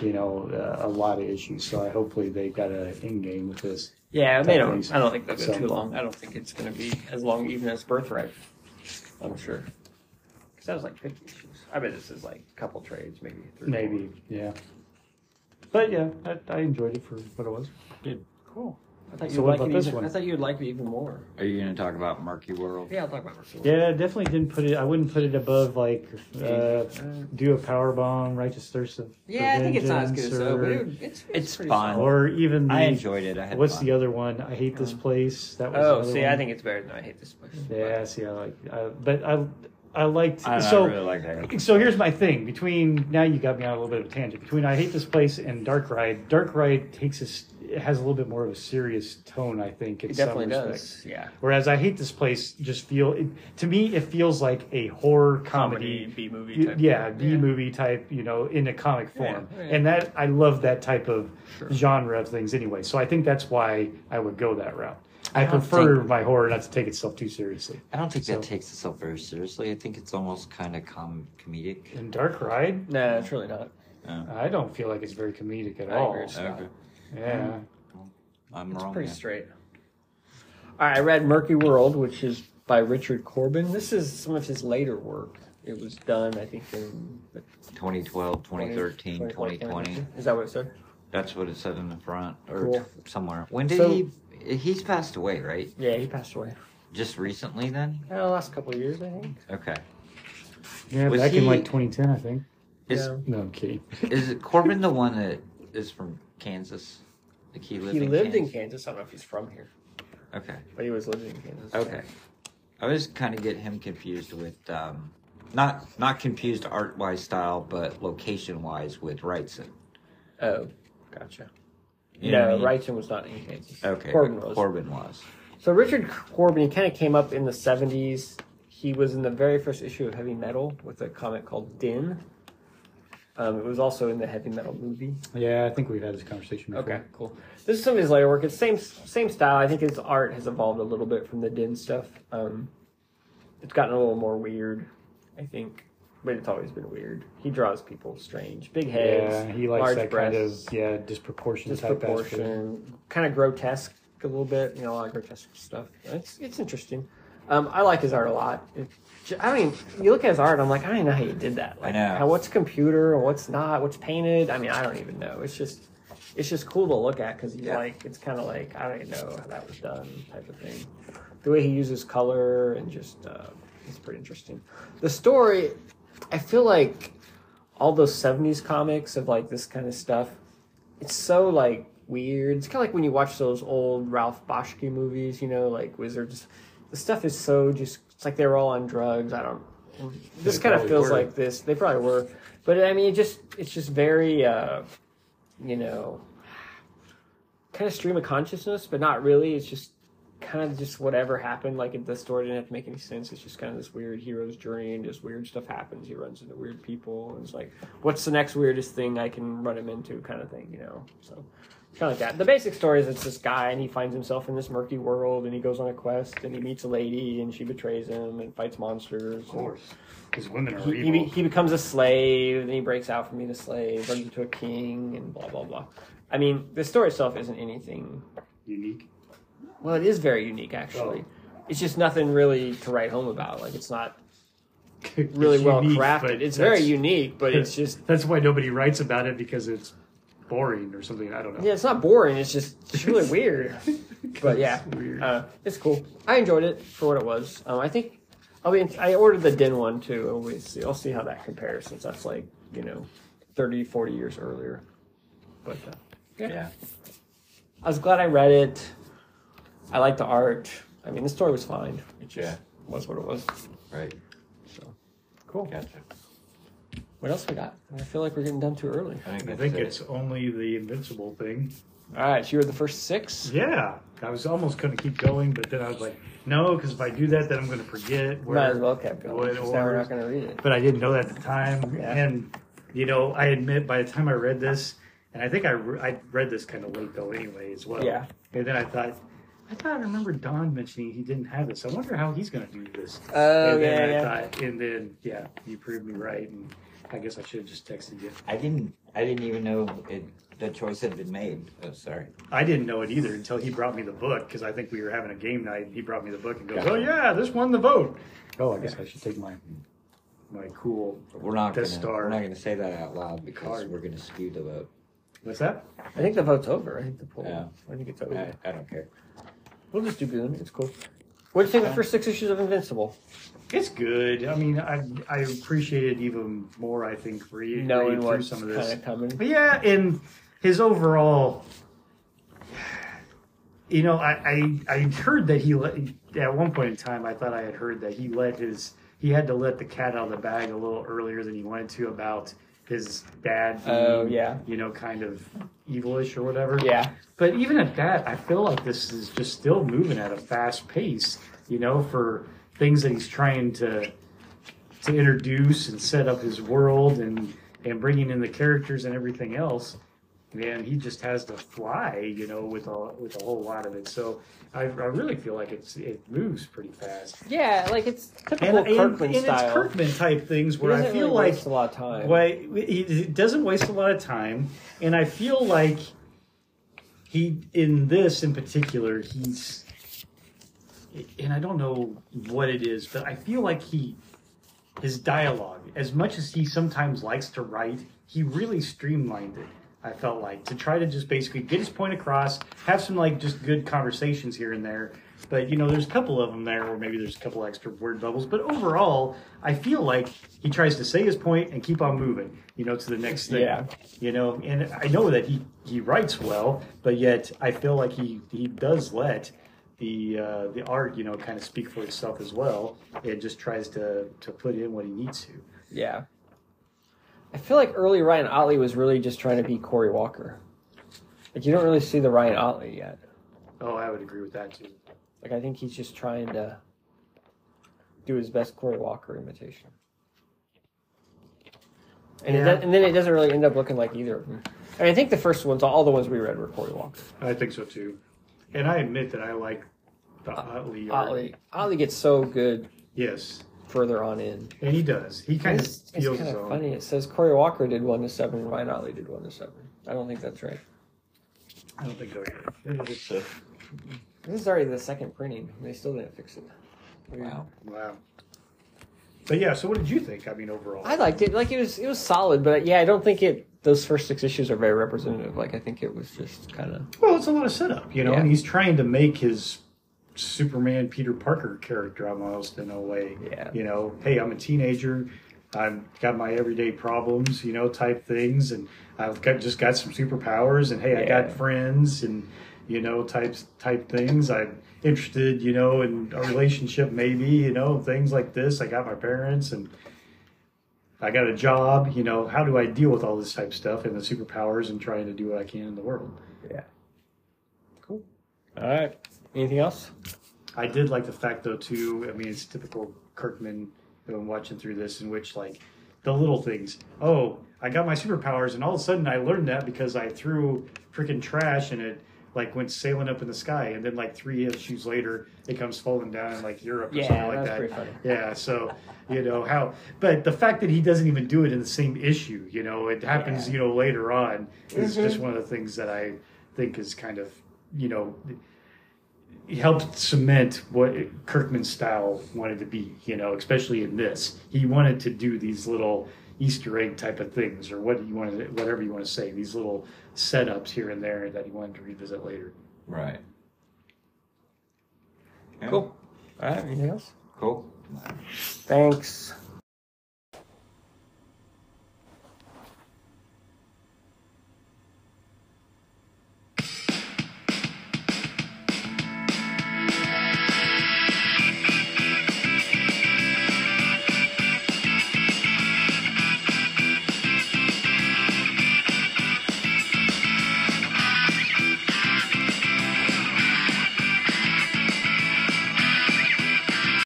Speaker 3: you know, uh, a lot of issues. So I hopefully they got an end game with this.
Speaker 1: Yeah, they don't.
Speaker 3: Japanese.
Speaker 1: I don't think they'll go
Speaker 3: So-
Speaker 1: too long. I don't think it's going to be as long even as Birthright. I'm sure. Because that was like 50 issues. I bet this is like a couple trades, maybe. Three or
Speaker 3: Maybe, yeah. But yeah, I, I enjoyed it for what it was.
Speaker 2: Good.
Speaker 1: four.
Speaker 3: Cool.
Speaker 1: I thought
Speaker 3: So
Speaker 1: you'd
Speaker 3: what
Speaker 1: like
Speaker 3: about
Speaker 1: it
Speaker 3: this
Speaker 1: even,
Speaker 3: one?
Speaker 1: I thought you'd like it even more.
Speaker 2: Are you going to talk about Murky World?
Speaker 1: Yeah, I'll talk about Birthright.
Speaker 3: Yeah, definitely didn't put it. I wouldn't put it above like uh, do a power bomb, righteous thirst of.
Speaker 1: Yeah, I think it's not as good as
Speaker 3: Vengeance,
Speaker 1: so, but
Speaker 3: or-
Speaker 1: it, it's,
Speaker 2: It's
Speaker 1: pretty
Speaker 2: fun.
Speaker 1: solid.
Speaker 3: Or even the,
Speaker 2: I enjoyed it. I had
Speaker 3: What's
Speaker 2: fun.
Speaker 3: the other one? I hate this place. That was
Speaker 1: Uh-huh. Oh,
Speaker 3: another
Speaker 1: see,
Speaker 3: one.
Speaker 1: I think it's better than I hate this place.
Speaker 3: Yeah, see, I like, I, but I, I liked.
Speaker 2: I,
Speaker 3: so
Speaker 2: I really like that.
Speaker 3: So here's my thing between now you got me on a little bit of a tangent between I hate this place and Dark Ride. Dark Ride takes us it has a little bit more of a serious tone, I think. In
Speaker 1: It definitely
Speaker 3: some
Speaker 1: does.
Speaker 3: respects.
Speaker 1: Yeah.
Speaker 3: Whereas I hate this place just feel it, to me it feels like a horror comedy,
Speaker 1: Comedy, B movie
Speaker 3: y-
Speaker 1: type
Speaker 3: yeah
Speaker 1: thing.
Speaker 3: B
Speaker 1: Yeah.
Speaker 3: movie type you know in a comic form
Speaker 1: yeah.
Speaker 3: and that I love that type of
Speaker 1: Sure.
Speaker 3: genre of things anyway. So I think that's why I would go that route. I,
Speaker 2: I don't
Speaker 3: prefer
Speaker 2: think-
Speaker 3: my horror not to take itself too seriously.
Speaker 2: I don't think
Speaker 3: So-
Speaker 2: that takes itself very seriously. I think it's almost kind of com- comedic.
Speaker 3: In Dark Ride,
Speaker 1: No, it's really not.
Speaker 2: Oh,
Speaker 3: I don't feel like it's very comedic at
Speaker 1: I
Speaker 3: all.
Speaker 1: agree. It's not.
Speaker 2: okay.
Speaker 3: Yeah.
Speaker 2: I'm
Speaker 1: It's
Speaker 2: wrong.
Speaker 1: pretty
Speaker 2: then.
Speaker 1: straight. All right, I read Murky World, which is by Richard Corbin. This is some of his later work. It was done, I think, in
Speaker 2: 2012, 2013,
Speaker 1: 2014,
Speaker 2: 2020.
Speaker 1: Is that what it said?
Speaker 2: That's what it said in the front or
Speaker 1: Cool.
Speaker 2: t- somewhere. When did
Speaker 1: So-
Speaker 2: he? He's passed away, right?
Speaker 1: Yeah, he passed away.
Speaker 2: Just recently, then?
Speaker 1: Uh, the last couple of years, I think.
Speaker 2: Okay.
Speaker 3: Yeah,
Speaker 2: Was
Speaker 3: back in like
Speaker 2: he-
Speaker 3: 2010, I think.
Speaker 2: Is
Speaker 1: Yeah.
Speaker 3: No, I'm kidding.
Speaker 2: is it Corbin the one that is from Kansas? Like he lived.
Speaker 1: He
Speaker 2: in
Speaker 1: lived in
Speaker 2: Kansas?
Speaker 1: Kansas. I don't know if he's from here,
Speaker 2: Okay.
Speaker 1: but he was living in Kansas.
Speaker 2: Okay. I was kind of get him confused with, um, not not confused art wise style, but location wise with Wrightson.
Speaker 1: Oh, gotcha.
Speaker 2: You know
Speaker 1: no,
Speaker 2: what I mean?
Speaker 1: Wrightson was not in Kansas.
Speaker 2: Okay.
Speaker 1: Corbin
Speaker 2: but
Speaker 1: was.
Speaker 2: Corbin was.
Speaker 1: So Richard Corbin, he kind of came up in the 70s. He was in the very first issue of Heavy Metal with a comic called Din. Um, it was also in the Heavy Metal movie.
Speaker 3: Yeah, I think we've had this conversation before.
Speaker 1: Okay, cool. This is some of his later work. It's same same style. I think his art has evolved a little bit from the Din stuff. Um, it's gotten a little more weird, I think, but it's always been weird. He draws people strange, big heads,
Speaker 3: Yeah, he likes
Speaker 1: large
Speaker 3: that kind
Speaker 1: breasts,
Speaker 3: of yeah disproportion type aspect.
Speaker 1: disproportion, kind of grotesque a little bit. You know, a lot of grotesque stuff. It's it's interesting. Um, I like his art a lot. It, I mean, you look at his art, I'm like, I don't even know how you did that. Like,
Speaker 2: know.
Speaker 1: How, what's computer and what's not? What's painted? I mean, I don't even know. It's just, it's just cool to look at because
Speaker 2: Yeah.
Speaker 1: like, it's kind of like I don't even know how that was done type of thing. The way he uses color and just, uh, it's pretty interesting. The story, I feel like all those '70s comics of like this kind of stuff, it's so like weird. It's kind of like when you watch those old Ralph Boschke movies, you know, like Wizards. The stuff is so just. It's like they were all on drugs. I don't. This
Speaker 3: They
Speaker 1: kind of
Speaker 3: probably
Speaker 1: feels
Speaker 3: were.
Speaker 1: like this. They probably were, but I mean, it just it's just very, uh, you know, kind of stream of consciousness, but not really. It's just kind of just whatever happened. Like it, the story didn't have to make any sense. It's just kind of this weird hero's journey, and just weird stuff happens. He runs into weird people, and it's like, what's the next weirdest thing I can run him into, kind of thing, you know? So kind of like that. The basic story is it's this guy, and he finds himself in this murky world, and he goes on a quest, and he meets a lady, and she betrays him, and fights monsters.
Speaker 3: Of course, because women are
Speaker 1: He, he,
Speaker 3: evil.
Speaker 1: be- he becomes a slave, then he breaks out from being a slave, runs into a king, and blah blah blah. I mean, the story itself isn't anything
Speaker 3: Unique.
Speaker 1: well, it is very unique, actually. It's just nothing really to write home about. Like, it's not really
Speaker 3: It's
Speaker 1: well
Speaker 3: unique,
Speaker 1: crafted.
Speaker 3: but
Speaker 1: It's
Speaker 3: that's-
Speaker 1: very unique, but it's just
Speaker 3: that's why nobody writes about it because it's boring or something. I don't know.
Speaker 1: yeah, it's not boring. It's just it's really weird. But yeah,
Speaker 3: It's weird.
Speaker 1: uh, it's cool. I enjoyed it for what it was. Um, I think I mean I ordered the Den one too. and we see, I'll see how that compares since that's like you know 30, 40 years earlier. But uh,
Speaker 2: Yeah.
Speaker 1: I was glad I read it. I liked the art. I mean, the story was fine. It just
Speaker 2: Yeah.
Speaker 1: was what it was.
Speaker 2: Right.
Speaker 1: So cool.
Speaker 2: Gotcha.
Speaker 1: What else we got? I feel like we're getting done too early.
Speaker 2: I think,
Speaker 3: I
Speaker 2: that's
Speaker 3: think
Speaker 2: it.
Speaker 3: it's only the invincible thing.
Speaker 1: All right, you were the first six.
Speaker 3: Yeah, I was almost going to keep going, but then I was like, no, because if I do that, then I'm going to forget. Where,
Speaker 1: Might as well kept going.
Speaker 3: what
Speaker 1: 'cause now we're not
Speaker 3: orders.
Speaker 1: going to read it.
Speaker 3: but I didn't know that at the time.
Speaker 1: Yeah.
Speaker 3: And you know, I admit by the time I read this, and I think I, re- I read this kind of late though anyway as well.
Speaker 1: Yeah.
Speaker 3: And then I thought, I thought I remember Don mentioning he didn't have this. I wonder how he's going to do this.
Speaker 1: Oh
Speaker 3: and
Speaker 1: yeah,
Speaker 3: then
Speaker 1: yeah.
Speaker 3: I thought, and then yeah, you proved me right, and I guess I should have just texted you.
Speaker 2: I didn't. I didn't even know it. The choice had been made. Oh, sorry.
Speaker 3: I didn't know it either until he brought me the book because I think we were having a game night, and he brought me the book and goes, "Oh yeah, this won the vote." Oh, I guess I should take my my cool.
Speaker 2: We're not.
Speaker 3: The
Speaker 2: Gonna,
Speaker 3: star.
Speaker 2: We're not going to say that out loud because
Speaker 3: Card.
Speaker 2: we're going to skew the vote.
Speaker 3: What's that?
Speaker 1: I think the vote's over. I think the poll.
Speaker 2: Yeah.
Speaker 1: I think it's over.
Speaker 2: I, I don't care.
Speaker 1: We'll just do Goon. It's cool. Uh, What do you think of the first six issues of Invincible?
Speaker 3: It's good. I mean, I I appreciate it even more. I think re-
Speaker 1: Knowing
Speaker 3: reading through
Speaker 1: what's
Speaker 3: some of
Speaker 1: kind
Speaker 3: this.
Speaker 1: of coming.
Speaker 3: But yeah, and his overall, you know, I I, I heard that he let at one point in time. I thought I had heard that he let his he had to let the cat out of the bag a little earlier than he wanted to about his dad. Being,
Speaker 1: Oh, yeah.
Speaker 3: you know, kind of evilish or whatever.
Speaker 1: Yeah.
Speaker 3: But even at that, I feel like this is just still moving at a fast pace, you know, for things that he's trying to to introduce and set up his world and and bringing in the characters and everything else. Man, he just has to fly, you know, with a with a whole lot of it. So I, I really feel like it's it moves pretty fast.
Speaker 1: Yeah, like it's
Speaker 3: And,
Speaker 1: typical
Speaker 3: and,
Speaker 1: Kirkman
Speaker 3: and
Speaker 1: style.
Speaker 3: it's Kirkman type things
Speaker 1: He
Speaker 3: where I
Speaker 1: doesn't
Speaker 3: feel
Speaker 1: really
Speaker 3: like
Speaker 1: waste a lot of time.
Speaker 3: why he he doesn't waste a lot of time, and I feel like he in this in particular he's, and I don't know what it is, but I feel like he his dialogue as much as he sometimes likes to write, he really streamlined it. I felt like to try to just basically get his point across, have some like just good conversations here and there. But you know, there's a couple of them there, or maybe there's a couple extra word bubbles. But overall, I feel like he tries to say his point and keep on moving, you know, to the next thing.
Speaker 1: Yeah.
Speaker 3: You know, and I know that he he writes well, but yet I feel like he he does let the uh, the art, you know, kind of speak for itself as well. It just tries to to put in what he needs to.
Speaker 1: Yeah. I feel like early Ryan Otley was really just trying to be Corey Walker. Like you don't really see the Ryan Otley yet.
Speaker 3: Oh, I would agree with that too.
Speaker 1: Like I think he's just trying to do his best Corey Walker imitation. And, it
Speaker 3: Yeah.
Speaker 1: does, and then it doesn't really end up looking like either of them. I mean, I think the first ones, all the ones we read, were Corey Walker.
Speaker 3: I think so too. And I admit that I like the Otley. art.
Speaker 1: Uh, Otley, Otley gets so good
Speaker 3: Yes,
Speaker 1: further on in.
Speaker 3: and he does. He kind
Speaker 1: It's,
Speaker 3: of
Speaker 1: it's
Speaker 3: feels
Speaker 1: kind
Speaker 3: his
Speaker 1: of
Speaker 3: own.
Speaker 1: funny. It says Corey Walker did one to seven, and Ryan Otley did one to seven. I don't think that's right.
Speaker 3: I don't think so. either.
Speaker 1: This is already the second printing. and They still didn't fix it. Weird.
Speaker 2: Wow.
Speaker 3: Wow. But yeah, so what did you think? I mean, overall,
Speaker 1: I liked it. Like it was, it was solid. But yeah, I don't think it. Those first six issues are very representative. Like I think it was just kind of.
Speaker 3: well, it's a lot of setup, you know,
Speaker 1: Yeah.
Speaker 3: and he's trying to make his Superman Peter Parker character almost in a way.
Speaker 1: Yeah.
Speaker 3: You know, hey, I'm a teenager. I've got my everyday problems, you know, type things, and I've got just got some superpowers, and hey, I
Speaker 1: Yeah.
Speaker 3: got friends, and you know, types type things. I'm interested, you know, in a relationship, maybe, you know, things like this. I got my parents, and I got a job. You know, how do I deal with all this type of stuff and the superpowers and trying to do what I can in the world?
Speaker 1: All right.
Speaker 4: Anything else?
Speaker 3: I did like the fact though too. I mean, it's typical Kirkman who I'm watching through this, in which like the little things. Oh, I got my superpowers, and all of a sudden I learned that because I threw freaking trash, and it like went sailing up in the sky, and then like three issues later, it comes falling down in like Europe or
Speaker 1: Yeah,
Speaker 3: something like
Speaker 1: that's
Speaker 3: that.
Speaker 1: pretty funny.
Speaker 3: Yeah, so you know how, but the fact that he doesn't even do it in the same issue, you know, it happens,
Speaker 1: Yeah.
Speaker 3: you know, later on is just one of the things that I think is kind of, you know, it helped cement what Kirkman's style wanted to be, you know, especially in this. He wanted to do these little Easter egg type of things, or what you want to, whatever you want to say, these little setups here and there that he wanted to revisit later.
Speaker 2: Right. Yeah.
Speaker 4: Cool. All right. Anything else?
Speaker 2: Cool.
Speaker 4: Thanks.